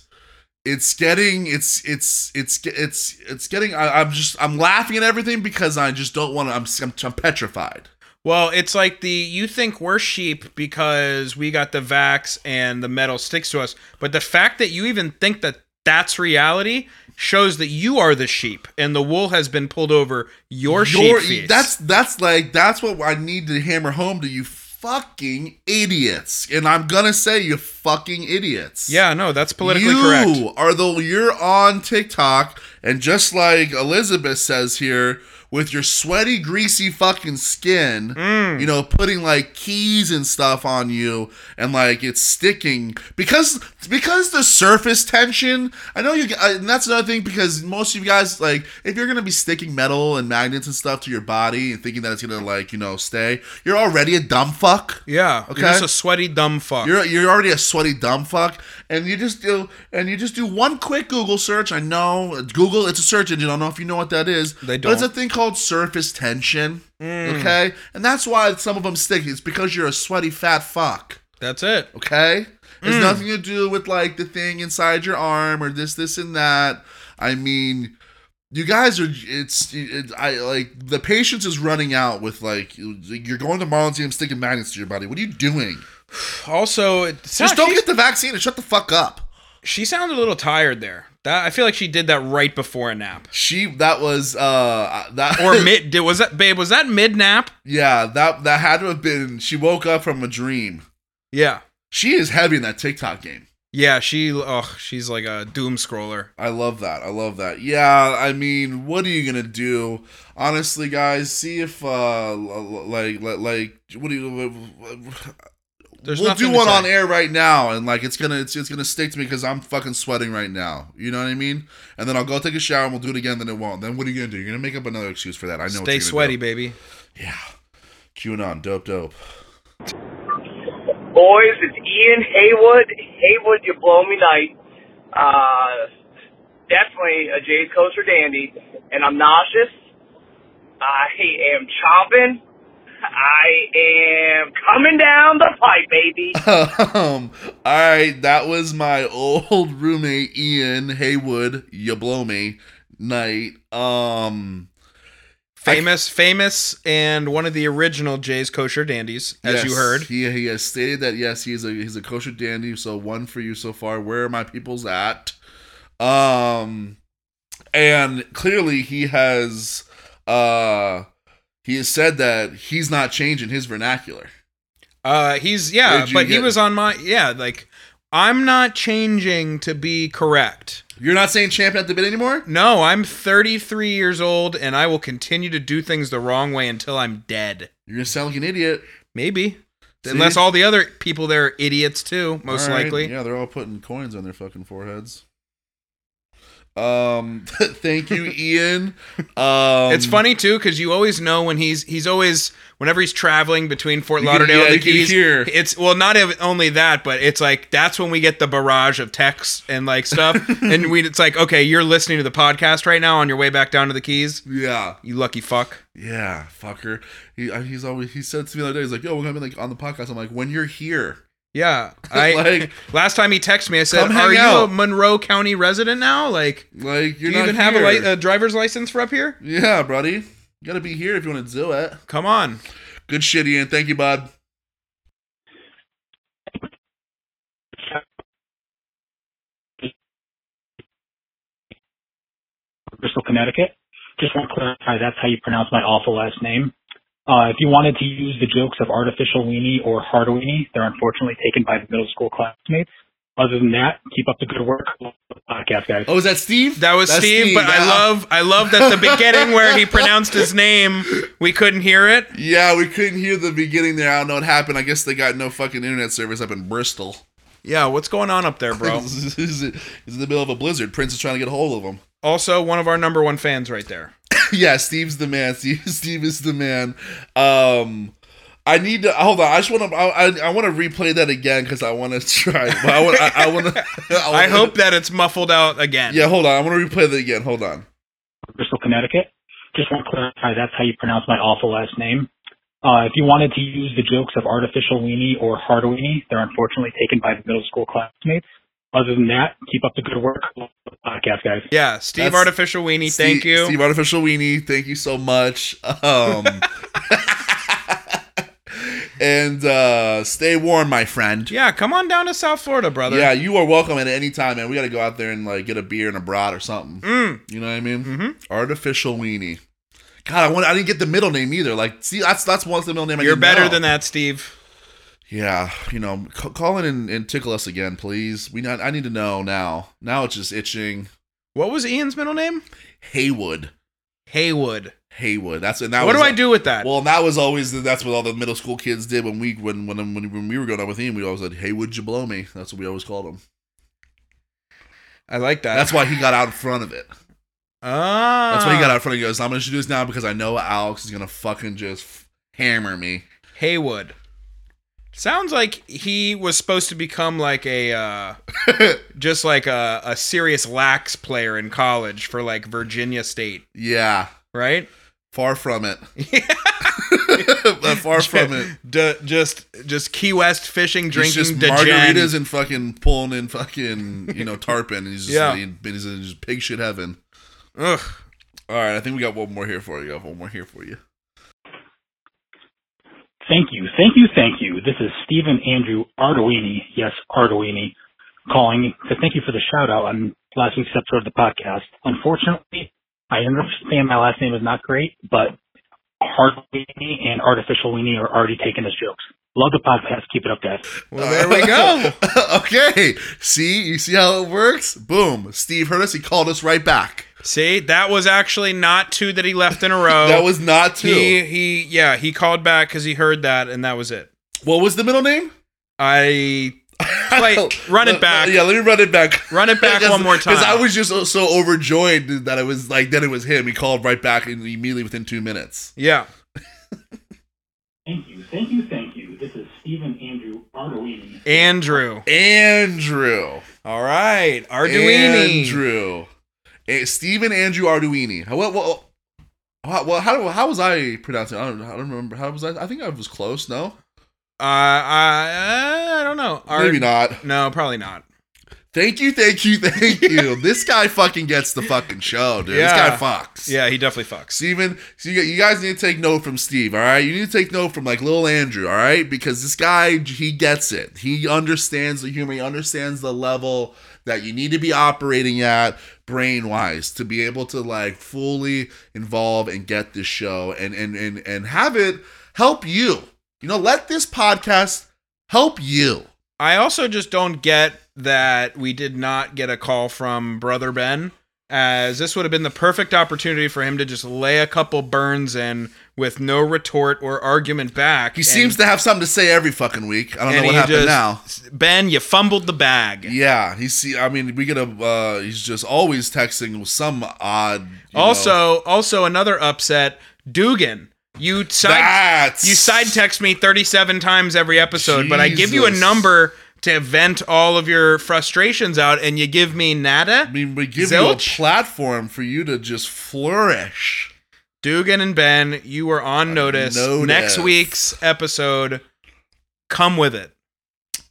Speaker 1: it's getting it's it's it's it's it's getting I, i'm just i'm laughing at everything because i just don't want to I'm, I'm i'm petrified
Speaker 2: Well, it's like the you think we're sheep because we got the vax and the metal sticks to us, but the fact that you even think that that's reality shows that you are the sheep and the wool has been pulled over your, sheep.
Speaker 1: You're-
Speaker 2: Feet.
Speaker 1: that's that's like that's what i need to hammer home to you fucking idiots and i'm gonna say you fucking idiots
Speaker 2: yeah, no, that's politically
Speaker 1: you
Speaker 2: correct.
Speaker 1: are the you're on TikTok, and just like Elizabeth says here, with your sweaty, greasy fucking skin,
Speaker 2: Mm.
Speaker 1: you know, putting like keys and stuff on you, and like it's sticking because because the surface tension. I know you, uh, and that's another thing because most of you guys like if you're gonna be sticking metal and magnets and stuff to your body and thinking that it's gonna like you know stay, you're already a dumb fuck.
Speaker 2: Yeah,
Speaker 1: Okay.
Speaker 2: you're just a sweaty dumb fuck.
Speaker 1: You're you're already a sweaty dumb fuck, and you just do and you just do one quick Google search. I know Google, it's a search engine. I don't know if you know what that is.
Speaker 2: They
Speaker 1: But it's a
Speaker 2: don't.
Speaker 1: thing called surface tension.
Speaker 2: Mm.
Speaker 1: Okay, and that's why some of them stick. It's because you're a sweaty fat fuck.
Speaker 2: that's it.
Speaker 1: Okay, it's
Speaker 2: Mm.
Speaker 1: nothing to do with like the thing inside your arm or this, this, and that. I mean, you guys are it's it, I like the patience is running out with like you're going to Marlins game sticking magnets to your body. What are you doing?
Speaker 2: Also, it,
Speaker 1: Just
Speaker 2: no,
Speaker 1: don't
Speaker 2: she,
Speaker 1: get the vaccine and shut the fuck up.
Speaker 2: she sounded a little tired there. That I feel like she did that right before a nap.
Speaker 1: She that was uh that
Speaker 2: Or mid did, was that babe? Was that mid nap?
Speaker 1: yeah that that had to have been she woke up from a dream.
Speaker 2: Yeah,
Speaker 1: She is heavy in that TikTok game.
Speaker 2: yeah. She oh, she's like a doom scroller.
Speaker 1: I love that. I love that. Yeah, I mean, what are you gonna do? Honestly, guys, see if uh l- l- like like, like what do you?
Speaker 2: There's
Speaker 1: we'll do
Speaker 2: nothing to
Speaker 1: one
Speaker 2: say.
Speaker 1: on air right now, and like it's gonna it's, it's gonna stick to me because I'm fucking sweating right now. You know what I mean? And then I'll go take a shower and we'll do it again. Then it won't. Then what are you gonna do? You're gonna make up another excuse for that. I know. what
Speaker 2: Stay
Speaker 1: you're gonna
Speaker 2: sweaty,
Speaker 1: do.
Speaker 2: baby.
Speaker 1: Yeah. QAnon, dope, dope.
Speaker 6: Boys, it's Ian Haywood. Haywood, you blow me night. Uh, definitely a Jade Coaster dandy, and I'm nauseous. I am chomping. I am coming down the pipe, baby.
Speaker 1: um, all right, that was my old roommate Ian Haywood. You blow me, night. Um,
Speaker 2: Famous, famous, and one of the original Jay's Kosher Dandies, as you
Speaker 1: yes,
Speaker 2: heard.
Speaker 1: he he has stated that yes, he's a he's a kosher dandy. So one for you so far. Where are my peoples at? Um, and clearly he has uh he has said that he's not changing his vernacular.
Speaker 2: Uh, he's yeah,
Speaker 1: Where'd you
Speaker 2: but he
Speaker 1: get-
Speaker 2: was on my yeah. Like I'm not changing to be correct.
Speaker 1: You're not saying champion at the bit anymore.
Speaker 2: No, I'm 33 years old, and I will continue to do things the wrong way until I'm dead.
Speaker 1: You're gonna sound like an idiot.
Speaker 2: Maybe,
Speaker 1: See?
Speaker 2: unless all the other people there are idiots too. Most
Speaker 1: All right,
Speaker 2: likely.
Speaker 1: Yeah, they're all putting coins on their fucking foreheads. Um, thank you, Ian. Um,
Speaker 2: it's funny too because you always know when he's he's always whenever he's traveling between Fort
Speaker 1: You can-
Speaker 2: Lauderdale
Speaker 1: yeah,
Speaker 2: and the
Speaker 1: you can
Speaker 2: Keys.
Speaker 1: hear.
Speaker 2: It's well, not ev- only that, but it's like that's when we get the barrage of texts and like stuff, and we it's like okay, you're listening to the podcast right now on your way back down to the Keys.
Speaker 1: Yeah,
Speaker 2: You lucky fuck.
Speaker 1: yeah, fucker. He I- he's always he said to me the other day, he's like, "Yo, we're gonna be like on the podcast." I'm like, "When you're here,
Speaker 2: Yeah, I
Speaker 1: Like-
Speaker 2: last time he texted me, I said,
Speaker 1: Come hang
Speaker 2: "Are you
Speaker 1: out."
Speaker 2: a Monroe County resident now? Like,
Speaker 1: like you're
Speaker 2: do
Speaker 1: not
Speaker 2: you even have a, uh,
Speaker 1: here.
Speaker 2: li- a driver's license for up here?
Speaker 1: yeah, buddy, you gotta be here if you want to do it."
Speaker 2: Come on."
Speaker 1: Good shit, Ian. Thank you, bud.
Speaker 7: Bristol, Connecticut. Just want to clarify that's how you pronounce my awful last name. Uh, if you wanted to use the jokes of artificial weenie or hard weenie, they're unfortunately taken by the middle school classmates. Other than that, keep up the good work. Love the Podcast, guys.
Speaker 1: Oh, is that Steve?
Speaker 2: That was
Speaker 1: That's
Speaker 2: Steve, but I
Speaker 1: yeah.
Speaker 2: love I love that the beginning where he pronounced his name, we couldn't hear it.
Speaker 1: Yeah, we couldn't hear the beginning there. I don't know what happened. I guess they got no fucking internet service up in Bristol.
Speaker 2: Yeah, what's going on up there, bro?
Speaker 1: He's he's in the middle of a blizzard. Prince is trying to get a hold of him.
Speaker 2: also, one of our number one fans right there.
Speaker 1: yeah, Steve's the man. Steve, Steve is the man. Um, I need to hold on. I just want to. I, I, I want to replay that again because I want to try. But I want. I, I want to.
Speaker 2: I hope that it's muffled out again.
Speaker 1: Yeah, hold on. I want to replay that again. Hold on.
Speaker 7: Bristol, Connecticut. Just want to clarify that's how you pronounce my awful last name. Uh, if you wanted to use the jokes of artificial weenie or hard weenie, they're unfortunately taken by the middle school classmates. Other than that, keep up the good work. Love the Podcast, guys.
Speaker 2: Yeah, Steve
Speaker 1: That's-
Speaker 2: Artificial Weenie,
Speaker 1: Steve-
Speaker 2: thank you.
Speaker 1: Steve Artificial Weenie. Thank you so much. Um, and uh, stay warm, my friend.
Speaker 2: yeah, come on down to South Florida, brother.
Speaker 1: Yeah, you are welcome at any time, man. We got to go out there and like get a beer and a brat or something.
Speaker 2: Mm,
Speaker 1: You know what I mean?
Speaker 2: Mhm.
Speaker 1: Artificial weenie. God, I want. I didn't get the middle name either. Like, see, that's that's one of the middle name. I
Speaker 2: you're
Speaker 1: didn't
Speaker 2: better
Speaker 1: know.
Speaker 2: than that, Steve.
Speaker 1: Yeah, you know, c- call in and, and tickle us again, please. We not. I need to know now. Now it's just itching.
Speaker 2: What was Ian's middle name?
Speaker 1: Haywood.
Speaker 2: Haywood.
Speaker 1: Haywood. That's it. Now
Speaker 2: what do I do with that?
Speaker 1: Well, that was always the, that's what all the middle school kids did when we when when when, when we were going out with him. We always said Haywood you blow me. That's what we always called him.
Speaker 2: I like that.
Speaker 1: That's why he got out in front of it.
Speaker 2: Ah,
Speaker 1: That's why he got out in front of it. He goes, I'm gonna do this now because I know Alex is gonna fucking just hammer me.
Speaker 2: Haywood. Sounds like he was supposed to become like a uh just like a, a serious lax player in college for like Virginia State,
Speaker 1: Yeah.
Speaker 2: right?
Speaker 1: Far from it. But far from it.
Speaker 2: D- just just Key West fishing,
Speaker 1: Drinking
Speaker 2: drinking
Speaker 1: just
Speaker 2: Degen.
Speaker 1: margaritas and fucking pulling in fucking you know tarpon. And he's just
Speaker 2: Yeah.
Speaker 1: he's in just pig shit heaven.
Speaker 2: Ugh.
Speaker 1: All right, I think we got one more here for you. I got one more here for you.
Speaker 7: Thank you, thank you, thank you. This is Stephen Andrew Arduini, yes, Arduini, calling to thank you for the shout out on last week's episode of the podcast. Unfortunately, I understand my last name is not great, but Hardweenie and Artificial Weenie are already taking as jokes. Love the podcast. Keep it up, guys.
Speaker 2: Well, there we go.
Speaker 1: okay, see, you see how it works? Boom. Steve heard us. He called us right back.
Speaker 2: See, that was actually not two that he left in a row.
Speaker 1: that was not two.
Speaker 2: Oh, he. He yeah, he called back because he heard that, and that was it.
Speaker 1: what was the middle name?
Speaker 2: I Wait, run it
Speaker 1: Let-
Speaker 2: back.
Speaker 1: Yeah, let me run it back.
Speaker 2: run it back one more time.
Speaker 1: Because I was just so- so overjoyed that I was like that it was him. He called right back and immediately within two minutes.
Speaker 2: yeah.
Speaker 7: Thank you, thank you, thank you. This is Stephen Andrew Arduini.
Speaker 2: Andrew.
Speaker 1: Andrew.
Speaker 2: All right, Arduini.
Speaker 1: Andrew. Eh, Stephen Andrew Arduini. How, well, well, how, well, how, how was I pronouncing? it? I don't, I don't remember. How was I? I think I was close. No,
Speaker 2: Uh, I, I don't know. Ar-
Speaker 1: maybe not.
Speaker 2: No, probably not.
Speaker 1: Thank you, thank you, thank you. this guy fucking gets the fucking show, dude.
Speaker 2: Yeah.
Speaker 1: This guy fucks.
Speaker 2: Yeah, he definitely fucks.
Speaker 1: Steven, so you, you guys need to take note from Steve, all right? You need to take note from like little Andrew, all right? Because this guy, he gets it. He understands the humor. He understands the level that you need to be operating at brain wise to be able to like fully involve and get this show and and and and have it help you. You know, let this podcast help you.
Speaker 2: I also just don't get that we did not get a call from Brother Ben, as this would have been the perfect opportunity for him to just lay a couple burns in with no retort or argument back.
Speaker 1: He seems to have something to say every fucking week. I don't know what happened now.
Speaker 2: Ben, you fumbled the bag.
Speaker 1: Yeah, he's see. I mean, we get a. Uh, he's just always texting with some odd. you know,
Speaker 2: also, also another upset, Dugan. You side
Speaker 1: that's
Speaker 2: you side text me 37 times every episode, but I give you a
Speaker 1: Jesus.
Speaker 2: number to vent all of your frustrations out and you give me
Speaker 1: I
Speaker 2: nada.
Speaker 1: mean, we give you
Speaker 2: Zilch.
Speaker 1: a platform for you to just flourish.
Speaker 2: Dugan and Ben, you were on notice.
Speaker 1: notice.
Speaker 2: Next week's episode, come with it.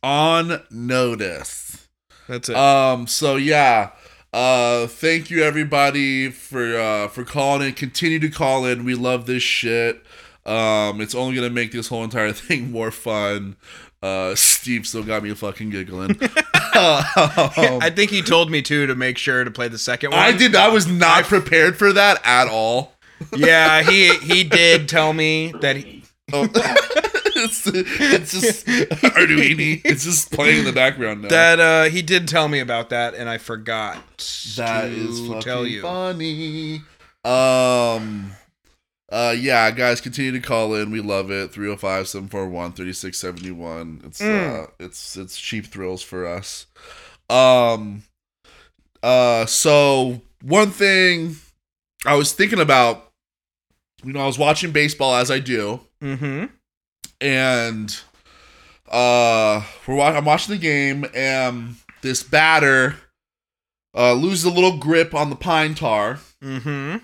Speaker 1: on notice.
Speaker 2: That's it.
Speaker 1: Um. So yeah. Uh. Thank you everybody for uh for calling in. Continue to call in. We love this shit. Um. It's only gonna make this whole entire thing more fun. Uh. Steve still got me fucking giggling. Um,
Speaker 2: I think he told me too to make sure to play the second one.
Speaker 1: I did. I was not prepared for that at all.
Speaker 2: Yeah, he he did tell me that he,
Speaker 1: Oh. it's, it's just Arduini. It's just playing in the background now.
Speaker 2: that uh he did tell me about that and I forgot.
Speaker 1: That
Speaker 2: to
Speaker 1: is fucking
Speaker 2: tell you.
Speaker 1: funny. Um uh yeah, guys, continue to call in. We love it. 305-741-3671. It's uh
Speaker 2: Mm.
Speaker 1: it's it's cheap thrills for us. Um uh so one thing I was thinking about, you know, I was watching baseball as I do
Speaker 2: Mhm.
Speaker 1: and uh we're wa- I'm watching the game and this batter uh loses a little grip on the pine tar
Speaker 2: Mhm.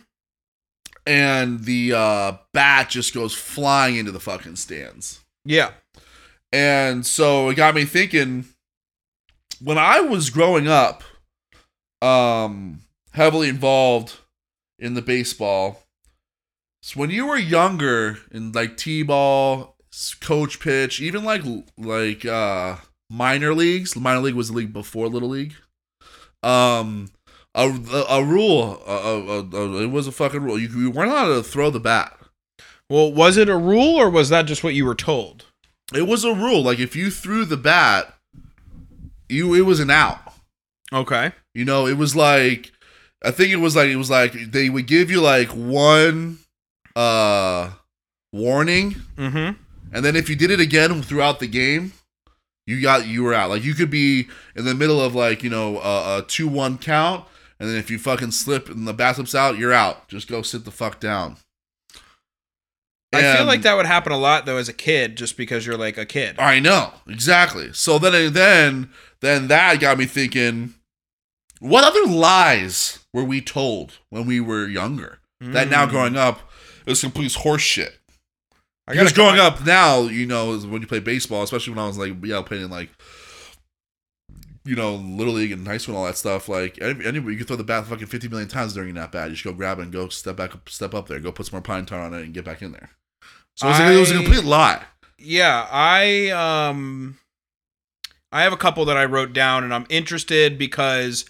Speaker 1: and the uh bat just goes flying into the fucking stands.
Speaker 2: Yeah.
Speaker 1: And so it got me thinking when I was growing up, um, heavily involved in the baseball. So when you were younger in like T ball, coach pitch, even like like uh minor leagues, minor league was the league before little league. Um a, a, a rule, a, a, a- a- it was a fucking rule. You, you weren't allowed to throw the bat.
Speaker 2: Well, was it a rule or was that just what you were told?
Speaker 1: It was a rule. Like if you threw the bat, you it was an out.
Speaker 2: Okay.
Speaker 1: You know, it was like I think it was like it was like they would give you like one uh warning
Speaker 2: Mhm.
Speaker 1: and then if you did it again throughout the game, you got you were out. Like you could be in the middle of like, you know, a, a 2-1 count and then if you fucking slip and the bat slips out, you're out. Just go sit the fuck down.
Speaker 2: I feel
Speaker 1: And- Uh,
Speaker 2: like that would happen a lot though as a kid just because you're like a kid.
Speaker 1: I know exactly. So then, then, then that got me thinking: what other lies were we told when we were younger? That
Speaker 2: Mm.
Speaker 1: now growing up is complete horse shit.
Speaker 2: I
Speaker 1: Because
Speaker 2: gotta-
Speaker 1: growing up now, you know, is when you play baseball, especially when I was like, yeah, playing in like you know, little league and high school and all that stuff. Like any- anybody, you can throw the bat fucking fifty million times during that bat. You just go grab it and go step back, step up there, go put some more pine tar on it and get back in there. So it was, a, it was a
Speaker 2: I-
Speaker 1: complete lot.
Speaker 2: Yeah, I um I have a couple that I wrote down and I'm interested because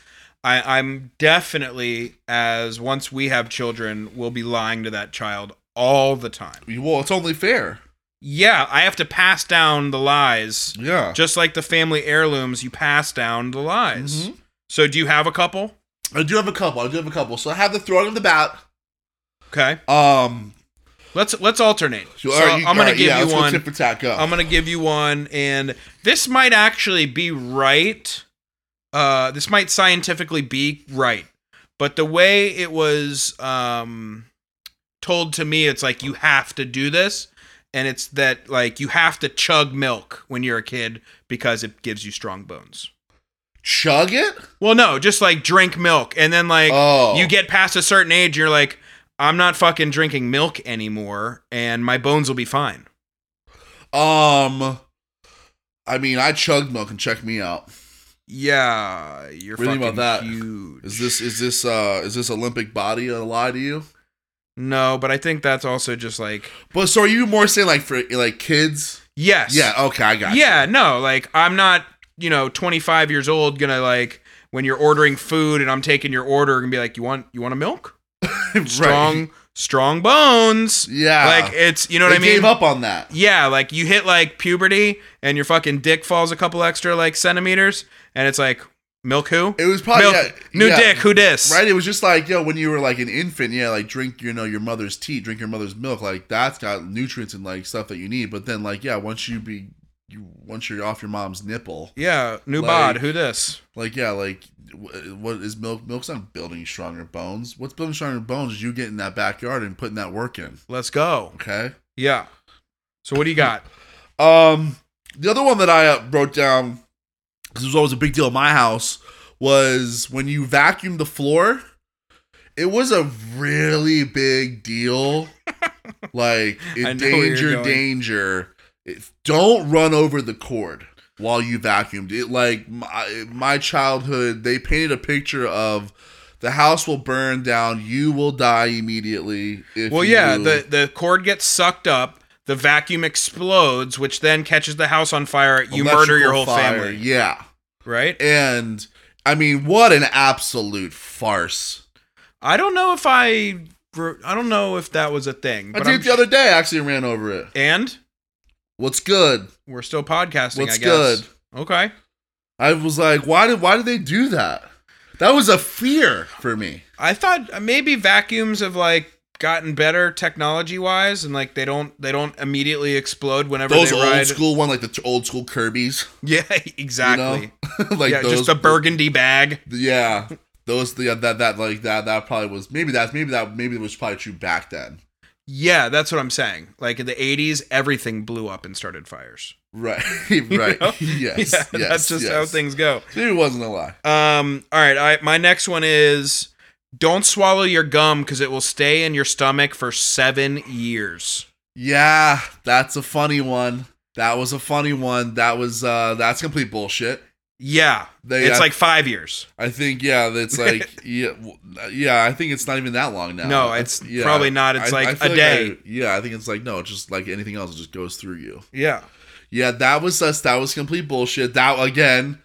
Speaker 2: I, I'm definitely as once we have children, we'll be lying to that child all the time.
Speaker 1: Well, it's only fair.
Speaker 2: Yeah, I have to pass down the lies.
Speaker 1: Yeah.
Speaker 2: Just like the family heirlooms, you pass down the lies.
Speaker 1: Mhm.
Speaker 2: So do you have a couple?
Speaker 1: I do have a couple. I do have a couple. So I have the throwing of the bat.
Speaker 2: Okay.
Speaker 1: Um,
Speaker 2: Let's let's alternate.
Speaker 1: so,
Speaker 2: So
Speaker 1: all right, you-
Speaker 2: I'm
Speaker 1: all
Speaker 2: gonna
Speaker 1: right,
Speaker 2: give
Speaker 1: yeah,
Speaker 2: you
Speaker 1: let's go
Speaker 2: one.
Speaker 1: Tip for tack, go.
Speaker 2: I'm gonna give you one, and this might actually be right. Uh, this might scientifically be right, but the way it was um, told to me, it's like you have to do this, and it's that like you have to chug milk when you're a kid because it gives you strong bones.
Speaker 1: chug it.
Speaker 2: Well, no, just like drink milk, and then like
Speaker 1: oh,
Speaker 2: you get past a certain age, you're like, I'm not fucking drinking milk anymore, and my bones will be fine.
Speaker 1: Um, I mean, I chugged milk and check me out.
Speaker 2: Yeah, you're
Speaker 1: Really
Speaker 2: fucking
Speaker 1: about that.
Speaker 2: huge.
Speaker 1: Is this is this uh is this Olympic body a lie to you?
Speaker 2: No, but I think that's also just like
Speaker 1: But so are you more saying like for like kids?
Speaker 2: yes.
Speaker 1: Yeah. oh, Okay, I got. you.
Speaker 2: Yeah, no, like I'm not, you know, 25 years old gonna like when you're ordering food and I'm taking your order and be like, "You want you want a milk?
Speaker 1: Right.
Speaker 2: Strong strong bones."
Speaker 1: Yeah.
Speaker 2: Like it's, you know what
Speaker 1: They
Speaker 2: I mean?
Speaker 1: Gave up on that.
Speaker 2: Yeah, like you hit like puberty and your fucking dick falls a couple extra like centimeters and it's like milk who?
Speaker 1: It was probably
Speaker 2: milk
Speaker 1: yeah,
Speaker 2: new
Speaker 1: yeah,
Speaker 2: dick who dis?
Speaker 1: Right, it was just like yo, when you were like an infant, yeah, like drink you know your mother's tea, drink your mother's milk, like that's got nutrients and like stuff that you need. But then like yeah, once you be, you once you're off your mom's nipple,
Speaker 2: Yeah, new
Speaker 1: Like-
Speaker 2: bod who this?
Speaker 1: Like yeah, like wh- what is milk? Milk's not building stronger bones. What's building stronger bones is you getting in that backyard and putting that work in.
Speaker 2: Let's go.
Speaker 1: Okay.
Speaker 2: Yeah. So what do you got?
Speaker 1: Um, the other one that I uh, wrote down because it was always a big deal in my house was when you vacuumed the floor. It was a really big deal. like
Speaker 2: I
Speaker 1: in
Speaker 2: know where you're
Speaker 1: danger,
Speaker 2: going.
Speaker 1: danger. If, don't run over the cord while you vacuumed it. Like my, my childhood, they painted a picture of the house will burn down, you will die immediately. If
Speaker 2: Well, yeah,
Speaker 1: you-
Speaker 2: the the cord gets sucked up, the vacuum explodes, which then catches the house on fire. You murder
Speaker 1: electrical
Speaker 2: your whole
Speaker 1: fire,
Speaker 2: family,
Speaker 1: Yeah.
Speaker 2: right?
Speaker 1: And I mean, what an absolute farce.
Speaker 2: I don't know if I I don't know if that was a thing.
Speaker 1: I
Speaker 2: but
Speaker 1: did
Speaker 2: I'm
Speaker 1: it the other day, I actually ran over it.
Speaker 2: sh- and
Speaker 1: What's good?
Speaker 2: we're still podcasting.
Speaker 1: What's
Speaker 2: I guess.
Speaker 1: good?
Speaker 2: Okay.
Speaker 1: I was like, why did why did they do that? That was a fear for me.
Speaker 2: I thought maybe vacuums have like gotten better technology wise, and like they don't they don't immediately explode whenever
Speaker 1: Those
Speaker 2: they
Speaker 1: old
Speaker 2: ride.
Speaker 1: school one, like the t- old school Kirby's,
Speaker 2: yeah, exactly.
Speaker 1: you know, like
Speaker 2: yeah,
Speaker 1: those,
Speaker 2: just a burgundy bag.
Speaker 1: Yeah, those the that that like that that probably was maybe that's maybe that maybe it was probably true back then.
Speaker 2: Yeah, that's what I'm saying. Like in the 80s, everything blew up and started fires.
Speaker 1: Right, right.
Speaker 2: know?
Speaker 1: Yes, yes.
Speaker 2: yeah, that's just
Speaker 1: yes.
Speaker 2: how things go.
Speaker 1: Maybe it wasn't a lie.
Speaker 2: Um, all right, I, my next one is don't swallow your gum because it will stay in your stomach for seven years.
Speaker 1: Yeah, that's a funny one. That was a funny one. That was uh that's complete bullshit.
Speaker 2: Yeah,
Speaker 1: They,
Speaker 2: it's
Speaker 1: I-
Speaker 2: like five years.
Speaker 1: I think yeah, that's like yeah, w- yeah. I think it's not even that long now.
Speaker 2: No,
Speaker 1: I-
Speaker 2: it's
Speaker 1: yeah.
Speaker 2: probably not. It's
Speaker 1: I- I
Speaker 2: like
Speaker 1: feel
Speaker 2: a day.
Speaker 1: I- yeah, I think it's like no, it's just like anything else, it just goes through you.
Speaker 2: yeah,
Speaker 1: Yeah, that was us. That was complete bullshit. That again,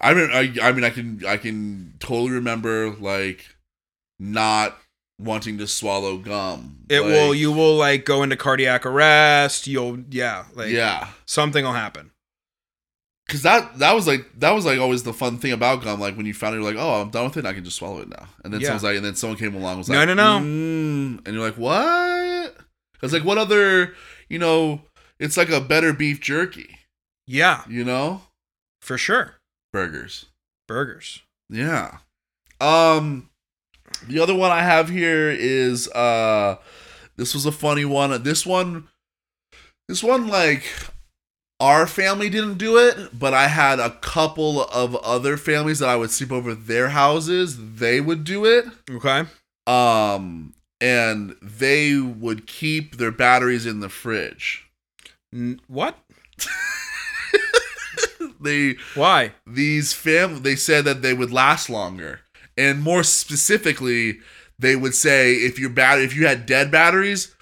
Speaker 1: I mean, I, I mean, I can, I can totally remember like not wanting to swallow gum.
Speaker 2: it
Speaker 1: Like,
Speaker 2: will. You will like go into cardiac arrest. You'll yeah, like
Speaker 1: yeah,
Speaker 2: something will happen.
Speaker 1: because that that was like that was like always the fun thing about gum. Like when you found it, you're like, oh, I'm done with it. and I can just swallow it now. And then
Speaker 2: Yeah.
Speaker 1: someone's like, and then someone came along and was
Speaker 2: No,
Speaker 1: like,
Speaker 2: no, no.
Speaker 1: mm, and you're like, what? Because like, what other, you know, it's like a better beef jerky,
Speaker 2: Yeah,
Speaker 1: you know,
Speaker 2: for sure.
Speaker 1: burgers.
Speaker 2: Burgers.
Speaker 1: Yeah. Um the other one I have here is uh this was a funny one. This one this one like our family didn't do it, but I had a couple of other families that I would sleep over their houses, they would do it.
Speaker 2: Okay.
Speaker 1: Um and they would keep their batteries in the fridge.
Speaker 2: N- what?
Speaker 1: they
Speaker 2: Why?
Speaker 1: these fam they said that they would last longer and more specifically they would say if your bat if you had dead batteries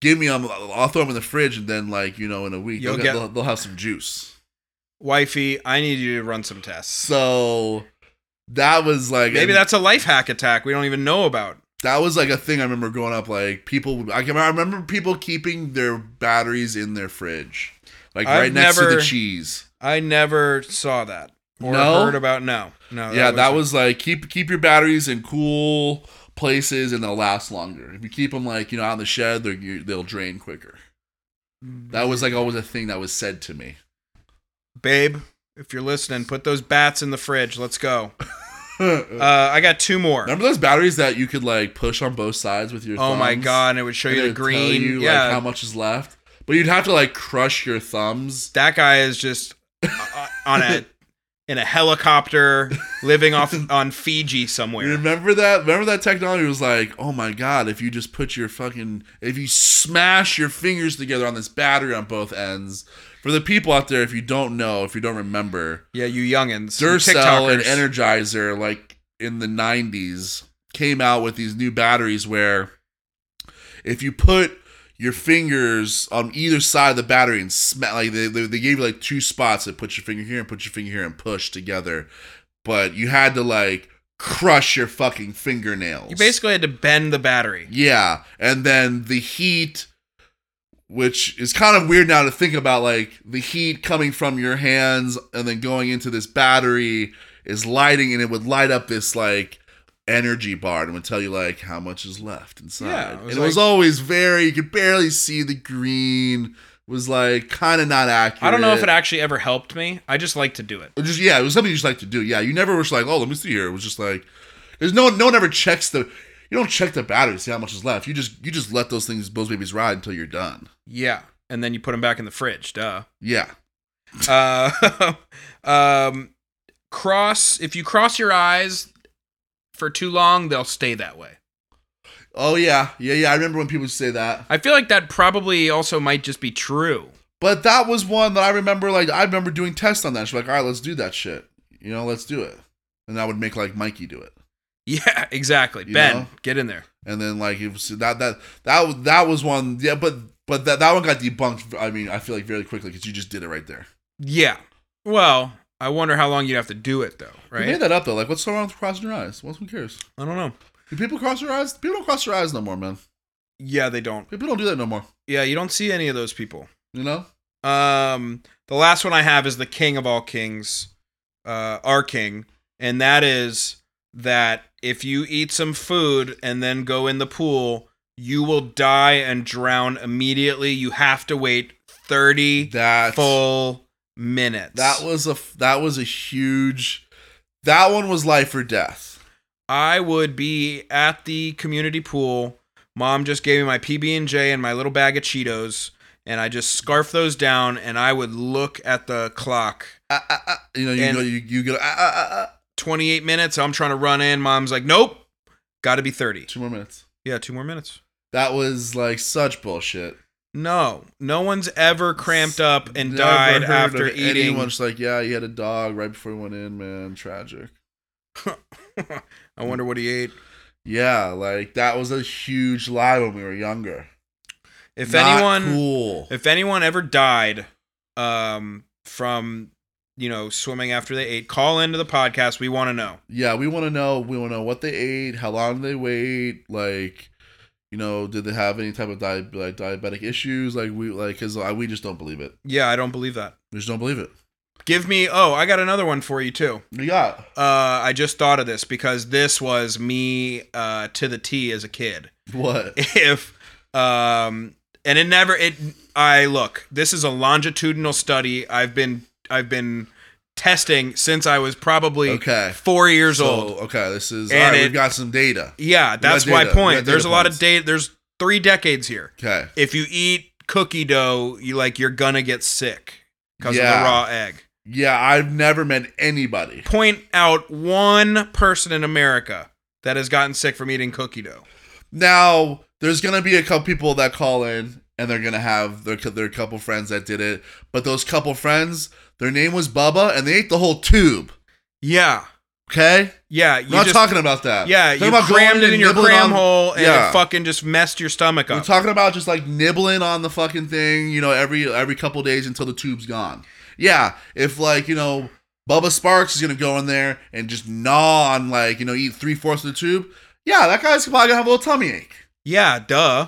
Speaker 1: give me them i'll throw them in the fridge and then like you know in a week
Speaker 2: You'll
Speaker 1: they'll,
Speaker 2: get-
Speaker 1: get, they'll, they'll have some juice
Speaker 2: Wifey, I need you to run some tests.
Speaker 1: so that was like
Speaker 2: Maybe
Speaker 1: and
Speaker 2: that's a life hack attack we don't even know about.
Speaker 1: that was like a thing i remember growing up like people would- i can I remember people keeping their batteries in their fridge like
Speaker 2: I've
Speaker 1: right next to
Speaker 2: never-
Speaker 1: the cheese
Speaker 2: I never saw that or
Speaker 1: No?
Speaker 2: heard about. No, no.
Speaker 1: yeah, that
Speaker 2: wasn't-
Speaker 1: was like keep keep your batteries in cool places and they'll last longer. If you keep them like you know out in the shed, they're, you, they'll drain quicker. That was like always a thing that was said to me.
Speaker 2: babe. If you're listening, put those bats in the fridge. Let's go. Uh,
Speaker 1: Remember
Speaker 2: I got two more.
Speaker 1: those batteries that you could like push on both sides with your?
Speaker 2: Oh my
Speaker 1: thumbs?
Speaker 2: god! And it would show
Speaker 1: And
Speaker 2: you
Speaker 1: it
Speaker 2: the
Speaker 1: would tell
Speaker 2: green.
Speaker 1: you, like,
Speaker 2: yeah,
Speaker 1: how much is left, but you'd have to like crush your thumbs.
Speaker 2: that guy is just uh, on a in a helicopter, living off on Fiji
Speaker 1: You
Speaker 2: somewhere.
Speaker 1: remember that? Remember that technology was like, oh my god, if you just put your fucking, if you smash your fingers together on this battery on both ends. For the people out there, if you don't know, if you don't remember,
Speaker 2: Yeah, you youngins, you
Speaker 1: Duracell and
Speaker 2: TikTokers.
Speaker 1: Energizer, like in the '90s, came out with these new batteries where if you put your fingers on either side of the battery and sma like they, they, they gave you like two spots that put your finger here and put your finger here and push together but you had to like crush your fucking fingernails
Speaker 2: You basically had to bend the battery.
Speaker 1: yeah and then the heat which is kind of weird now to think about like the heat coming from your hands and then going into this battery is lighting and it would light up this like energy bar and would tell you like how much is left inside
Speaker 2: Yeah, it was
Speaker 1: and it was
Speaker 2: like-
Speaker 1: always very you could barely see the green was like kind of not accurate
Speaker 2: I don't know if it actually ever helped me. I just like to do it.
Speaker 1: it just yeah, it was something you just like to do. Yeah, you never were just like, oh, let me see here. It was just like, there's no no one ever checks the, you don't check the battery to see how much is left. You just you just let those things those babies ride until you're done.
Speaker 2: Yeah, and then you put them back in the fridge. Duh.
Speaker 1: Yeah,
Speaker 2: Uh, um, cross. If you cross your eyes for too long, they'll stay that way.
Speaker 1: oh yeah, yeah yeah. I remember when people would say that,
Speaker 2: I feel like that probably also might just be true.
Speaker 1: but that was one that I remember. Like I remember doing tests on that. She's like, all right, let's do that shit. You know, let's do it. And I would make like Mikey do it.
Speaker 2: Yeah, exactly.
Speaker 1: You
Speaker 2: ben,
Speaker 1: know?
Speaker 2: get in there.
Speaker 1: And then like it was that that that was- that was one. Yeah, but but that that one got debunked. I mean, I feel like very quickly because you just did it right there.
Speaker 2: Yeah. Well, I wonder how long you'd have to do it though,
Speaker 1: Right.
Speaker 2: right?
Speaker 1: made that up though. Like, what's so wrong with crossing your eyes? What's who cares?
Speaker 2: I don't know.
Speaker 1: Do people cross their eyes? People don't cross their eyes no more, man.
Speaker 2: Yeah, they don't.
Speaker 1: People don't do that no more.
Speaker 2: Yeah, you don't see any of those people.
Speaker 1: You know?
Speaker 2: Um, the last one I have is the king of all kings, uh, our king, and that is that if you eat some food and then go in the pool, you will die and drown immediately. You have to wait thirty
Speaker 1: That
Speaker 2: full minutes.
Speaker 1: that was a f- that was a huge. That one was life or death.
Speaker 2: I would be at the community pool. Mom just gave me my PB and J and my little bag of Cheetos, and I just scarfed those down. And I would look at the clock.
Speaker 1: Ah, ah, ah. You know, you
Speaker 2: And-
Speaker 1: go, you, you go. Ah, ah, ah, ah.
Speaker 2: 28 minutes. I'm trying to run in. Mom's like, nope, got to be 30.
Speaker 1: Two more minutes.
Speaker 2: Yeah, two more minutes.
Speaker 1: That was like such bullshit.
Speaker 2: No, no one's ever cramped up and
Speaker 1: Never
Speaker 2: died
Speaker 1: heard
Speaker 2: after
Speaker 1: of
Speaker 2: eating.
Speaker 1: Anyone just like, yeah, he had a dog right before he went in, man. Tragic.
Speaker 2: I wonder what he ate.
Speaker 1: Yeah, like that was a huge lie when we were younger.
Speaker 2: If
Speaker 1: Not
Speaker 2: anyone,
Speaker 1: cool.
Speaker 2: if anyone ever died um, from you know swimming after they ate, call into the podcast. We want to know.
Speaker 1: yeah, we want to know. We want to know what they ate, how long they wait, like, you know, did they have any type of di- like diabetic issues? Like we like because we just don't believe it.
Speaker 2: Yeah, I don't believe that.
Speaker 1: We just don't believe it.
Speaker 2: Give me. Oh, I got another one for you too.
Speaker 1: We got
Speaker 2: Uh, I just thought of this because this was me uh, to the T as a kid.
Speaker 1: what?
Speaker 2: if um and it never it i look this is a longitudinal study i've been i've been testing since i was probably
Speaker 1: Okay.
Speaker 2: four years
Speaker 1: So,
Speaker 2: old
Speaker 1: Okay, this is
Speaker 2: And
Speaker 1: all right.
Speaker 2: it-
Speaker 1: we've got some data.
Speaker 2: yeah that's
Speaker 1: got
Speaker 2: my
Speaker 1: data. We
Speaker 2: point
Speaker 1: got
Speaker 2: there's a
Speaker 1: data
Speaker 2: lot of
Speaker 1: points.
Speaker 2: data there's three decades here
Speaker 1: Okay.
Speaker 2: if you eat cookie dough you like you're gonna get sick because of
Speaker 1: Yeah.
Speaker 2: the raw egg
Speaker 1: Yeah, I've never met anybody.
Speaker 2: point out one person in america that has gotten sick from eating cookie dough
Speaker 1: Now there's gonna be a couple people that call in and they're gonna have their their couple friends that did it, but those couple friends, their name was Bubba, and they ate the whole tube.
Speaker 2: Yeah.
Speaker 1: Okay,
Speaker 2: Yeah. You
Speaker 1: we're not
Speaker 2: just,
Speaker 1: talking about that.
Speaker 2: Yeah,
Speaker 1: Talking
Speaker 2: you
Speaker 1: about going
Speaker 2: crammed it
Speaker 1: and
Speaker 2: in your
Speaker 1: nibbling
Speaker 2: cram
Speaker 1: on-
Speaker 2: hole and
Speaker 1: Yeah.
Speaker 2: it fucking just messed your stomach
Speaker 1: We're
Speaker 2: up.
Speaker 1: talking about just like nibbling on the fucking thing, you know, every every couple days until the tube's gone. Yeah, if like you know, Bubba Sparks is gonna go in there and just gnaw on like you know, eat three fourths of the tube. Yeah, that guy's probably gonna have a little tummy ache.
Speaker 2: yeah, duh.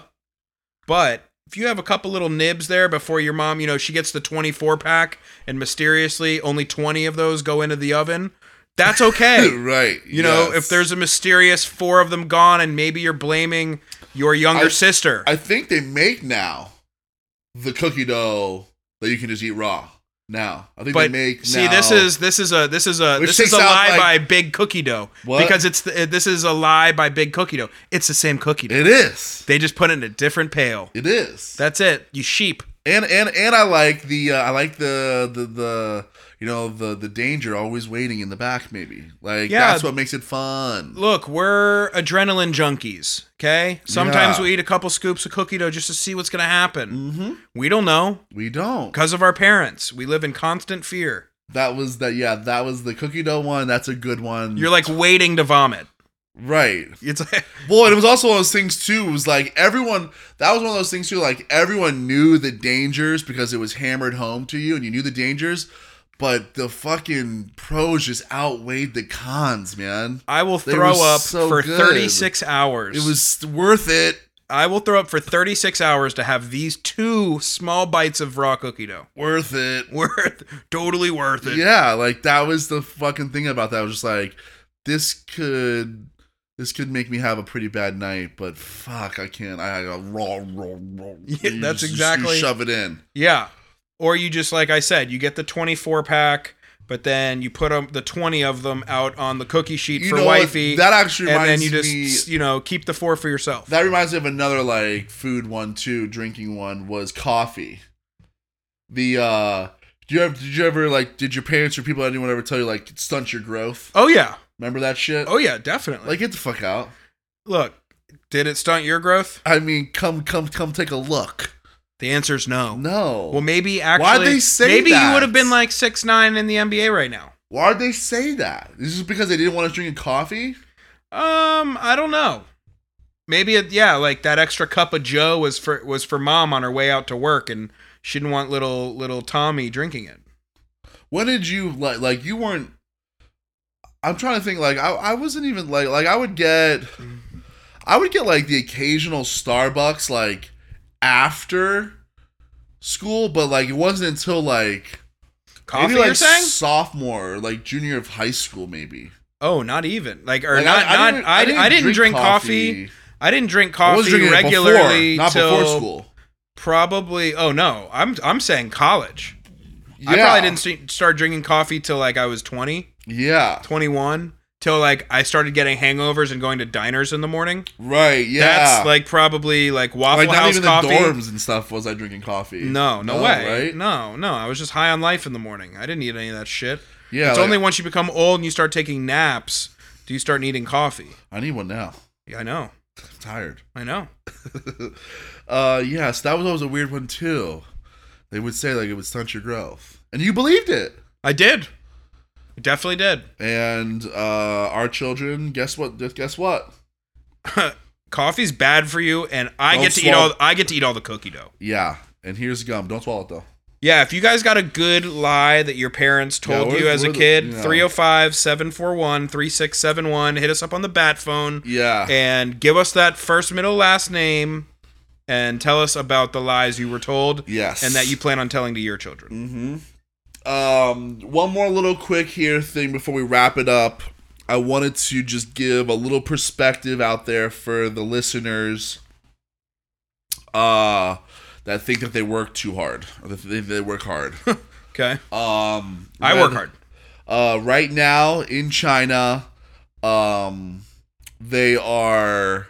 Speaker 2: But if you have a couple little nibs there before your mom, you know, she gets the 24 pack and mysteriously only 20 of those go into the oven, that's okay.
Speaker 1: right.
Speaker 2: You know,
Speaker 1: yes.
Speaker 2: if there's a mysterious four of them gone and maybe you're blaming your younger
Speaker 1: I-
Speaker 2: sister.
Speaker 1: I think they make now the cookie dough that you can just eat raw. Now, I think
Speaker 2: but
Speaker 1: they make.
Speaker 2: see,
Speaker 1: now-
Speaker 2: this is this is a this is a
Speaker 1: Which
Speaker 2: this is
Speaker 1: takes
Speaker 2: a
Speaker 1: out,
Speaker 2: lie
Speaker 1: like-
Speaker 2: by Big Cookie Dough
Speaker 1: What?
Speaker 2: because it's the, this is a lie by Big Cookie Dough. It's the same cookie dough.
Speaker 1: it is
Speaker 2: They just put it in a different pail.
Speaker 1: it is
Speaker 2: That's it. You sheep.
Speaker 1: and and and I like the uh, I like the the the you know the the danger always waiting in the back maybe like
Speaker 2: Yeah.
Speaker 1: that's what makes it fun.
Speaker 2: Look, we're adrenaline junkies. Okay. Sometimes
Speaker 1: Yeah.
Speaker 2: we eat a couple scoops of cookie dough just to see what's gonna happen.
Speaker 1: Mm-hmm.
Speaker 2: We don't know
Speaker 1: We don't.
Speaker 2: because of our parents. We live in constant fear.
Speaker 1: That was that yeah that was the cookie dough one. That's a good one.
Speaker 2: You're like waiting to vomit.
Speaker 1: right.
Speaker 2: It's like,
Speaker 1: Well, and it was also one of those things too. It was like everyone. That was one of those things too. Like everyone knew the dangers because it was hammered home to you, and you knew the dangers. But the fucking pros just outweighed the cons, man.
Speaker 2: I will
Speaker 1: They were
Speaker 2: throw up
Speaker 1: so
Speaker 2: for
Speaker 1: good.
Speaker 2: 36 hours.
Speaker 1: It was worth it.
Speaker 2: I will throw up for 36 hours to have these two small bites of raw cookie dough.
Speaker 1: Worth it.
Speaker 2: Worth, totally worth it.
Speaker 1: Yeah, like that was the fucking thing about that. I was just like, this could, this could make me have a pretty bad night, but fuck, I can't. I got raw, raw, raw.
Speaker 2: Yeah,
Speaker 1: You
Speaker 2: that's
Speaker 1: just- you
Speaker 2: exactly-
Speaker 1: shove it in.
Speaker 2: Yeah. Or you just like I said, you get the 24 pack, but then you put 'em- the 20 of them out on the cookie sheet
Speaker 1: You
Speaker 2: for
Speaker 1: know what?
Speaker 2: wifey,
Speaker 1: That actually
Speaker 2: and
Speaker 1: reminds
Speaker 2: then you just
Speaker 1: me.
Speaker 2: you know keep the four for yourself.
Speaker 1: That reminds me of another like food one too, drinking one was coffee. The uh do you ever did you ever like did your parents or people anyone ever tell you like it stunts your growth?
Speaker 2: oh yeah,
Speaker 1: Remember that shit?
Speaker 2: oh yeah, definitely.
Speaker 1: Like get the fuck out.
Speaker 2: look, did it stunt your growth?
Speaker 1: I mean, come come come take a look.
Speaker 2: The answer is no.
Speaker 1: No.
Speaker 2: Well, maybe actually,
Speaker 1: they say
Speaker 2: maybe you
Speaker 1: that?
Speaker 2: would have been like six nine in the NBA right now.
Speaker 1: Why'd they say that? Is this because they didn't want us drinking coffee?
Speaker 2: Um, I don't know. Maybe it, yeah, like that extra cup of Joe was for was for mom on her way out to work, and she didn't want little little Tommy drinking it.
Speaker 1: When did you like like you weren't I'm trying to think like I, I wasn't even like like I would get I would get like the occasional Starbucks like after school, but like it wasn't until like
Speaker 2: Coffee,
Speaker 1: maybe like
Speaker 2: you're saying?
Speaker 1: sophomore or like junior of high school maybe.
Speaker 2: Oh, not even like or
Speaker 1: Like,
Speaker 2: not not
Speaker 1: even-
Speaker 2: I, I, didn't drink coffee. I didn't drink
Speaker 1: I
Speaker 2: coffee
Speaker 1: was drinking it before,
Speaker 2: regularly
Speaker 1: not
Speaker 2: till
Speaker 1: before school.
Speaker 2: probably. Oh no, I'm I'm saying college. I probably didn't st- start drinking coffee till like I was 20,
Speaker 1: Yeah,
Speaker 2: 21, till like I started getting hangovers and going to diners in the morning.
Speaker 1: right. Yeah,
Speaker 2: That's like probably like Waffle
Speaker 1: like not
Speaker 2: House
Speaker 1: even
Speaker 2: coffee.
Speaker 1: the dorms and stuff was I drinking coffee.
Speaker 2: No, no, way.
Speaker 1: Right?
Speaker 2: No, no. I was just high on life in the morning. I didn't need any of that shit.
Speaker 1: Yeah,
Speaker 2: it's
Speaker 1: like,
Speaker 2: only once you become old and you start taking naps do you start needing coffee.
Speaker 1: I need one now.
Speaker 2: Yeah, I know.
Speaker 1: I'm tired.
Speaker 2: I know.
Speaker 1: uh yes, that was always a weird one too. They would say like it would stunt your growth. And you believed it.
Speaker 2: I did. I definitely did.
Speaker 1: And uh our children, guess what guess what?
Speaker 2: Coffee's bad for you, and I
Speaker 1: Don't
Speaker 2: get to
Speaker 1: swallow-
Speaker 2: eat all. I get to eat all the cookie dough.
Speaker 1: Yeah. And here's gum. Don't swallow it though.
Speaker 2: Yeah, if you guys got a good lie that your parents
Speaker 1: Yeah,
Speaker 2: told
Speaker 1: we're-
Speaker 2: you as a
Speaker 1: we're the-
Speaker 2: kid,
Speaker 1: yeah.
Speaker 2: 305 741 3671, hit us up on the bat phone.
Speaker 1: Yeah.
Speaker 2: and give us that first, middle, last name, and tell us about the lies you were told
Speaker 1: yes.
Speaker 2: and that you plan on telling to your children.
Speaker 1: Mm-hmm. Um, one more little quick here thing before we wrap it up. I wanted to just give a little perspective out there for the listeners uh, that think that they work too hard or that they, they work hard.
Speaker 2: Okay,
Speaker 1: um,
Speaker 2: I work hard.
Speaker 1: Uh, right now in China, um, they are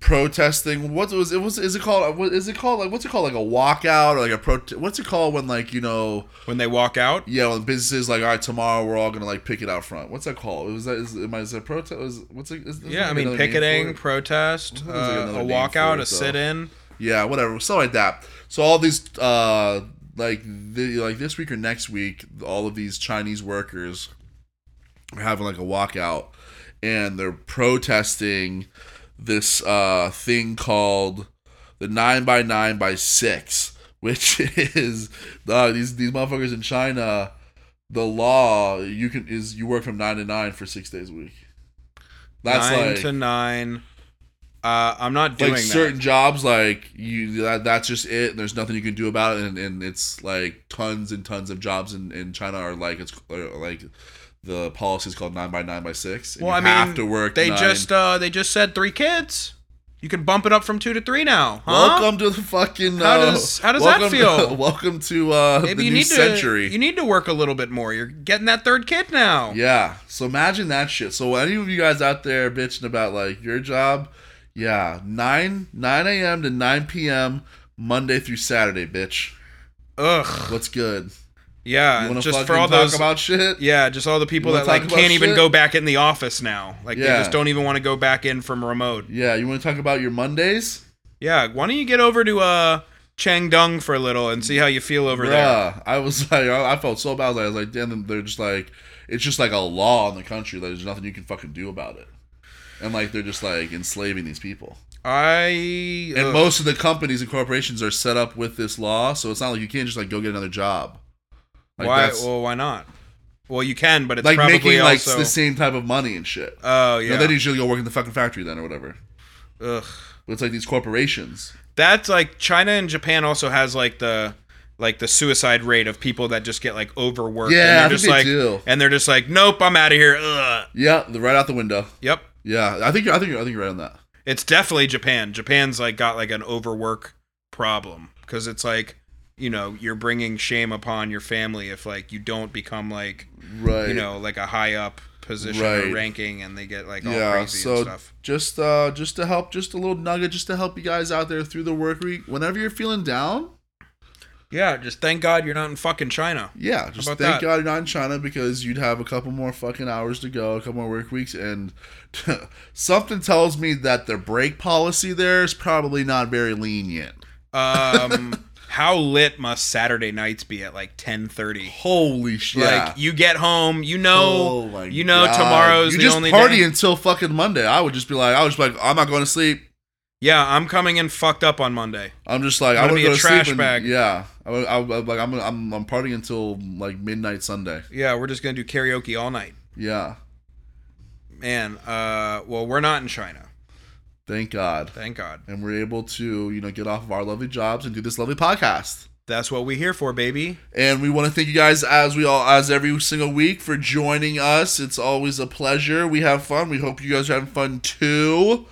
Speaker 1: protesting. What was it? Was is it called? What is it called? Like what's it called? Like a walkout or like a protest? What's it called when like you know?
Speaker 2: when they walk out.
Speaker 1: Yeah, when businesses like all right, tomorrow we're all gonna like pick it out front. What's that called? Was that is, am I, is that protest? Is, what's it? Is, is
Speaker 2: Yeah,
Speaker 1: there
Speaker 2: I mean
Speaker 1: another name for
Speaker 2: picketing,
Speaker 1: it?
Speaker 2: protest,
Speaker 1: There's
Speaker 2: uh,
Speaker 1: like another
Speaker 2: a
Speaker 1: name
Speaker 2: walkout,
Speaker 1: for it,
Speaker 2: a sit-in.
Speaker 1: yeah, whatever, stuff like that. So all these, uh, like the, like this week or next week, all of these Chinese workers are having like a walkout, and they're protesting this uh thing called the nine by nine by six, which is uh, these these motherfuckers in China. The law you can is you work from nine to nine for six days a week. That's
Speaker 2: nine
Speaker 1: like
Speaker 2: to nine. Uh, I'm not doing
Speaker 1: like
Speaker 2: that.
Speaker 1: certain jobs like you that, that's just it and there's nothing you can do about it and, and it's like tons and tons of jobs in, in china are like it's are like the policy is called 9 by 9 by 6 and
Speaker 2: well, I
Speaker 1: you
Speaker 2: mean,
Speaker 1: have to work
Speaker 2: They
Speaker 1: nine.
Speaker 2: just uh, they just said three kids. You can bump it up from two to three now, huh?
Speaker 1: welcome to the fucking
Speaker 2: How
Speaker 1: uh,
Speaker 2: does- how does that
Speaker 1: welcome-
Speaker 2: feel?
Speaker 1: welcome to uh
Speaker 2: Maybe
Speaker 1: the
Speaker 2: you
Speaker 1: new
Speaker 2: need
Speaker 1: century
Speaker 2: to you need to work a little bit more. You're getting that third kid now.
Speaker 1: yeah so imagine that shit so any of you guys out there bitching about like your job yeah 9 9 a.m to 9 p.m monday through saturday bitch
Speaker 2: Ugh.
Speaker 1: what's good
Speaker 2: Yeah.
Speaker 1: you want to
Speaker 2: Just
Speaker 1: fucking
Speaker 2: for all
Speaker 1: talk
Speaker 2: those.
Speaker 1: about shit
Speaker 2: yeah, just all the people
Speaker 1: You
Speaker 2: that
Speaker 1: wanna
Speaker 2: like
Speaker 1: talk
Speaker 2: can't
Speaker 1: about
Speaker 2: even
Speaker 1: shit?
Speaker 2: go back in the office now. Like they
Speaker 1: Yeah.
Speaker 2: just don't even want to go back in from remote.
Speaker 1: Yeah, you want to talk about your Mondays?
Speaker 2: Yeah. Why don't you get over to uh Changdung for a little and see how you feel over there?
Speaker 1: Bruh, I was like, I I felt so bad. I was like, damn, they're just like, it's just like a law in the country. Like, there's nothing you can fucking do about it. And like, they're just like enslaving these people.
Speaker 2: I
Speaker 1: And
Speaker 2: ugh.
Speaker 1: most of the companies and corporations are set up with this law, so it's not like you can't just like go get another job. Like
Speaker 2: why?
Speaker 1: that's-
Speaker 2: Well, why not? Well, you can, but it's
Speaker 1: like
Speaker 2: probably
Speaker 1: making like
Speaker 2: also.
Speaker 1: the same type of money and shit.
Speaker 2: oh
Speaker 1: You
Speaker 2: yeah.
Speaker 1: know, then you should go work in the fucking factory then or whatever.
Speaker 2: Ugh.
Speaker 1: But it's like these corporations.
Speaker 2: That's like China and Japan also has like the like the suicide rate of people that just get like overworked.
Speaker 1: Yeah,
Speaker 2: and
Speaker 1: I
Speaker 2: they're
Speaker 1: think
Speaker 2: just
Speaker 1: they
Speaker 2: like,
Speaker 1: do.
Speaker 2: And they're just like, nope, I'm out of here. Ugh.
Speaker 1: Yeah, the right out the window.
Speaker 2: Yep.
Speaker 1: Yeah, I think you're, I think you're, I think you're right on that.
Speaker 2: It's definitely Japan. Japan's like got like an overwork problem because it's like you know you're bringing shame upon your family if like you don't become like
Speaker 1: Right.
Speaker 2: you know like a high up position or
Speaker 1: Right.
Speaker 2: ranking and they get like all crazy
Speaker 1: so
Speaker 2: and stuff.
Speaker 1: Just uh just to help just a little nugget just to help you guys out there through the work week. Whenever you're feeling down,
Speaker 2: Yeah, just thank God you're not in fucking China.
Speaker 1: yeah, just
Speaker 2: about
Speaker 1: thank
Speaker 2: that?
Speaker 1: God you're not in China because you'd have a couple more fucking hours to go, a couple more work weeks, and something tells me that their break policy there is probably not very lenient.
Speaker 2: Um, how lit must Saturday nights be at like ten thirty?
Speaker 1: Holy shit.
Speaker 2: Like you get home, you know,
Speaker 1: Oh my
Speaker 2: you know
Speaker 1: God.
Speaker 2: tomorrow's
Speaker 1: you
Speaker 2: the
Speaker 1: just
Speaker 2: only
Speaker 1: party
Speaker 2: day.
Speaker 1: until fucking Monday. I would just be like, I was like, I'm not going to sleep.
Speaker 2: Yeah, I'm coming in fucked up on Monday.
Speaker 1: I'm just like I'm gonna
Speaker 2: Gonna be a
Speaker 1: go to
Speaker 2: trash
Speaker 1: sleep and-
Speaker 2: bag.
Speaker 1: Yeah, I, would- I, would- like I'm gonna- I'm I'm partying until like midnight Sunday.
Speaker 2: Yeah, we're just gonna do karaoke all night,
Speaker 1: Yeah,
Speaker 2: man. Uh, well, we're not in China,
Speaker 1: thank God,
Speaker 2: thank God.
Speaker 1: and we're able to you know get off of our lovely jobs and do this lovely podcast.
Speaker 2: That's what we here for, baby.
Speaker 1: And we want to thank you guys as we all as every single week for joining us. It's always a pleasure. We have fun. We hope you guys are having fun too.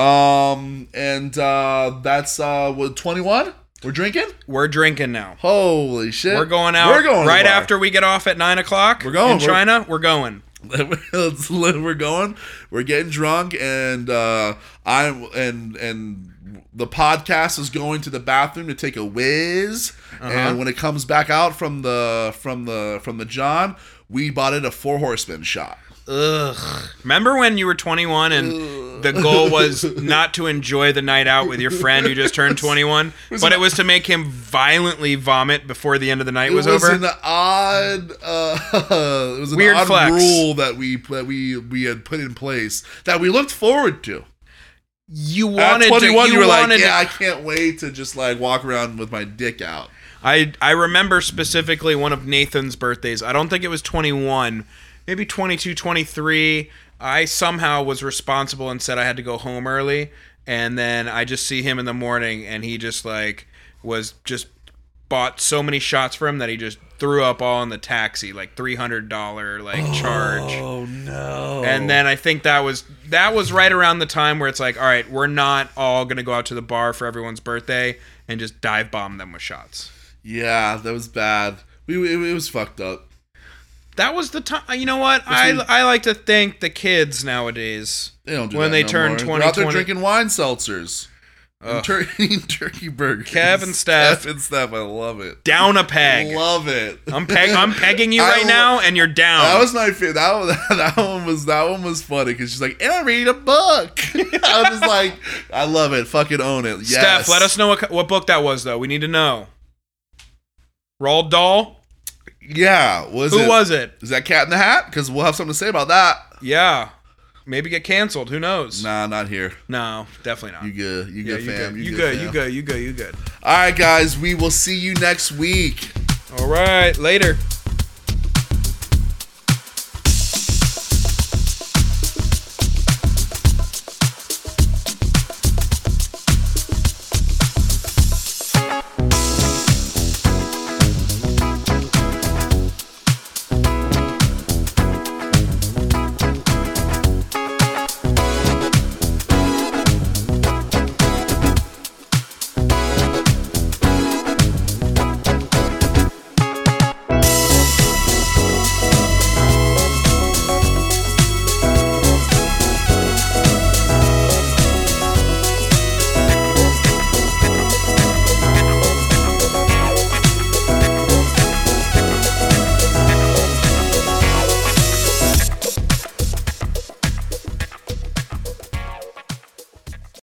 Speaker 1: Um, and uh, that's uh, what 21. We're drinking.
Speaker 2: We're drinking now.
Speaker 1: Holy shit!
Speaker 2: We're going out.
Speaker 1: We're going to the
Speaker 2: right
Speaker 1: bar.
Speaker 2: after we get off at nine o'clock.
Speaker 1: We're going.
Speaker 2: in
Speaker 1: We're-
Speaker 2: China. We're going.
Speaker 1: That's where we're going. We're getting drunk, and uh, I'm and and the podcast is going to the bathroom to take a whiz.
Speaker 2: Uh-huh.
Speaker 1: And when it comes back out from the from the from the John, we bought it a four horseman shot.
Speaker 2: Ugh. Remember when you were 21 and the goal was not to enjoy the night out with your friend who just turned 21, but it was to make him violently vomit before the end of the night
Speaker 1: It was,
Speaker 2: was, over?
Speaker 1: an odd, uh, it was an
Speaker 2: Weird
Speaker 1: odd
Speaker 2: flex.
Speaker 1: rule that we that we we had put in place that we looked forward to.
Speaker 2: you
Speaker 1: At
Speaker 2: wanted
Speaker 1: twenty one,
Speaker 2: to.
Speaker 1: you, were like,
Speaker 2: wanted to-
Speaker 1: "Yeah, I can't wait to just like walk around with my dick out."
Speaker 2: I I remember specifically one of Nathan's birthdays. I don't think it was 21, maybe 22, 23. I somehow was responsible and said I had to go home early, and then I just see him in the morning and he just like was just bought so many shots for him that he just threw up all in the taxi, like $300 like charge.
Speaker 1: Oh no!
Speaker 2: And then I think that was that was right around the time where it's like, all right, we're not all going to go out to the bar for everyone's birthday and just dive bomb them with shots.
Speaker 1: Yeah, that was bad. We it, it was fucked up.
Speaker 2: That was the time. You know what? I, I like to thank the kids nowadays
Speaker 1: They don't do
Speaker 2: When
Speaker 1: that
Speaker 2: they
Speaker 1: no
Speaker 2: turn
Speaker 1: more.
Speaker 2: 20,
Speaker 1: They're out there
Speaker 2: 20
Speaker 1: drinking wine seltzers and
Speaker 2: Ugh.
Speaker 1: tur- eating turkey burgers.
Speaker 2: Kev and Steph.
Speaker 1: Kev and Steph, I love it.
Speaker 2: down a peg.
Speaker 1: Love it.
Speaker 2: I'm peg. I'm pegging you
Speaker 1: I
Speaker 2: right
Speaker 1: lo-
Speaker 2: now, and you're down.
Speaker 1: That was my favorite. That one, that one was that one was funny because she's like, and I read a book. I was just like, I love it. Fucking own it. Yes.
Speaker 2: Steph, let us know what co- what book that was, though. We need to know. Roald Dahl.
Speaker 1: Yeah. Was
Speaker 2: Who
Speaker 1: it?
Speaker 2: was it?
Speaker 1: Is that Cat in the Hat? Because we'll have something to say about that.
Speaker 2: Yeah. Maybe get canceled. Who knows?
Speaker 1: Nah, not here.
Speaker 2: No, definitely not.
Speaker 1: You good? You
Speaker 2: yeah,
Speaker 1: good,
Speaker 2: you
Speaker 1: fam?
Speaker 2: good. You good. You
Speaker 1: fam?
Speaker 2: good. You good. You good.
Speaker 1: All right, guys. We will see you next week.
Speaker 2: All right. Later.